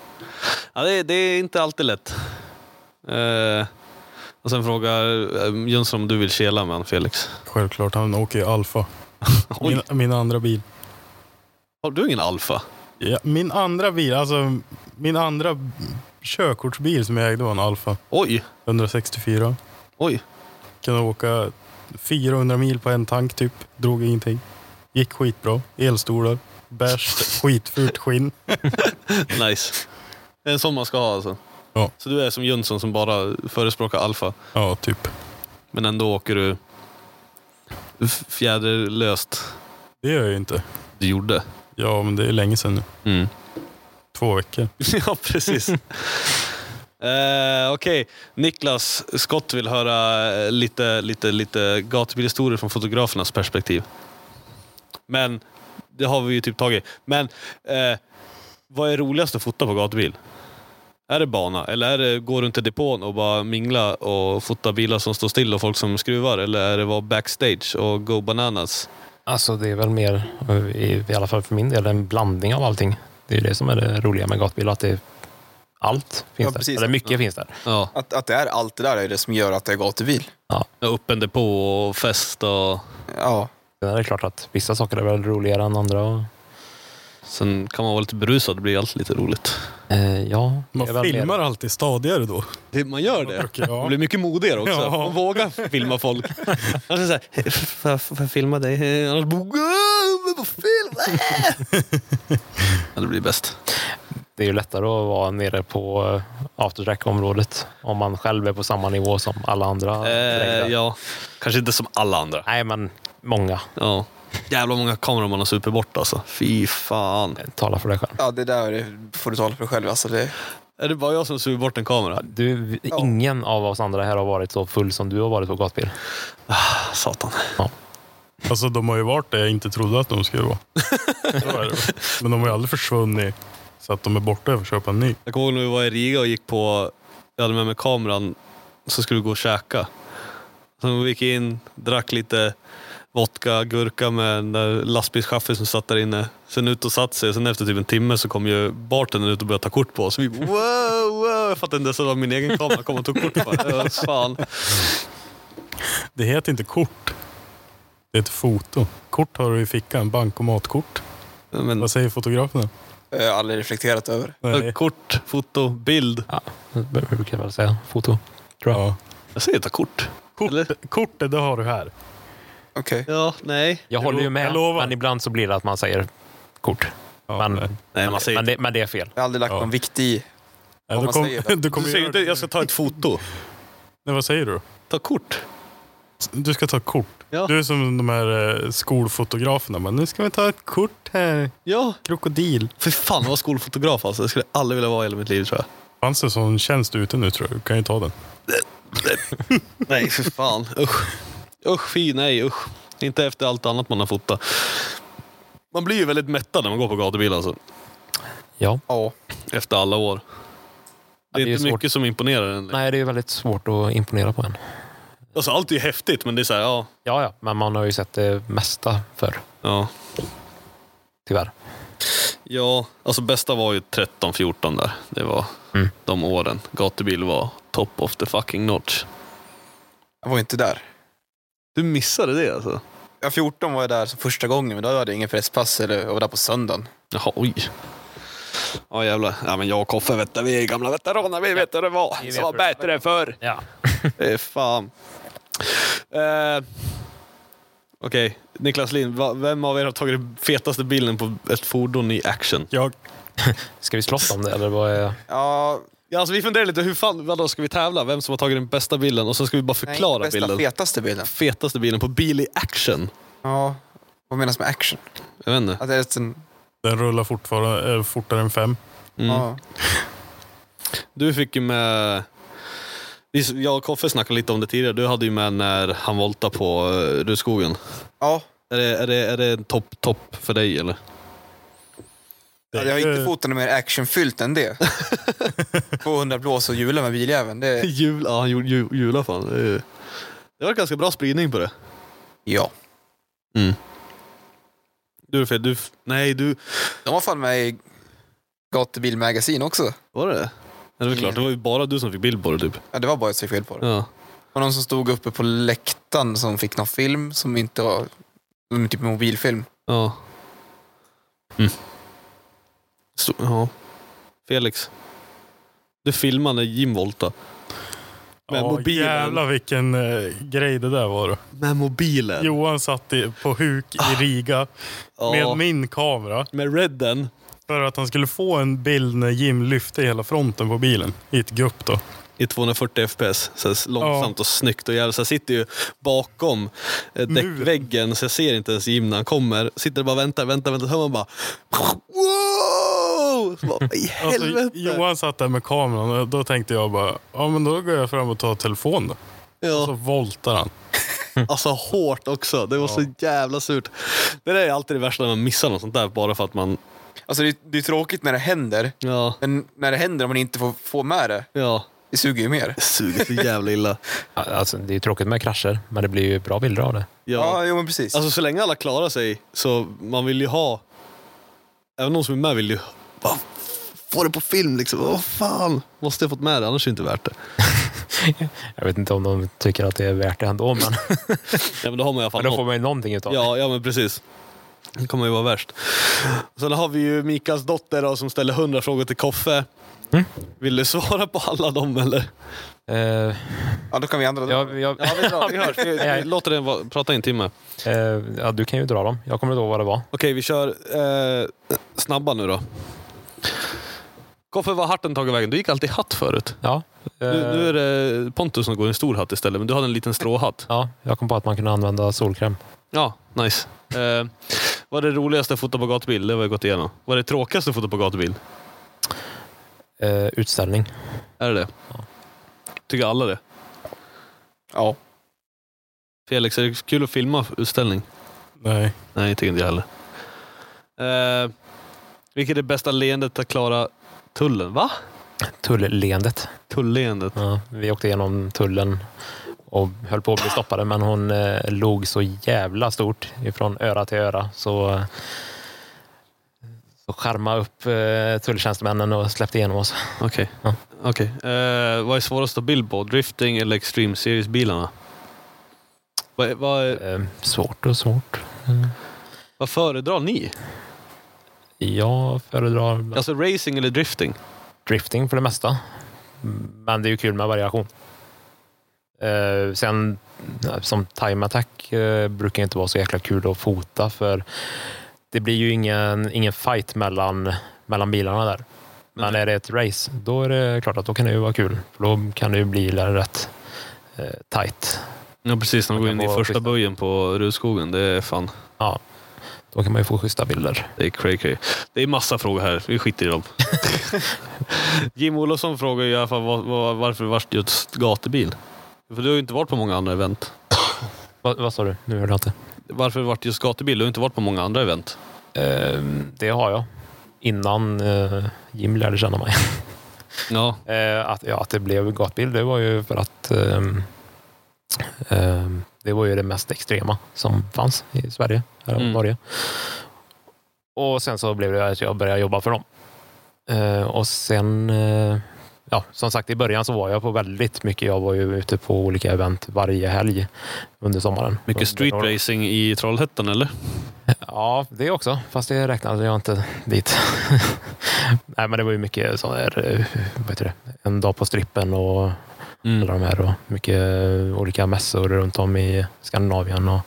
Speaker 1: Ja, det, det är inte alltid lätt. Eh, och sen frågar eh, Jönsson om du vill kela med han, Felix.
Speaker 3: Självklart, han åker ju Alfa.
Speaker 1: Oj.
Speaker 3: Min, min andra bil.
Speaker 1: Har du ingen Alfa?
Speaker 3: Ja, min andra bil, alltså min andra körkortsbil som jag ägde var en Alfa
Speaker 1: Oj,
Speaker 3: 164.
Speaker 1: oj.
Speaker 3: Kunde åka 400 mil på en tank typ. Drog ingenting. Gick skitbra. Elstolar. Bärs, skitfult skinn.
Speaker 1: Nice. Det är en sån man ska ha alltså.
Speaker 3: Ja.
Speaker 1: Så du är som Jönsson som bara förespråkar alfa.
Speaker 3: Ja, typ.
Speaker 1: Men ändå åker du f- fjäderlöst.
Speaker 3: Det gör jag ju inte.
Speaker 1: Du gjorde.
Speaker 3: Ja, men det är länge sedan nu.
Speaker 1: Mm.
Speaker 3: Två veckor.
Speaker 1: ja, precis. eh, Okej, Niklas Skott vill höra eh, lite, lite, lite gatubilhistorier från fotografernas perspektiv. Men det har vi ju typ tagit. Men eh, vad är roligast att fota på gatubil? Är det bana eller är det gå runt i depån och bara mingla och fota bilar som står still och folk som skruvar? Eller är det vara backstage och go bananas?
Speaker 2: Alltså det är väl mer, i, i alla fall för min del, en blandning av allting. Det är det som är det roliga med gatbil, att det är allt finns
Speaker 4: Ja,
Speaker 2: där.
Speaker 4: precis.
Speaker 2: Eller mycket finns där.
Speaker 1: Ja,
Speaker 4: Att, att det är allt det där är det som gör att det är gatubil.
Speaker 1: öppen depå och fest och...
Speaker 4: Ja.
Speaker 2: Sen är det klart att vissa saker är väl roligare än andra. Och,
Speaker 1: Sen kan man vara lite berusad, det blir alltid lite roligt.
Speaker 2: eh, ja, det är
Speaker 3: Man
Speaker 2: väl mer-
Speaker 3: filmar alltid stadigare då.
Speaker 1: Det, man gör det.
Speaker 3: Okej, ja.
Speaker 1: Man blir mycket modigare också.
Speaker 3: Ja.
Speaker 1: Man vågar filma folk. Man är så här, får, jag, får jag filma dig? Eh, Annars bara, filma! ja, det blir bäst.
Speaker 2: Det är ju lättare att vara nere på eh, aftertrack-området om man själv är på samma nivå som alla andra.
Speaker 1: Eh,
Speaker 2: terrängdär.
Speaker 1: ja. Kanske inte som alla andra.
Speaker 2: Nej, men många.
Speaker 1: Ja. Jävlar många kameror man har super bort alltså. Fy fan.
Speaker 2: Tala för dig själv.
Speaker 4: ja, det där får du tala för dig själv. Alltså det,
Speaker 1: Är det bara jag som super bort en kamera?
Speaker 2: Du, vi- Ingen av oss andra här har varit så full som du har varit på gatbil.
Speaker 1: Satan.
Speaker 3: Alltså de har ju varit det jag inte trodde att de skulle vara. Så är det. Men de har ju aldrig försvunnit så att de är borta. Jag får köpa en ny.
Speaker 1: Jag kommer ihåg när vi var i Riga och gick på, jag hade med mig kameran, så skulle vi gå och käka. Så vi gick in, drack lite vodka, gurka med den där lastbilschaffisen som satt där inne. Sen ut och satt sig. Sen efter typ en timme så kom ju bartendern ut och började ta kort på oss. Vi bara, wow, wow. Jag fattade inte ens att det var min egen kamera kom och tog kort på det. Vad Fan.
Speaker 3: Det heter inte kort. Det är ett foto. Kort har du i fickan. Bankomatkort.
Speaker 1: Men,
Speaker 3: Vad säger fotografen?
Speaker 4: Jag har aldrig reflekterat över.
Speaker 3: Nej.
Speaker 1: kort, foto, bild.
Speaker 2: Ja, det brukar jag väl säga. Foto.
Speaker 3: Ja.
Speaker 1: Jag säger ta kort.
Speaker 3: Kort,
Speaker 1: Eller?
Speaker 3: kortet, det har du här.
Speaker 4: Okej.
Speaker 1: Ja, nej.
Speaker 2: Jag håller ju
Speaker 3: jag
Speaker 2: med,
Speaker 3: lovar.
Speaker 2: men ibland så blir det att man säger kort.
Speaker 3: Ja,
Speaker 2: Men,
Speaker 3: nej.
Speaker 1: Nej, man säger
Speaker 2: men, det, men det är fel.
Speaker 4: Jag har aldrig lagt
Speaker 3: Ja.
Speaker 4: någon vikt i.
Speaker 3: Nej,
Speaker 4: vad
Speaker 3: du, kom,
Speaker 4: säger du?
Speaker 3: du kommer
Speaker 1: Du
Speaker 3: ju
Speaker 1: säger
Speaker 3: göra
Speaker 1: inte
Speaker 3: det.
Speaker 1: jag ska ta ett foto.
Speaker 3: Nej, vad säger du?
Speaker 1: Ta kort.
Speaker 3: Du ska ta kort.
Speaker 1: Ja.
Speaker 3: Du är som de här eh, skolfotograferna. Men nu ska vi ta ett kort här.
Speaker 1: Ja.
Speaker 3: Krokodil.
Speaker 1: För fan jag var skolfotograf alltså. Det skulle jag aldrig vilja vara i hela mitt liv tror jag.
Speaker 3: Fanns det sån tjänst ute nu tror jag. Du kan ju ta den.
Speaker 1: Nej för fan. Usch. Usch fy nej usch. Inte efter allt annat man har fotat. Man blir ju väldigt mättad när man går på gatubil alltså.
Speaker 2: Ja.
Speaker 4: Ja.
Speaker 1: Efter alla år. Det
Speaker 2: det
Speaker 1: är,
Speaker 2: är ju
Speaker 1: inte
Speaker 2: svårt.
Speaker 1: mycket som imponerar en.
Speaker 2: Nej, det är ju väldigt svårt att imponera på en.
Speaker 1: Alltså allt är ju häftigt men det är så här, ja.
Speaker 2: Ja, ja, men man har ju sett det mesta förr,
Speaker 1: Ja.
Speaker 2: tyvärr.
Speaker 1: Ja, alltså bästa var ju 13-14 där. Det var
Speaker 2: Mm.
Speaker 1: de åren. Gatubil var top of the fucking notch.
Speaker 4: Jag var ju inte där.
Speaker 1: Du missade det alltså?
Speaker 4: Jag 14 var jag där som första gången, men då hade jag ingen presspass. Eller jag var där på söndagen.
Speaker 1: Jaha, oj. Ja jävlar. Ja, men jag och Koffe vet du, vi är gamla veteraner. Vi vet hur det var.
Speaker 2: Vi
Speaker 1: Det
Speaker 2: vet
Speaker 1: var
Speaker 2: hur det
Speaker 1: bättre förr.
Speaker 2: Ja.
Speaker 1: Eh, fan. Eh, Okej, Niklas Lind. va- Vem av er har tagit den fetaste bilden på ett fordon i action?
Speaker 3: Jag.
Speaker 2: Ska vi slåss om det eller vad är...
Speaker 4: Ja,
Speaker 1: Ja, alltså, vi funderar lite, hur fan, vadå, ska vi tävla? Vem som har tagit den bästa bilden? Och så ska vi bara
Speaker 4: nej,
Speaker 1: förklara
Speaker 4: bästa,
Speaker 1: bilden.
Speaker 4: fetaste bilden.
Speaker 1: Fetaste bilden på bil i action.
Speaker 4: Ja. Vad menas med action?
Speaker 1: Jag vet inte.
Speaker 4: Att det är en,
Speaker 3: Den rullar fortfarande, eh, fortare än fem.
Speaker 1: Mm.
Speaker 4: ja.
Speaker 1: Du fick ju med... vi- Jag och Koffe snackade lite om det tidigare. Du hade ju med när han voltade på eh, Rudskogen.
Speaker 4: ja.
Speaker 1: Är det, är det, är det en topp topp för dig eller?
Speaker 3: Det är
Speaker 4: Jag har inte
Speaker 3: ju-
Speaker 4: fotat något mer actionfyllt än det. 200 blås och hjulen med biljäveln. Det...
Speaker 1: Jul, ja, han gjorde ju- jula fan. Det är ju- Det var ganska bra spridning på det.
Speaker 4: Ja.
Speaker 1: Du Fred, du... Nej, du...
Speaker 4: De var fan med i Gatubilmagasin också.
Speaker 1: Var det det? Ja, det var klart. Det var ju bara du som fick bild på det typ.
Speaker 4: Ja, det var bara ett fel på det.
Speaker 1: Ja.
Speaker 4: Det var någon som stod uppe på läktaren som fick någon film som inte var som typ en mobilfilm.
Speaker 1: Ja. Mm. Så, ja. Felix. Du filmade när Jim voltade. Med
Speaker 3: Ja,
Speaker 1: mobilen.
Speaker 3: Jävlar vilken eh, grej det där var.
Speaker 1: Med mobilen.
Speaker 3: Johan satt i, på huk i Riga
Speaker 1: Ah. Ja.
Speaker 3: med min kamera
Speaker 1: Med redden.
Speaker 3: för att han skulle få en bild när Jim lyfte hela fronten på bilen i ett gupp då.
Speaker 1: i 240 fps. Så här långsamt och snyggt. Och jävligt. Så jag sitter ju bakom eh,
Speaker 3: Muren.
Speaker 1: däckväggen så jag ser inte ens Jim när han kommer. Sitter och bara väntar, väntar, väntar. Så hör man bara... Wow! Så bara, I
Speaker 3: Alltså,
Speaker 1: helvete!
Speaker 3: Johan satt där med kameran och då tänkte jag bara, ja men då går jag fram och tar telefonen då. Och så
Speaker 1: ja,
Speaker 3: voltar han.
Speaker 1: alltså hårt också. Det var så jävla surt. Det där är alltid det värsta när man missar något sånt där bara för att man...
Speaker 4: Alltså det, är- det är tråkigt när det händer,
Speaker 1: Ja,
Speaker 4: men när det händer och man inte får, får med det,
Speaker 1: ja.
Speaker 4: det suger ju mer.
Speaker 1: Det suger så jävla illa.
Speaker 2: Alltså, det är ju tråkigt med krascher, men det blir ju bra bilder av det.
Speaker 1: Ja.
Speaker 4: Ja, jo men precis.
Speaker 1: Alltså så länge alla klarar sig så man vill ju ha... Även de som är med vill ju bara få det på film liksom. Åh fan! Måste jag fått med det, annars är det inte värt det.
Speaker 2: Jag vet inte om de tycker att det är värt det ändå, men,
Speaker 1: Ja men då har man i alla fall
Speaker 2: men då får
Speaker 1: något.
Speaker 2: man ju någonting utav det.
Speaker 1: Ja, ja men precis. Det kommer ju vara värst. Sen har vi ju Mikas dotter då, som ställer hundra frågor till Koffe.
Speaker 2: Mm.
Speaker 1: Vill du svara på alla dem eller?
Speaker 2: Eh,
Speaker 4: ja, då kan vi andra
Speaker 2: jag, jag,
Speaker 1: Ja, vi, drar, vi hörs. Vi, vi låter den vara- prata i en timme.
Speaker 2: eh, ja, du kan ju dra dem. Jag kommer inte ihåg vad det var.
Speaker 1: Okej, vi kör eh, snabba nu då. Koffe, var hatten tagit vägen? Du gick alltid hatt förut.
Speaker 2: Ja, eh,
Speaker 1: Nu, nu är det Pontus som går i en stor hatt istället, men du hade en liten stråhatt.
Speaker 2: ja, jag kom på att man kunde använda solkräm.
Speaker 1: Ja, nice. Eh, vad är det roligaste att fota på gatubil? Det har vi gått igenom. Vad är det tråkigaste att fota på gatubil?
Speaker 2: Eh, utställning.
Speaker 1: Är det det? Tycker alla det?
Speaker 4: Ja.
Speaker 1: Felix, är det kul att filma utställning?
Speaker 3: Nej.
Speaker 1: Nej, tycker inte jag heller. Eh, vilket är det bästa leendet att klara tullen? Va?
Speaker 2: Tullleendet.
Speaker 1: Tullleendet.
Speaker 2: Ja, vi åkte igenom tullen och höll på att bli stoppade, men hon eh, log så jävla stort ifrån öra till öra. Så, eh, så charmade upp eh, tulltjänstemännen och släppte igenom oss.
Speaker 1: Okej.
Speaker 2: Ja.
Speaker 1: Okej. Eh, vad är svårast att ha bild på? Drifting eller Extreme Series-bilarna? Vad, är- vad, är-
Speaker 2: Eh, svårt och svårt.
Speaker 1: vad föredrar ni?
Speaker 2: Jag föredrar
Speaker 1: Alltså racing eller drifting?
Speaker 2: drifting för det mesta. Men det är ju kul med variation. Eh, sen eh, som time attack eh, brukar inte vara så jäkla kul att fota för det blir ju ingen, ingen fight mellan, mellan bilarna där. Men är det ett race, då är det klart att då kan det ju vara kul. För då kan det ju bli rätt eh, tight.
Speaker 1: Ja precis, när de
Speaker 2: Man
Speaker 1: går
Speaker 2: kan
Speaker 1: in i
Speaker 2: få
Speaker 1: första
Speaker 2: schyssta-
Speaker 1: böjen på Rudskogen. Det är fan,
Speaker 2: Ja, då kan man ju få schyssta bilder.
Speaker 1: det är cray cray. Det är massa frågor här, vi skiter i dem. Jim Olofsson frågar ju i alla fall vad- vad- varför det vart just gatubil. För du har ju inte varit på många andra event.
Speaker 2: Vad, vad sa du? Nu hörde jag inte.
Speaker 1: Varför det vart just gatubil? Du har inte varit på många andra event.
Speaker 2: Eh,
Speaker 1: Ehm,
Speaker 2: det har jag. Innan eh, Jim lärde känna mig.
Speaker 1: Ja,
Speaker 2: Eh, att, ja, att det blev gatbil, det var ju för att ehm, ehm, det var ju det mest extrema som fanns i Sverige eller
Speaker 1: Mm.
Speaker 2: Norge. Och sen så blev det att jag började jobba för dem. Eh, och sen, eh, ja, som sagt i början så var jag på väldigt mycket. Jag var ju ute på olika event varje helg under sommaren.
Speaker 1: mycket street
Speaker 2: Under-
Speaker 1: racing i Trollhättan eller?
Speaker 2: Ja, det också. Fast det räknade jag inte dit. Nej, men det var ju mycket sån där, eh, vad heter det, en dag på strippen och alla de här. Och mycket eh, olika mässor runt om i Skandinavien. Och,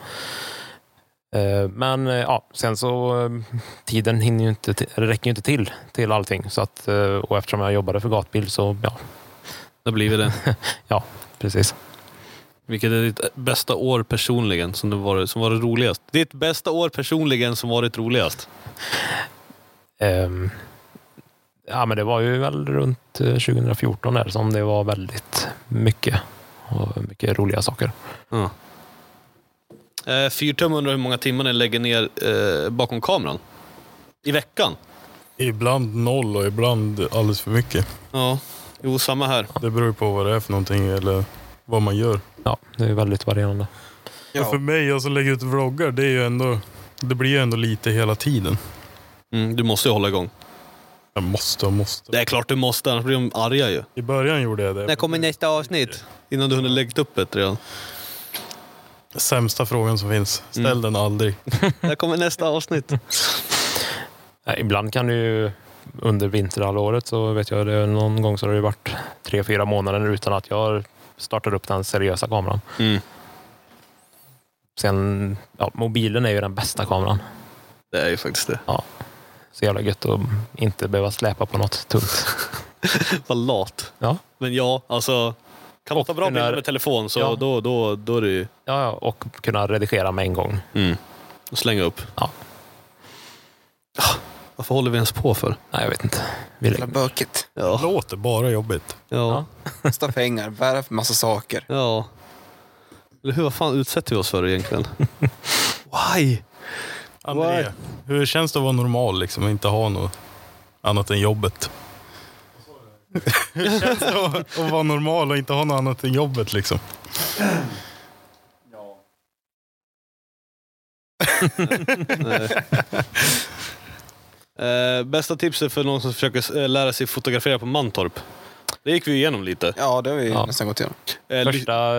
Speaker 2: eh, men eh, ja, sen så eh, tiden hinner ju inte, till- eller räcker ju inte till till allting. Så att, eh, och eftersom jag jobbade för gatbil så ja,
Speaker 1: Det blir det.
Speaker 2: precis.
Speaker 1: Vilket är ditt bästa år personligen som, det var, som var det roligast? Ditt bästa år personligen som varit roligast?
Speaker 2: Ehm, ja, men det var ju väl runt eh, 2014 där som det var väldigt mycket och mycket roliga saker.
Speaker 1: Eh, Fyrtum undrar hur många timmar ni lägger ner eh, bakom kameran? I veckan?
Speaker 3: Ibland noll och ibland alldeles för mycket.
Speaker 1: Ja. Jo, samma här.
Speaker 3: Det beror ju på vad det är för någonting eller vad man gör.
Speaker 2: Ja, det är väldigt varierande.
Speaker 3: Men För mig, jag som lägger ut vloggar, det, är ju ändå, det blir ju ändå lite hela tiden.
Speaker 1: Mm, du måste ju hålla igång.
Speaker 3: Jag måste och måste.
Speaker 1: Det är klart du måste, annars blir de arga ju.
Speaker 3: I början gjorde jag det.
Speaker 1: När kommer nästa avsnitt? Innan du hunnit lägga upp ett redan.
Speaker 3: Sämsta frågan som finns. Ställ
Speaker 1: Mm.
Speaker 3: den aldrig.
Speaker 1: När kommer nästa avsnitt?
Speaker 2: Nej, Ibland kan det ju under vinterhalvåret så vet jag det någon gång så har det ju varit tre, fyra månader utan att jag startar upp den seriösa kameran.
Speaker 1: Mm.
Speaker 2: Sen, ja, mobilen är ju den bästa kameran.
Speaker 1: Det är ju faktiskt det.
Speaker 2: Så jävla gött att inte behöva släpa på något tungt.
Speaker 1: Vad lat.
Speaker 2: Ja.
Speaker 1: Men ja, alltså. Kan man
Speaker 2: Och
Speaker 1: ta bra
Speaker 2: den
Speaker 1: bilder
Speaker 2: här-
Speaker 1: med telefon så
Speaker 2: Ja.
Speaker 1: då, då, då är det ju...
Speaker 2: Ja, ja, och kunna redigera med en gång.
Speaker 1: Mm. Slänga upp.
Speaker 2: Ja.
Speaker 1: Ah, Varför håller vi ens på för?
Speaker 2: Nej, jag vet inte. Vi lägger-
Speaker 4: Jävla bökigt.
Speaker 1: Ja.
Speaker 3: Låter bara jobbigt.
Speaker 1: Ja.
Speaker 4: Kostar pengar, bära för massa saker.
Speaker 1: Ja. Eller hur vad fan utsätter vi oss för egentligen? Why?
Speaker 3: André,
Speaker 1: Why?
Speaker 3: hur känns det att vara normal liksom och inte ha något annat än jobbet? Hur känns det att, att vara normal och inte ha något annat än jobbet liksom?
Speaker 1: Eh, bästa tipset för någon som försöker eh, lära sig fotografera på Mantorp. Det gick vi igenom lite.
Speaker 4: Ja, det har vi ju
Speaker 2: Ja.
Speaker 4: nästan gått igenom.
Speaker 1: Eh, ly-
Speaker 2: Första,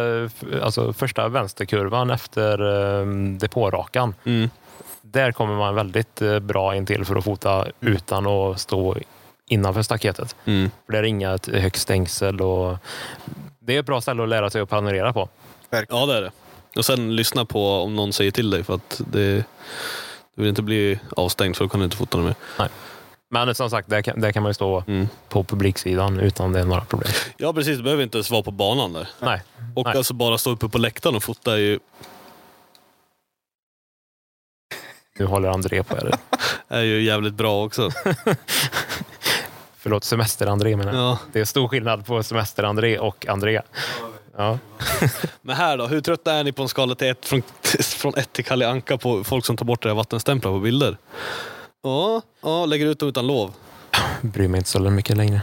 Speaker 2: alltså, första vänsterkurvan efter um, depårakan
Speaker 1: Mm.
Speaker 2: där kommer man väldigt eh, bra in till för att fota utan att stå innanför staketet.
Speaker 1: Mm.
Speaker 2: För där är inga ett högt stängsel och det är ett bra ställe att lära sig att panorera på.
Speaker 1: Ja, det är det. Och sen lyssna på om någon säger till dig för att det... Du vill inte bli avstängd så då kan du inte fota något mer.
Speaker 2: Men som sagt, där kan, där kan man ju stå
Speaker 1: Mm.
Speaker 2: på publiksidan utan det är några problem.
Speaker 1: Ja precis, du behöver inte ens vara på banan där.
Speaker 2: Nej.
Speaker 1: Och
Speaker 2: Nej.
Speaker 1: alltså bara stå uppe på läktaren och fota är ju...
Speaker 2: Nu håller André på er.
Speaker 1: är ju jävligt bra också.
Speaker 2: Förlåt, Semester-André menar jag.
Speaker 1: Ja.
Speaker 2: Det är stor skillnad på Semester-André och André. Ja.
Speaker 1: Men här då, hur trötta är ni på en skala till ett, från, från ett till Kalle Anka på folk som tar bort det här vattenstämplar på bilder? Ja, ja, lägger ut dem utan lov.
Speaker 2: Bryr mig inte så mycket längre.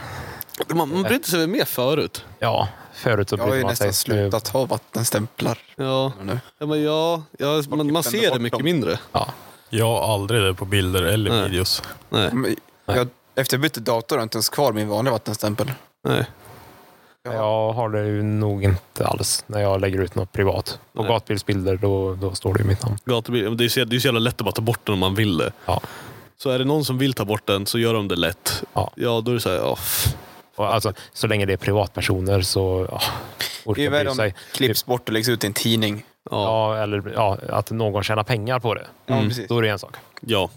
Speaker 1: Man, man brydde sig väl mer förut?
Speaker 2: Ja, Förut så
Speaker 4: Jag har
Speaker 2: brydde
Speaker 4: ju
Speaker 2: man sig.
Speaker 4: nästan slutat ha vattenstämplar.
Speaker 1: Ja,
Speaker 4: Nu.
Speaker 1: ja, men ja, ja man, man ser det mycket mindre.
Speaker 2: Ja.
Speaker 3: Jag har aldrig det på bilder eller
Speaker 1: Nej.
Speaker 3: videos.
Speaker 1: Nej,
Speaker 4: Men Jag, efter jag bytte dator har jag inte ens kvar min vanliga vattenstämpel.
Speaker 1: nej.
Speaker 2: Jag har det ju nog inte alls när jag lägger ut något privat. På
Speaker 1: Nej.
Speaker 2: gatbildsbilder då, då står det ju mitt namn.
Speaker 1: Gatubil, det, är så, det är så jävla lätt att bara ta bort den om man vill det.
Speaker 2: Ja.
Speaker 1: Så är det någon som vill ta bort den så gör de det lätt.
Speaker 2: Ja.
Speaker 1: Ja, då är det så här, ja, f-
Speaker 2: Och alltså, så länge det är privatpersoner så ja,
Speaker 4: Det är ju
Speaker 2: orkar
Speaker 4: värre
Speaker 2: bry
Speaker 4: om
Speaker 2: sig.
Speaker 4: det klipps bort och läggs ut i en tidning.
Speaker 1: ja,
Speaker 2: Ja, eller ja, att någon tjänar pengar på det.
Speaker 4: Ja,
Speaker 1: Mm.
Speaker 4: precis.
Speaker 2: Då är det en sak.
Speaker 1: ja.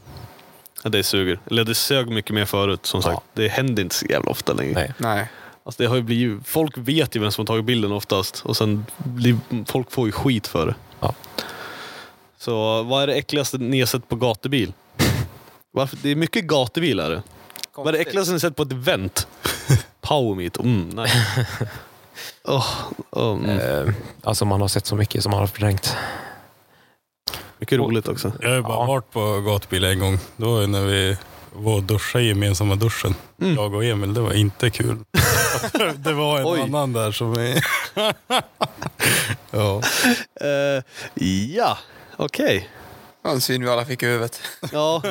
Speaker 1: ja. Det suger. Eller det sög mycket mer förut som sagt.
Speaker 2: Ja.
Speaker 1: Det händer inte så jävla ofta längre.
Speaker 2: Nej.
Speaker 4: Nej.
Speaker 1: Alltså, det har ju blivit, folk vet ju vem som har tagit bilden oftast och sen blir, folk får ju skit för det.
Speaker 2: Ja.
Speaker 1: Så vad är det äckligaste ni har sett på gatubil? Varför? Det är mycket gatubil är det. Vad är det äckligaste ni sett på ett event? Powermeet? Mm, nej. Åh, åh, mm.
Speaker 2: Eh, alltså man har sett så mycket som man har förträngt.
Speaker 1: Mycket roligt också.
Speaker 3: Jag har ju bara
Speaker 2: Ja.
Speaker 3: varit på gatubil en gång. Då är när vi var och duschade i gemensamma duschen.
Speaker 1: Mm.
Speaker 3: Jag och Emil, det var inte kul. det var en
Speaker 1: Oj.
Speaker 3: annan där som är... ja.
Speaker 1: Eh, ja, okej.
Speaker 4: Ja, en syn vi alla fick i huvudet.
Speaker 1: Ja.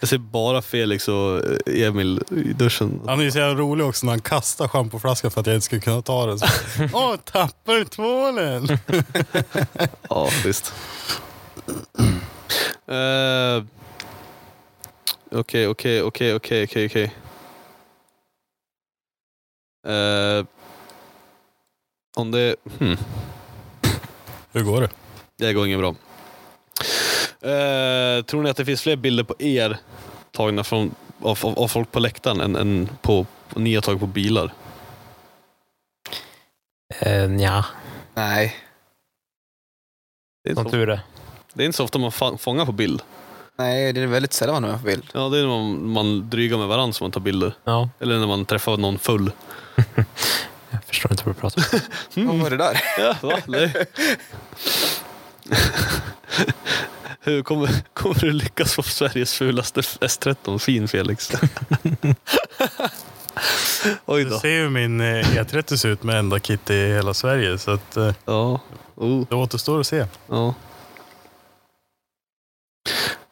Speaker 1: Jag ser bara Felix och Emil i duschen.
Speaker 3: Han är ju så jävla rolig också när han kastar schampoflaskan för att jag inte skulle kunna ta den. Så, Åh, tappar du tvålen?
Speaker 1: Ja, visst. Eh, Okej, okej, okej, okej, okej, okej. Eh, Om det... Hmm.
Speaker 3: Hur går det?
Speaker 1: Det går inget bra. Eh, tror ni att det finns fler bilder på er tagna från, av, av, av folk på läktaren än, än på, ni har tagit på bilar?
Speaker 2: Eh, ja,
Speaker 4: Nej.
Speaker 1: Det är, inte
Speaker 2: som
Speaker 1: så,
Speaker 2: tur är.
Speaker 1: det är inte så ofta man fa- fångar på bild.
Speaker 4: Nej, det är väldigt sällan man är på bild.
Speaker 1: Ja, det är när man, man drygar med varandra som man tar bilder.
Speaker 2: Ja,
Speaker 1: Eller när man träffar någon full.
Speaker 2: jag förstår inte vad du pratar om.
Speaker 4: Vad
Speaker 1: Mm.
Speaker 4: var det där?
Speaker 1: Ja, va? Nej. Hur kommer, kommer du lyckas få Sveriges fulaste S13 fin Felix? Oj
Speaker 3: Du
Speaker 1: då.
Speaker 3: ser ju min eh, E30 ser ut med enda kit i hela Sverige. Så att, eh,
Speaker 1: Ja. Oh.
Speaker 3: det återstår att se.
Speaker 1: Ja.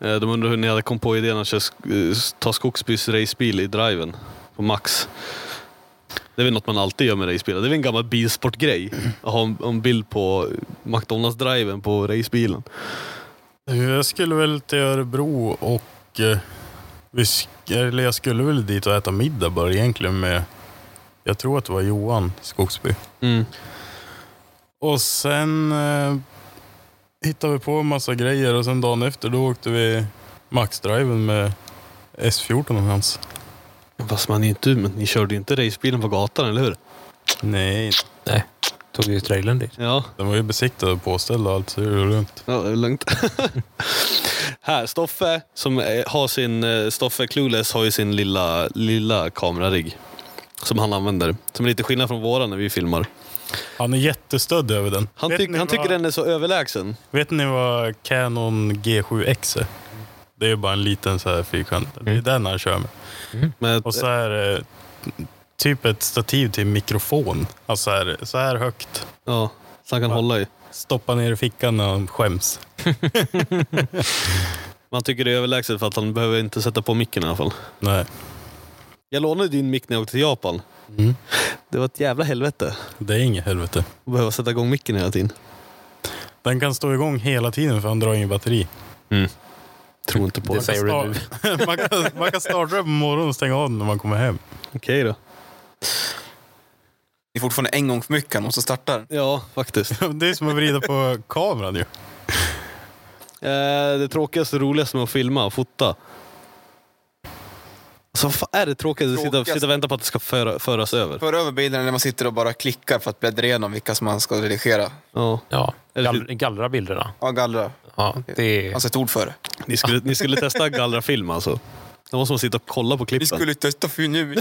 Speaker 1: Eh, De undrar hur ni hade kom på idén att köra, sk- eh, ta Skogsbys racebil i driven på Max. Det är väl något man alltid gör med racebilar. Det är väl en gammal bilsportgrej. Att ha en, en bild på McDonalds-driven på racebilen.
Speaker 3: Jag skulle väl till Örebro och... eh, Vi, sk- eller jag skulle väl dit och äta middag bara egentligen med... Jag tror att det var Johan Skogsby.
Speaker 1: Mm.
Speaker 3: Och sen eh, hittade vi på en massa grejer och sen dagen efter då åkte vi Max-driven med S14 och hans.
Speaker 1: Fast man är inte, men ni körde ju inte racebilen på gatan, eller hur?
Speaker 3: Nej,
Speaker 2: Nej, tog ju trailern dit.
Speaker 1: Ja,
Speaker 3: den var ju besiktad och påställd och allt så det är lugnt.
Speaker 1: ja det är lugnt. Här, Stoffe som eh, har sin, eh, Stoffe Clueless har ju sin lilla, lilla kamerarigg. Som han använder. Som är lite skillnad från våra när vi filmar.
Speaker 3: Han är jättestödd över den.
Speaker 1: Han,
Speaker 3: Vet
Speaker 1: tyck,
Speaker 3: ni
Speaker 1: han tycker
Speaker 3: vad-
Speaker 1: den är så överlägsen.
Speaker 3: Vet ni vad Canon G7X är? Det är ju bara en liten så här fyrkant. Det är den han kör med.
Speaker 1: Men,
Speaker 3: Och så är det typ ett stativ till mikrofon. Alltså så här, så här högt.
Speaker 1: eh, ja, så han kan hålla i.
Speaker 3: Stoppa ner i fickan när han skäms.
Speaker 1: Man tycker det är överlägset för att han behöver inte sätta på micken i alla fall.
Speaker 3: Nej,
Speaker 1: Jag lånade din mick när jag åkte till Japan. Det var ett jävla helvete
Speaker 3: det är inget helvete.
Speaker 1: att behöva sätta igång micken hela tiden.
Speaker 3: Den kan stå igång hela tiden för han drar ingen batteri.
Speaker 1: Tror inte på
Speaker 2: Det
Speaker 1: det.
Speaker 2: säger du nu.
Speaker 3: man, kan, man kan starta den på morgonen och stänga av den när man kommer hem.
Speaker 1: Okej då.
Speaker 4: Det är fortfarande en gång för mycket, han måste starta den.
Speaker 1: Ja, faktiskt.
Speaker 3: Det är som att vrida på kameran ju.
Speaker 1: Eh, det tråkigaste och roligaste med att filma och fota. Så vad fan är det tråkigaste? att Sitta,
Speaker 4: Tråkigaste.
Speaker 1: sitta och vänta på att det ska föra, föras över.
Speaker 4: För över bilderna när man sitter och bara klickar för att bläddra igenom vilka som man ska redigera.
Speaker 1: Ja.
Speaker 2: Ja,
Speaker 1: Eller-
Speaker 2: gall- gallra bilderna.
Speaker 4: Ja, gallra.
Speaker 2: Ja, det är...
Speaker 4: Fanns ett ord för det.
Speaker 1: Ni, skulle, ni skulle testa gallrafilm alltså? Då måste man sitta och kolla på klippen.
Speaker 4: Vi skulle testa för nu.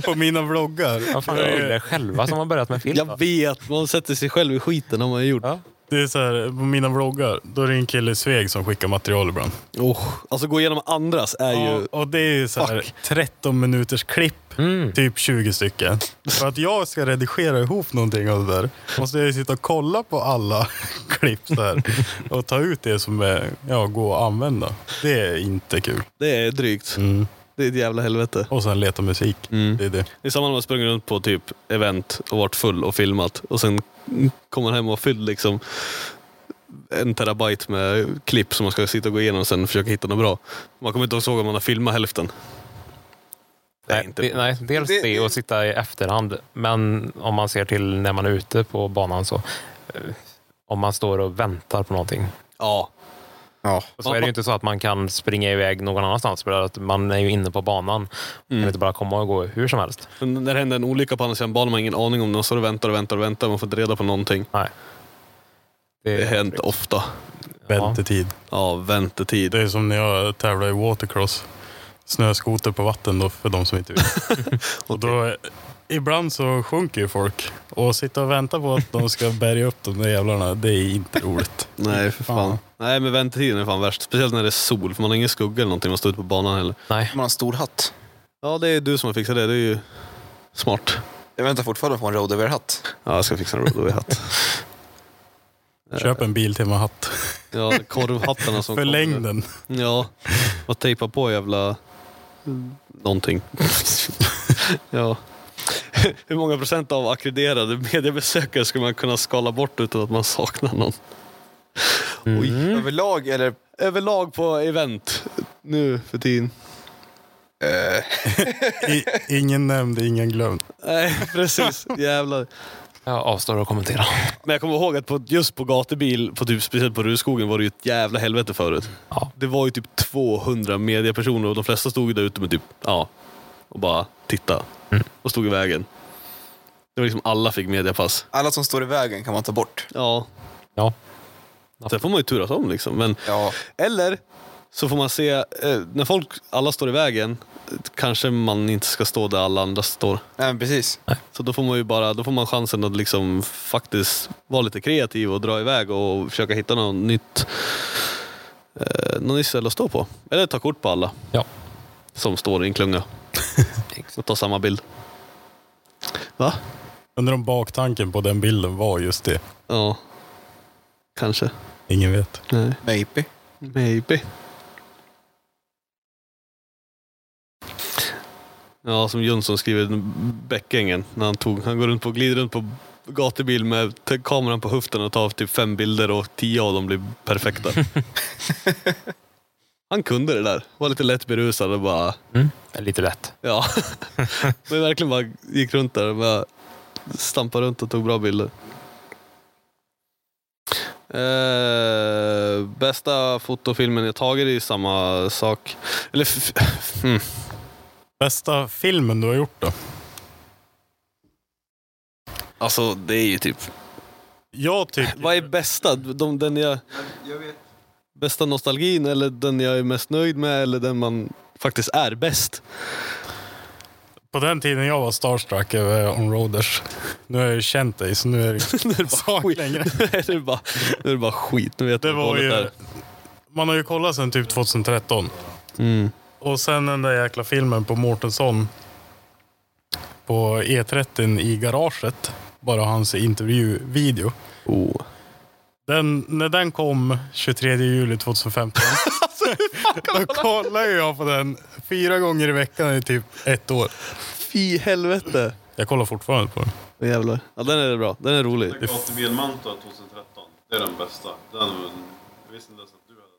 Speaker 3: På mina vloggar.
Speaker 2: Vad fan, det är det själva som har börjat med film. va?
Speaker 1: Jag vet, man sätter sig själv i skiten har man gjort.
Speaker 2: Ja.
Speaker 3: Det är så här, på mina vloggar, då är det en kille i Sveg som skickar material ibland.
Speaker 1: Oh, alltså gå igenom andras är ju...
Speaker 3: Och, och det är ju så här 13 minuters klipp,
Speaker 2: Mm.
Speaker 3: typ 20 stycken. För att jag ska redigera ihop någonting av det där måste jag ju sitta och kolla på alla klipp så här, och ta ut det som är, ja, går att använda. Det är inte kul. Mm.
Speaker 1: Det är drygt. Det är ett jävla helvete. Mm.
Speaker 3: Och sen leta musik. Det är det.
Speaker 1: Det är samma när man sprungit runt på typ event och varit full och filmat och sen kommer man hem och fyllt liksom en terabyte med klipp som man ska sitta och gå igenom och sen försöka hitta något bra. Man kommer inte ihåg om man har filmat hälften. Det är
Speaker 2: Nej,
Speaker 1: inte
Speaker 2: det,
Speaker 1: bra.
Speaker 2: nej, dels
Speaker 4: Det-
Speaker 2: det och sitta i efterhand. Men om man ser till när man är ute på banan så. eh, Om man står och väntar på någonting.
Speaker 1: Ja,
Speaker 4: Ja.
Speaker 2: Så är det ju inte så att man kan springa iväg någon annanstans. För att man är ju inne på banan. Man
Speaker 1: Mm.
Speaker 2: kan inte bara komma och gå hur som helst.
Speaker 1: men när det händer en olycka på andra sidan banan man har ingen aning om den. och Så du väntar och väntar och väntar man får inte reda på någonting.
Speaker 2: Nej.
Speaker 1: Det har hänt ofta.
Speaker 3: Väntetid.
Speaker 1: Ja, väntetid.
Speaker 3: Det är som när jag tävlar i watercross. Snöskoter på vatten då, för de som inte vet. och då, eh, ibland så sjunker ju folk. Och sitta och vänta på att de ska bärga upp de där jävlarna, det är inte roligt.
Speaker 1: Nej, för fan. Nej, men väntetiden är fan värst. Speciellt när det är sol, för man har ingen skugga eller någonting. Man står ute på banan heller.
Speaker 2: Nej.
Speaker 4: Man har en stor hatt.
Speaker 1: Ja, det är du som har fixat det. Det är ju smart.
Speaker 4: Jag väntar fortfarande på en road-over-hatt.
Speaker 1: Ja, jag ska fixa en roadway-hatt.
Speaker 3: Köp en Biltema-hatt.
Speaker 1: Ja, korvhattarna som
Speaker 3: Förläng
Speaker 1: kommer.
Speaker 3: den.
Speaker 1: Ja, och tejpa på jävla någonting. ja. Hur många procent av ackrediterade mediebesökare skulle man kunna skala bort utan att man saknar någon? Mm.
Speaker 4: Överlag eller
Speaker 1: Överlag på event nu för tiden.
Speaker 3: I, ingen nämnd, ingen glömd.
Speaker 1: Nej, precis. Jävlar.
Speaker 2: Jag avstår att kommentera.
Speaker 1: Men jag kommer ihåg att på, just på gatubil, på typ, speciellt på Ruskogen, var det ju ett jävla helvete förut.
Speaker 2: Ja.
Speaker 1: Det var ju typ 200 mediepersoner och de flesta stod ju där ute med typ, ja, och bara titta.
Speaker 2: Mm.
Speaker 1: Och stod i vägen. Det var liksom alla fick mediapass.
Speaker 4: alla som står i vägen kan man ta bort.
Speaker 1: Ja,
Speaker 2: Ja.
Speaker 1: sen får man ju turas om liksom. Men,
Speaker 4: Ja.
Speaker 1: Eller så får man se, eh, när folk, alla står i vägen, eh, kanske man inte ska stå där alla andra står.
Speaker 4: Nej, men precis.
Speaker 1: Så då får man ju bara, då får man chansen att liksom faktiskt vara lite kreativ och dra iväg och försöka hitta något nytt, eh, något nytt ställe att stå på. Eller ta kort på alla
Speaker 2: Ja.
Speaker 1: som står i en klunga. och ta samma bild. Va?
Speaker 3: Undrar om baktanken på den bilden var just det.
Speaker 1: Ja. Kanske.
Speaker 3: Ingen vet.
Speaker 1: Nej.
Speaker 4: Maybe.
Speaker 1: Maybe. Ja, som Jönsson skriver, Bäckängen, när han tog, han går runt på, glider runt på gatubil med t- kameran på höften och tar typ fem bilder och tio av dem blir perfekta. han kunde det där, var lite lätt berusad och bara,
Speaker 2: Lite lätt.
Speaker 1: ja. Men verkligen bara gick runt där och bara stampade runt och tog bra bilder. Eh, bästa fotofilmen jag tagit är samma sak. Eller f- f- mm.
Speaker 3: Bästa filmen du har gjort då?
Speaker 1: Alltså det är ju typ...
Speaker 3: Jag tycker...
Speaker 1: Vad är bästa? De, den jag... Bästa nostalgin eller den jag är mest nöjd med eller den man faktiskt är bäst?
Speaker 3: På den tiden jag var starstruck över onroaders. Nu har jag ju känt dig så nu är det inte sak längre.
Speaker 1: nu är det bara, nu är det bara skit. Nu vet
Speaker 3: Det
Speaker 1: jag
Speaker 3: var
Speaker 1: vad
Speaker 3: ju,
Speaker 1: är.
Speaker 3: man har ju kollat sedan typ 2013.
Speaker 1: Mm.
Speaker 3: Och sen den där jäkla filmen på Mårtensson. På E30 i garaget. Bara hans intervjuvideo.
Speaker 1: Oh.
Speaker 3: Den, när den kom 23 juli 2015. då kollade jag på den fyra gånger i veckan i typ ett år.
Speaker 1: Fy helvete.
Speaker 3: Jag kollar fortfarande på den.
Speaker 1: Åh, Jävlar. Ja, den är bra. Den är rolig.
Speaker 6: Gatubilmanta 2013. Det är den bästa. Den, jag visste inte ens att du hade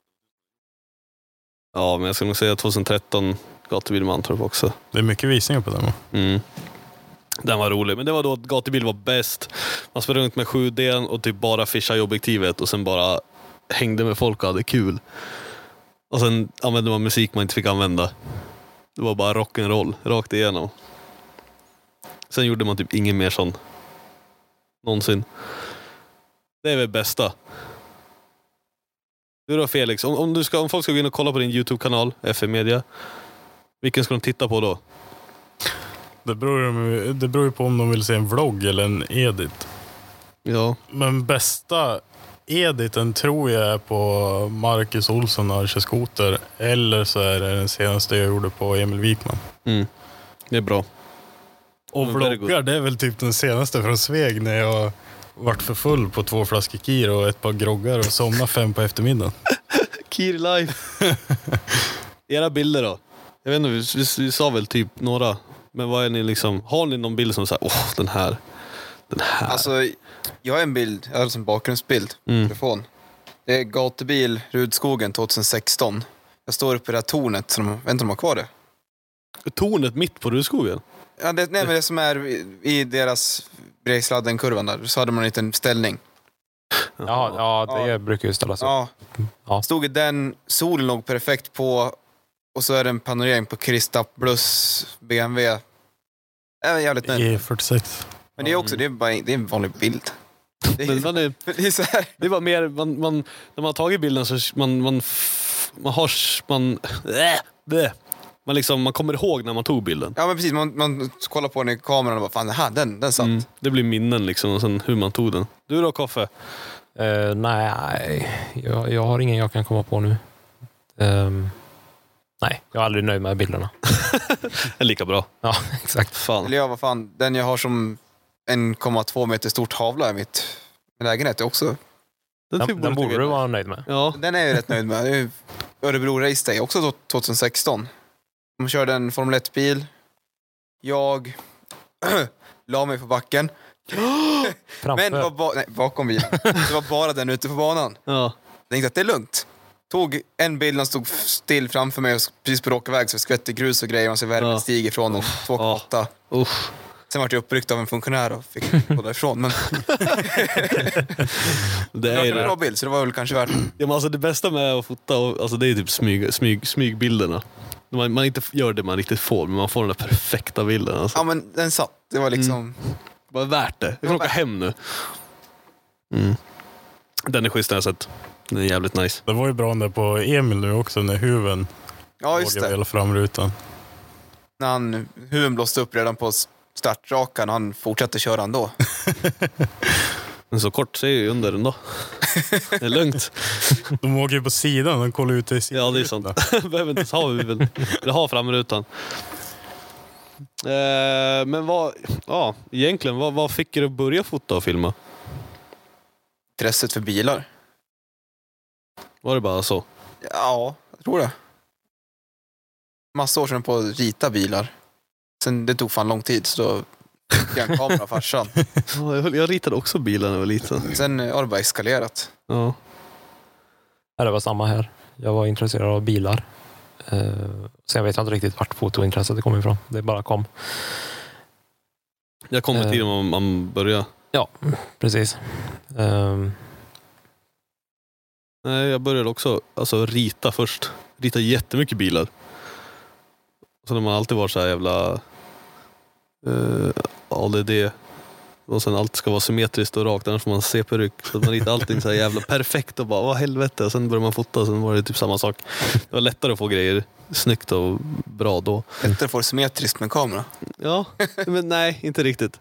Speaker 1: Ja, men jag skulle nog säga 2013 Gatubil Mantorp också.
Speaker 3: Det är mycket visningar på den va?
Speaker 1: Mm. Den var rolig, men det var då att gatubil var bäst. Man sprang runt med 7D och typ bara fishade i objektivet och sen bara hängde med folk och hade kul. Och sen använde man musik man inte fick använda. Det var bara rock'n'roll, rakt igenom. Sen gjorde man typ ingen mer sån. Någonsin. Det är väl bästa. Du då Felix, om, om, du ska, om folk ska gå in och kolla på din YouTube-kanal, FM Media. Vilken ska de titta på då?
Speaker 3: Det beror, ju- det beror ju på om de vill se en vlogg eller en edit.
Speaker 1: Ja,
Speaker 3: Men bästa Editen tror jag är på Marcus Olsson och Arche Skoter. Eller så är det den senaste jag gjorde på Emil Wikman.
Speaker 1: Det är bra.
Speaker 3: Och
Speaker 1: Mm, very
Speaker 3: vloggar, det är väl typ den senaste från Sveg när jag vart för full på två flaskor kir och ett par groggar och somnade fem på eftermiddagen.
Speaker 1: Kir life. Era bilder då? Jag vet inte, vi, vi, vi sa väl typ några. Men vad är ni liksom, har ni någon bild som säger åh den här, den här.
Speaker 4: Alltså, jag har en bild, jag har alltså en bakgrundsbild
Speaker 1: Mm.
Speaker 4: på telefon. Det är gatubil Rudskogen 2016. Jag står uppe i det här tornet, som, jag vet inte om de har kvar det.
Speaker 1: tornet mitt på Rudskogen?
Speaker 4: Ja, det, nej, men det som är i- i deras Bredsladden-kurvan där, så hade man en liten ställning.
Speaker 2: Ja, ja det
Speaker 4: Ja.
Speaker 2: brukar ju ställas upp.
Speaker 4: Ja.
Speaker 2: Alltså, Ja.
Speaker 4: Stod i den, solen låg perfekt på och så är det en panorering på Krista plus BMW. Jag är jävligt nöjd.
Speaker 3: E46.
Speaker 4: Men det är också, det är bara det är en vanlig bild. Det
Speaker 1: Mm. Men
Speaker 4: är,
Speaker 1: man är,
Speaker 4: det är så här.
Speaker 1: det var mer, man, man, när man har tagit bilden så man, man, f- man har, s- man, äh, bleh. man liksom, man kommer ihåg när man tog bilden.
Speaker 4: Ja men precis, man, man kollar på den i kameran och bara fan, aha, den, den satt.
Speaker 1: Mm. Det blir minnen liksom och sen hur man tog den. Du då Koffe?
Speaker 2: Eh, nej, jag, jag har ingen jag kan komma på nu. Ehm, nej, jag är aldrig nöjd med bilderna.
Speaker 1: Är lika bra.
Speaker 2: Ja, exakt.
Speaker 1: Fan.
Speaker 4: Eller jag, vad fan, den jag har som 1,2 meter stort havla i mitt min lägenhet är också.
Speaker 1: Den,
Speaker 2: Den, den borde du vara nöjd med.
Speaker 1: Ja.
Speaker 4: Den är jag ju rätt nöjd med. Det är ju Örebro Race Day, också då 2016. De körde en Formel 1-bil. Jag la mig på backen.
Speaker 2: Framför.
Speaker 4: Men det var ba- nej, bakom bilen. Det var bara den ute på banan.
Speaker 1: ja.
Speaker 4: Jag tänkte att det är lugnt. Tog en bil som stod still framför mig och precis på rak väg så skvätte grus och grejer och så värmen
Speaker 1: Ja.
Speaker 4: stiger från den. 2,8.
Speaker 1: Usch.
Speaker 4: Sen vart jag uppryckt av en funktionär och fick gå därifrån. Men
Speaker 1: Det
Speaker 4: det var
Speaker 1: är
Speaker 4: en
Speaker 1: det.
Speaker 4: bra bild så det var väl kanske värt det.
Speaker 1: Ja, men alltså det bästa med att fota och, alltså det är typ smyg, smyg, smygbilderna. När Man, man inte f- gör det man riktigt får, men man får den där perfekta bilden. Alltså.
Speaker 4: Ja men den satt. Det var liksom...
Speaker 1: Det var värt det. Jag kan åka hem nu. Mm. Den är schysst den har jag sett. Den är jävligt nice.
Speaker 3: Det var ju bra den där på Emil nu också när huven
Speaker 4: Ja just
Speaker 3: vågade
Speaker 4: det.
Speaker 3: vela framrutan.
Speaker 4: När han, huven blåste upp redan på s- startrakan och han fortsatte köra ändå.
Speaker 1: Men så kort ser jag ju under ändå. Det är lugnt.
Speaker 3: De åker ju på sidan, de kollar ut i sidan.
Speaker 1: Ja, det är sant. Behöver inte ens ha huvudet. Eller ha framrutan. Eh, men vad, ja, egentligen, vad, vad fick er att börja fota och filma?
Speaker 4: Intresset för bilar.
Speaker 1: Var det bara så?
Speaker 4: Ja, jag tror det. Massa år sedan på att rita bilar. Sen det tog fan lång tid så då fick jag en kamera av farsan.
Speaker 1: Ja, Jag, höll- jag ritade också bilar när jag var liten.
Speaker 4: Sen eh, har det bara eskalerat.
Speaker 1: Ja.
Speaker 2: Ja, det var samma här. Jag var intresserad av bilar. Uh, sen vet jag inte riktigt vart fotointresset kom ifrån. Det bara kom.
Speaker 1: Jag kommer
Speaker 2: Eh.
Speaker 1: till om man börjar.
Speaker 2: Ja, precis. Ehm,
Speaker 1: Nej, jag började också alltså, rita först. Rita jättemycket bilar. Sen har man alltid varit så här jävla eh, ADD. Och sen allt ska vara symmetriskt och rakt, annars får man CP-ryck. Så att man ritar allting så här jävla perfekt och bara vad helvete. Och sen börjar man fota, sen var det typ samma sak. Det var lättare att få grejer snyggt och bra då.
Speaker 4: Lättare att få det symmetriskt med kamera.
Speaker 1: Ja, men nej, inte riktigt.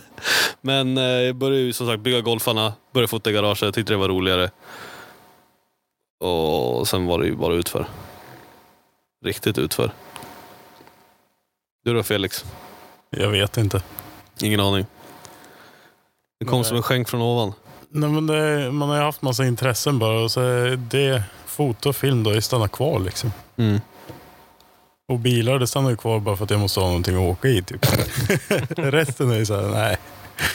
Speaker 1: men eh, jag började ju som sagt bygga golfarna, började fota i garaget, jag tyckte det var roligare. Och sen var det ju bara utför. Riktigt utför. Du då Felix?
Speaker 3: Jag vet inte.
Speaker 1: Ingen aning. Det kom
Speaker 3: Nej.
Speaker 1: som en skänk från ovan.
Speaker 3: Nej, men det, man har ju haft massa intressen bara. Och så är det, foto och film då, det stannar kvar liksom.
Speaker 1: Mm.
Speaker 3: Och bilar, det stannar ju kvar bara för att jag måste ha någonting att åka i typ. Resten är ju såhär, nej.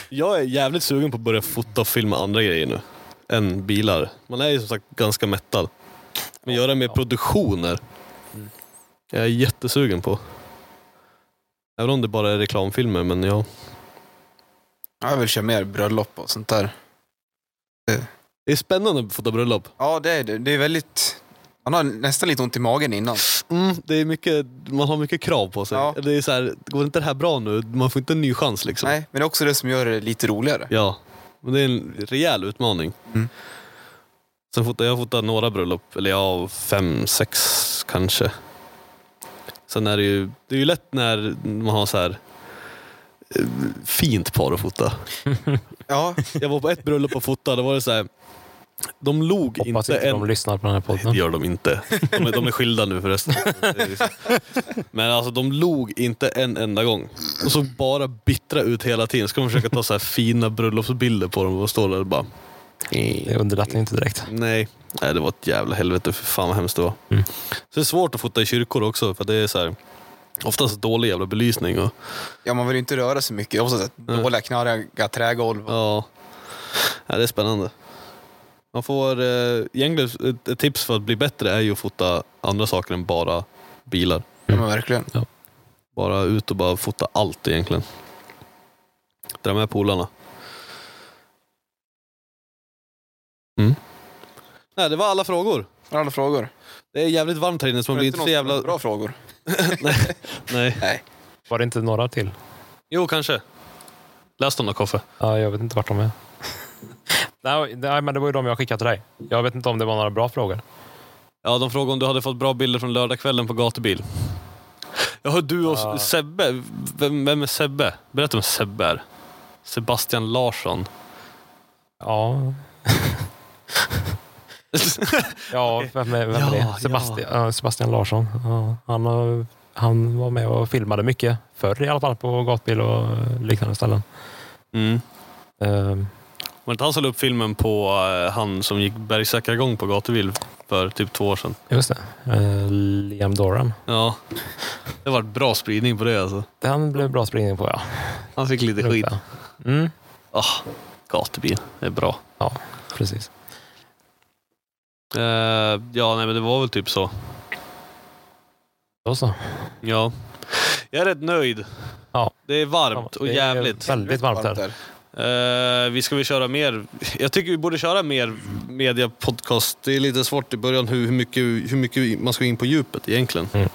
Speaker 1: Jag är jävligt sugen på att börja fota och filma andra grejer nu. Än bilar. Man är ju som sagt ganska mättad. Men göra mer produktioner. Jag är jättesugen på. Även om det bara är reklamfilmer, men ja.
Speaker 4: Ja, jag vill köra mer bröllop och sånt där.
Speaker 1: Det är spännande att fota bröllop.
Speaker 4: Ja, det är det. Det är väldigt... Man har nästan lite ont i magen innan.
Speaker 1: Mm, det är mycket, man har mycket krav på sig.
Speaker 4: Ja.
Speaker 1: Det är så här, går inte det här bra nu, man får inte en ny chans liksom.
Speaker 4: Nej, men det är också det som gör det lite roligare.
Speaker 1: Ja, men det är en rejäl utmaning.
Speaker 4: Mm.
Speaker 1: Sen fotade jag fotat några bröllop, eller ja, fem, sex kanske. Sen är det ju, det är ju lätt när man har så här eh, fint par att fota.
Speaker 4: Ja,
Speaker 1: Jag var på ett bröllop och fotade, då var det så här De log
Speaker 2: Hoppas
Speaker 1: inte
Speaker 2: inte
Speaker 1: en...
Speaker 2: de lyssnar på den här
Speaker 1: Det
Speaker 2: podden.
Speaker 1: gör de inte. De är, de är skilda nu förresten. Det är ju så. Men alltså de log inte en enda gång. Och så bara bittra ut hela tiden. Ska man försöka ta så här fina bröllopsbilder på dem och står där och bara...
Speaker 2: Det underlättar ju inte direkt.
Speaker 1: Nej. Nej, det var ett jävla helvete. För fan vad hemskt det var.
Speaker 2: Mm.
Speaker 1: Så det är svårt att fota i kyrkor också. För det är så här, oftast dålig jävla belysning. Och,
Speaker 4: Ja, man vill ju inte röra sig mycket. Jag har också sett dåliga, knarriga trägolv.
Speaker 1: ja. ja, det är spännande. Man får, eh, egentligen ett, ett tips för att bli bättre är ju att fota andra saker än bara bilar.
Speaker 4: Ja, men verkligen.
Speaker 1: Bara ut och bara fota allt egentligen. Dra med polarna. Mm. Nej, det var alla frågor.
Speaker 4: Har alla frågor?
Speaker 1: Det är jävligt varmt här inne så man
Speaker 4: Har
Speaker 1: blir
Speaker 4: du
Speaker 1: inte så
Speaker 4: någon-
Speaker 1: jävla...
Speaker 4: Bra frågor.
Speaker 1: Nej.
Speaker 2: Var det inte några till?
Speaker 1: Jo, kanske. Läs dem då, Koffe.
Speaker 2: Ja, jag vet inte vart de är. nej, nej, men det var ju de jag skickade till dig. Jag vet inte om det var några bra frågor.
Speaker 1: Ja, de frågade om du hade fått bra bilder från lördagskvällen på gatubil. Jag hör du och
Speaker 2: Ah.
Speaker 1: Sebbe. Vem, vem är Sebbe? Berätta om Sebbe är. Sebastian Larsson.
Speaker 2: Ja. ja, vem är, vem är
Speaker 1: Ja,
Speaker 2: det? Sebastian, ja. Sebastian Larsson. Ja, han, har- han var med och filmade mycket förr i alla fall på gatbil och liknande ställen.
Speaker 1: Mm.
Speaker 2: Ehm,
Speaker 1: Var det inte han som la upp filmen på eh, han som gick bergsäkrargång på gatubil för typ två år sedan?
Speaker 2: just det. Eh, Liam Doran.
Speaker 1: Ja. Det var bra spridning på det alltså.
Speaker 2: Den blev bra springning på, ja.
Speaker 1: Han fick lite skit.
Speaker 2: Mm,
Speaker 1: Oh, gatubil, det är bra.
Speaker 2: precis.
Speaker 1: Eh, ja, nej men det var väl typ så.
Speaker 2: Då så.
Speaker 1: Ja. Jag är rätt nöjd.
Speaker 2: Ja.
Speaker 1: Det är varmt och
Speaker 2: Det är
Speaker 1: jävligt.
Speaker 2: Väldigt varmt här.
Speaker 1: Eh, vi ska väl köra mer. Jag tycker vi borde köra mer media podcast. Det är lite svårt i början hur, hur, mycket, hur mycket man ska gå in på djupet egentligen.
Speaker 2: Mm.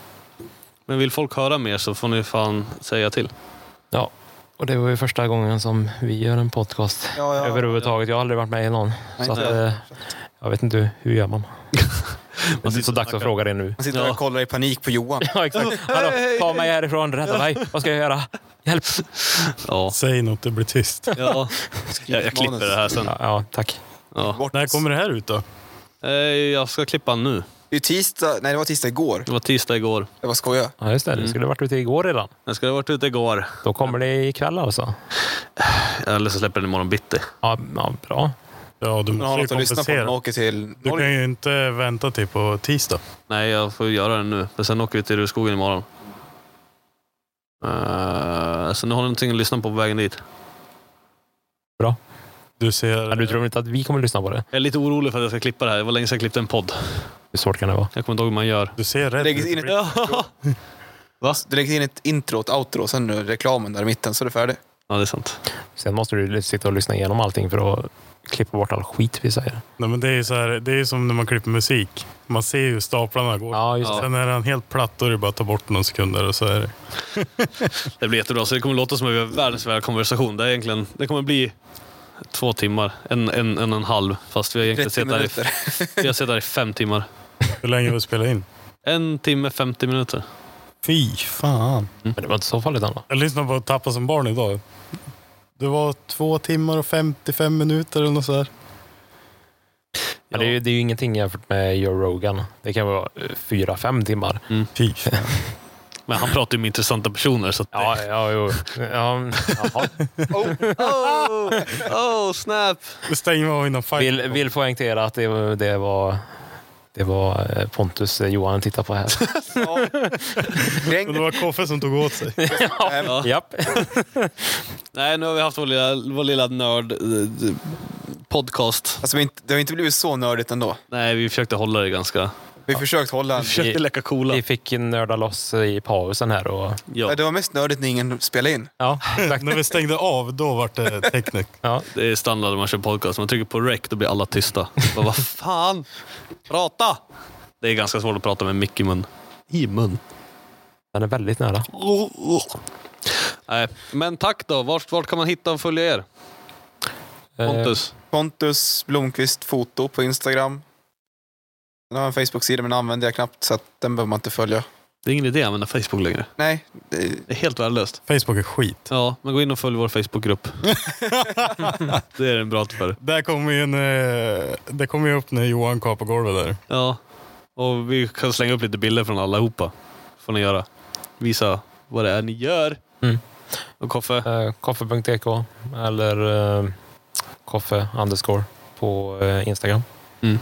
Speaker 1: Men vill folk höra mer så får ni fan säga till.
Speaker 2: Ja, och det var ju första gången som vi gör en podcast
Speaker 4: Ja, ja.
Speaker 2: överhuvudtaget. Jag har aldrig varit med i någon.
Speaker 4: Nej,
Speaker 2: så att,
Speaker 4: inte jag.
Speaker 2: eh, jag vet inte, hur gör man? det är
Speaker 1: sitter
Speaker 2: inte så
Speaker 1: och
Speaker 2: dags
Speaker 1: snackar.
Speaker 2: att fråga det nu.
Speaker 4: Man sitter där och kollar i panik på Johan.
Speaker 2: Ja, exakt. Hallå, ta mig härifrån, rädda mig. Vad ska jag göra? Hjälp!
Speaker 1: Ja,
Speaker 3: Säg något, det blir tyst.
Speaker 1: ja. Jag, jag klipper det här sen.
Speaker 2: Ja, ja tack.
Speaker 1: Ja.
Speaker 4: Bort.
Speaker 3: När kommer det här ut då?
Speaker 1: Eh, Jag ska klippa nu.
Speaker 4: Det är tisdag, nej det var tisdag igår.
Speaker 1: Det var tisdag igår.
Speaker 4: Det var skoja.
Speaker 2: Ja, just det. Det skulle varit ute igår redan.
Speaker 1: Jag skulle ha varit ute igår.
Speaker 2: Då kommer det ikväll alltså.
Speaker 1: Eller så släpper den imorgon bitti.
Speaker 2: Ja, ja bra.
Speaker 3: Ja, du
Speaker 4: Man har
Speaker 3: måste ju
Speaker 4: något att lyssna på när man
Speaker 3: kompensera.
Speaker 4: åker till
Speaker 3: Du
Speaker 4: Norge.
Speaker 3: kan ju inte vänta till på tisdag.
Speaker 1: Nej, jag får göra det nu. För sen åker vi till Rudskogen imorgon. Uh, så nu har ni någonting att lyssna på på vägen dit.
Speaker 3: Du ser...
Speaker 2: Men du tror inte att vi kommer lyssna på det?
Speaker 1: Jag är lite orolig för att jag ska klippa det här. Det var länge sedan jag klippte en podd.
Speaker 2: Hur svårt kan det vara?
Speaker 1: Jag kommer inte ihåg hur man gör.
Speaker 3: Du ser rädd
Speaker 4: Läggs in
Speaker 3: ut.
Speaker 4: ett,
Speaker 1: Ja,
Speaker 4: det läggs in ett intro och ett outro och sen reklamen där i mitten så är det färdigt.
Speaker 1: ja det är sant.
Speaker 2: Sen måste du sitta och lyssna igenom allting för att klippa bort all skit vi säger.
Speaker 3: Nej, men det är ju så här, det är ju som när man klipper musik. Man ser ju hur staplarna går.
Speaker 2: Ja, just det.
Speaker 3: Sen är den helt platt, då är det bara att ta bort någon sekund där och så är det.
Speaker 1: Det blir jättebra. Så det kommer låta som att vi har världens värsta konversation. Det, är egentligen, det kommer bli två timmar. En, en, en och en halv. Fast vi har egentligen
Speaker 4: 30
Speaker 1: suttit här, i-
Speaker 4: minuter.
Speaker 1: vi har suttit här i fem timmar.
Speaker 3: Hur länge har vi spelat in?
Speaker 1: En timme, 50 minuter.
Speaker 3: Fy fan.
Speaker 2: Men det var inte så farligt ändå.
Speaker 3: Jag lyssnade på Tappa som barn idag. Det var två timmar och 55 minuter eller något så här.
Speaker 2: Men det, är ju, det är ju ingenting jämfört med Joe Rogan. Det kan vara eh, fyra, fem timmar.
Speaker 3: Fy fan.
Speaker 1: Men han pratar ju med intressanta personer. Så att det...
Speaker 2: Ja, ja, jo. Ja, jaha.
Speaker 1: oh, oh, snap!
Speaker 3: Nu stänger vi av innan fight.
Speaker 2: Vill, vill poängtera att det, var- det var det var eh, Pontus eh, Johan tittar på här.
Speaker 3: Men det
Speaker 4: Kräng.
Speaker 3: var Koffe som tog åt sig.
Speaker 4: Ja.
Speaker 2: Japp.
Speaker 1: Nej, nu har vi haft vår lilla, vår lilla nörd eh, d- podcast.
Speaker 4: Alltså, vi har inte- det har inte blivit så nördigt ändå.
Speaker 1: Nej, vi försökte hålla det ganska...
Speaker 4: Vi har försökt hålla en...
Speaker 1: Försökte leka coola.
Speaker 2: Vi fick nörda loss i pausen här. Och,
Speaker 1: Ja,
Speaker 4: Ja, Det var mest nördigt när ingen spelade in.
Speaker 2: ja, exakt.
Speaker 3: När vi stängde av, då var det teknik.
Speaker 2: Ja,
Speaker 1: det är standard när man kör podcast. Man trycker på rec, då blir alla tysta. Bara, Vad fan? Prata! Det är ganska svårt att prata med mick i mun. I mun.
Speaker 2: den är väldigt nära.
Speaker 1: Oh, oh. Nej, men tack då. Vart, vart kan man hitta och följa er?
Speaker 2: Eh,
Speaker 1: Pontus?
Speaker 4: Pontus Blomqvist foto på Instagram. Den har en Facebook-sida men den använder jag knappt så att den behöver man inte följa.
Speaker 1: Det är ingen idé att använda Facebook längre.
Speaker 4: Nej, det,
Speaker 1: Det är helt värdelöst.
Speaker 3: Facebook är skit.
Speaker 1: Ja, men gå in och följ vår Facebookgrupp. det är den bra för.
Speaker 3: Där kommer ju en, eh, det kommer ju upp när Johan kapar golvet där.
Speaker 1: Ja. Och vi kan slänga upp lite bilder från allihopa. Får ni göra. Visa vad det är ni gör.
Speaker 2: Mm.
Speaker 1: Och Koffe.
Speaker 2: Eh, Koffe.tk eller eh, koffe underscore på eh, Instagram.
Speaker 1: Mm.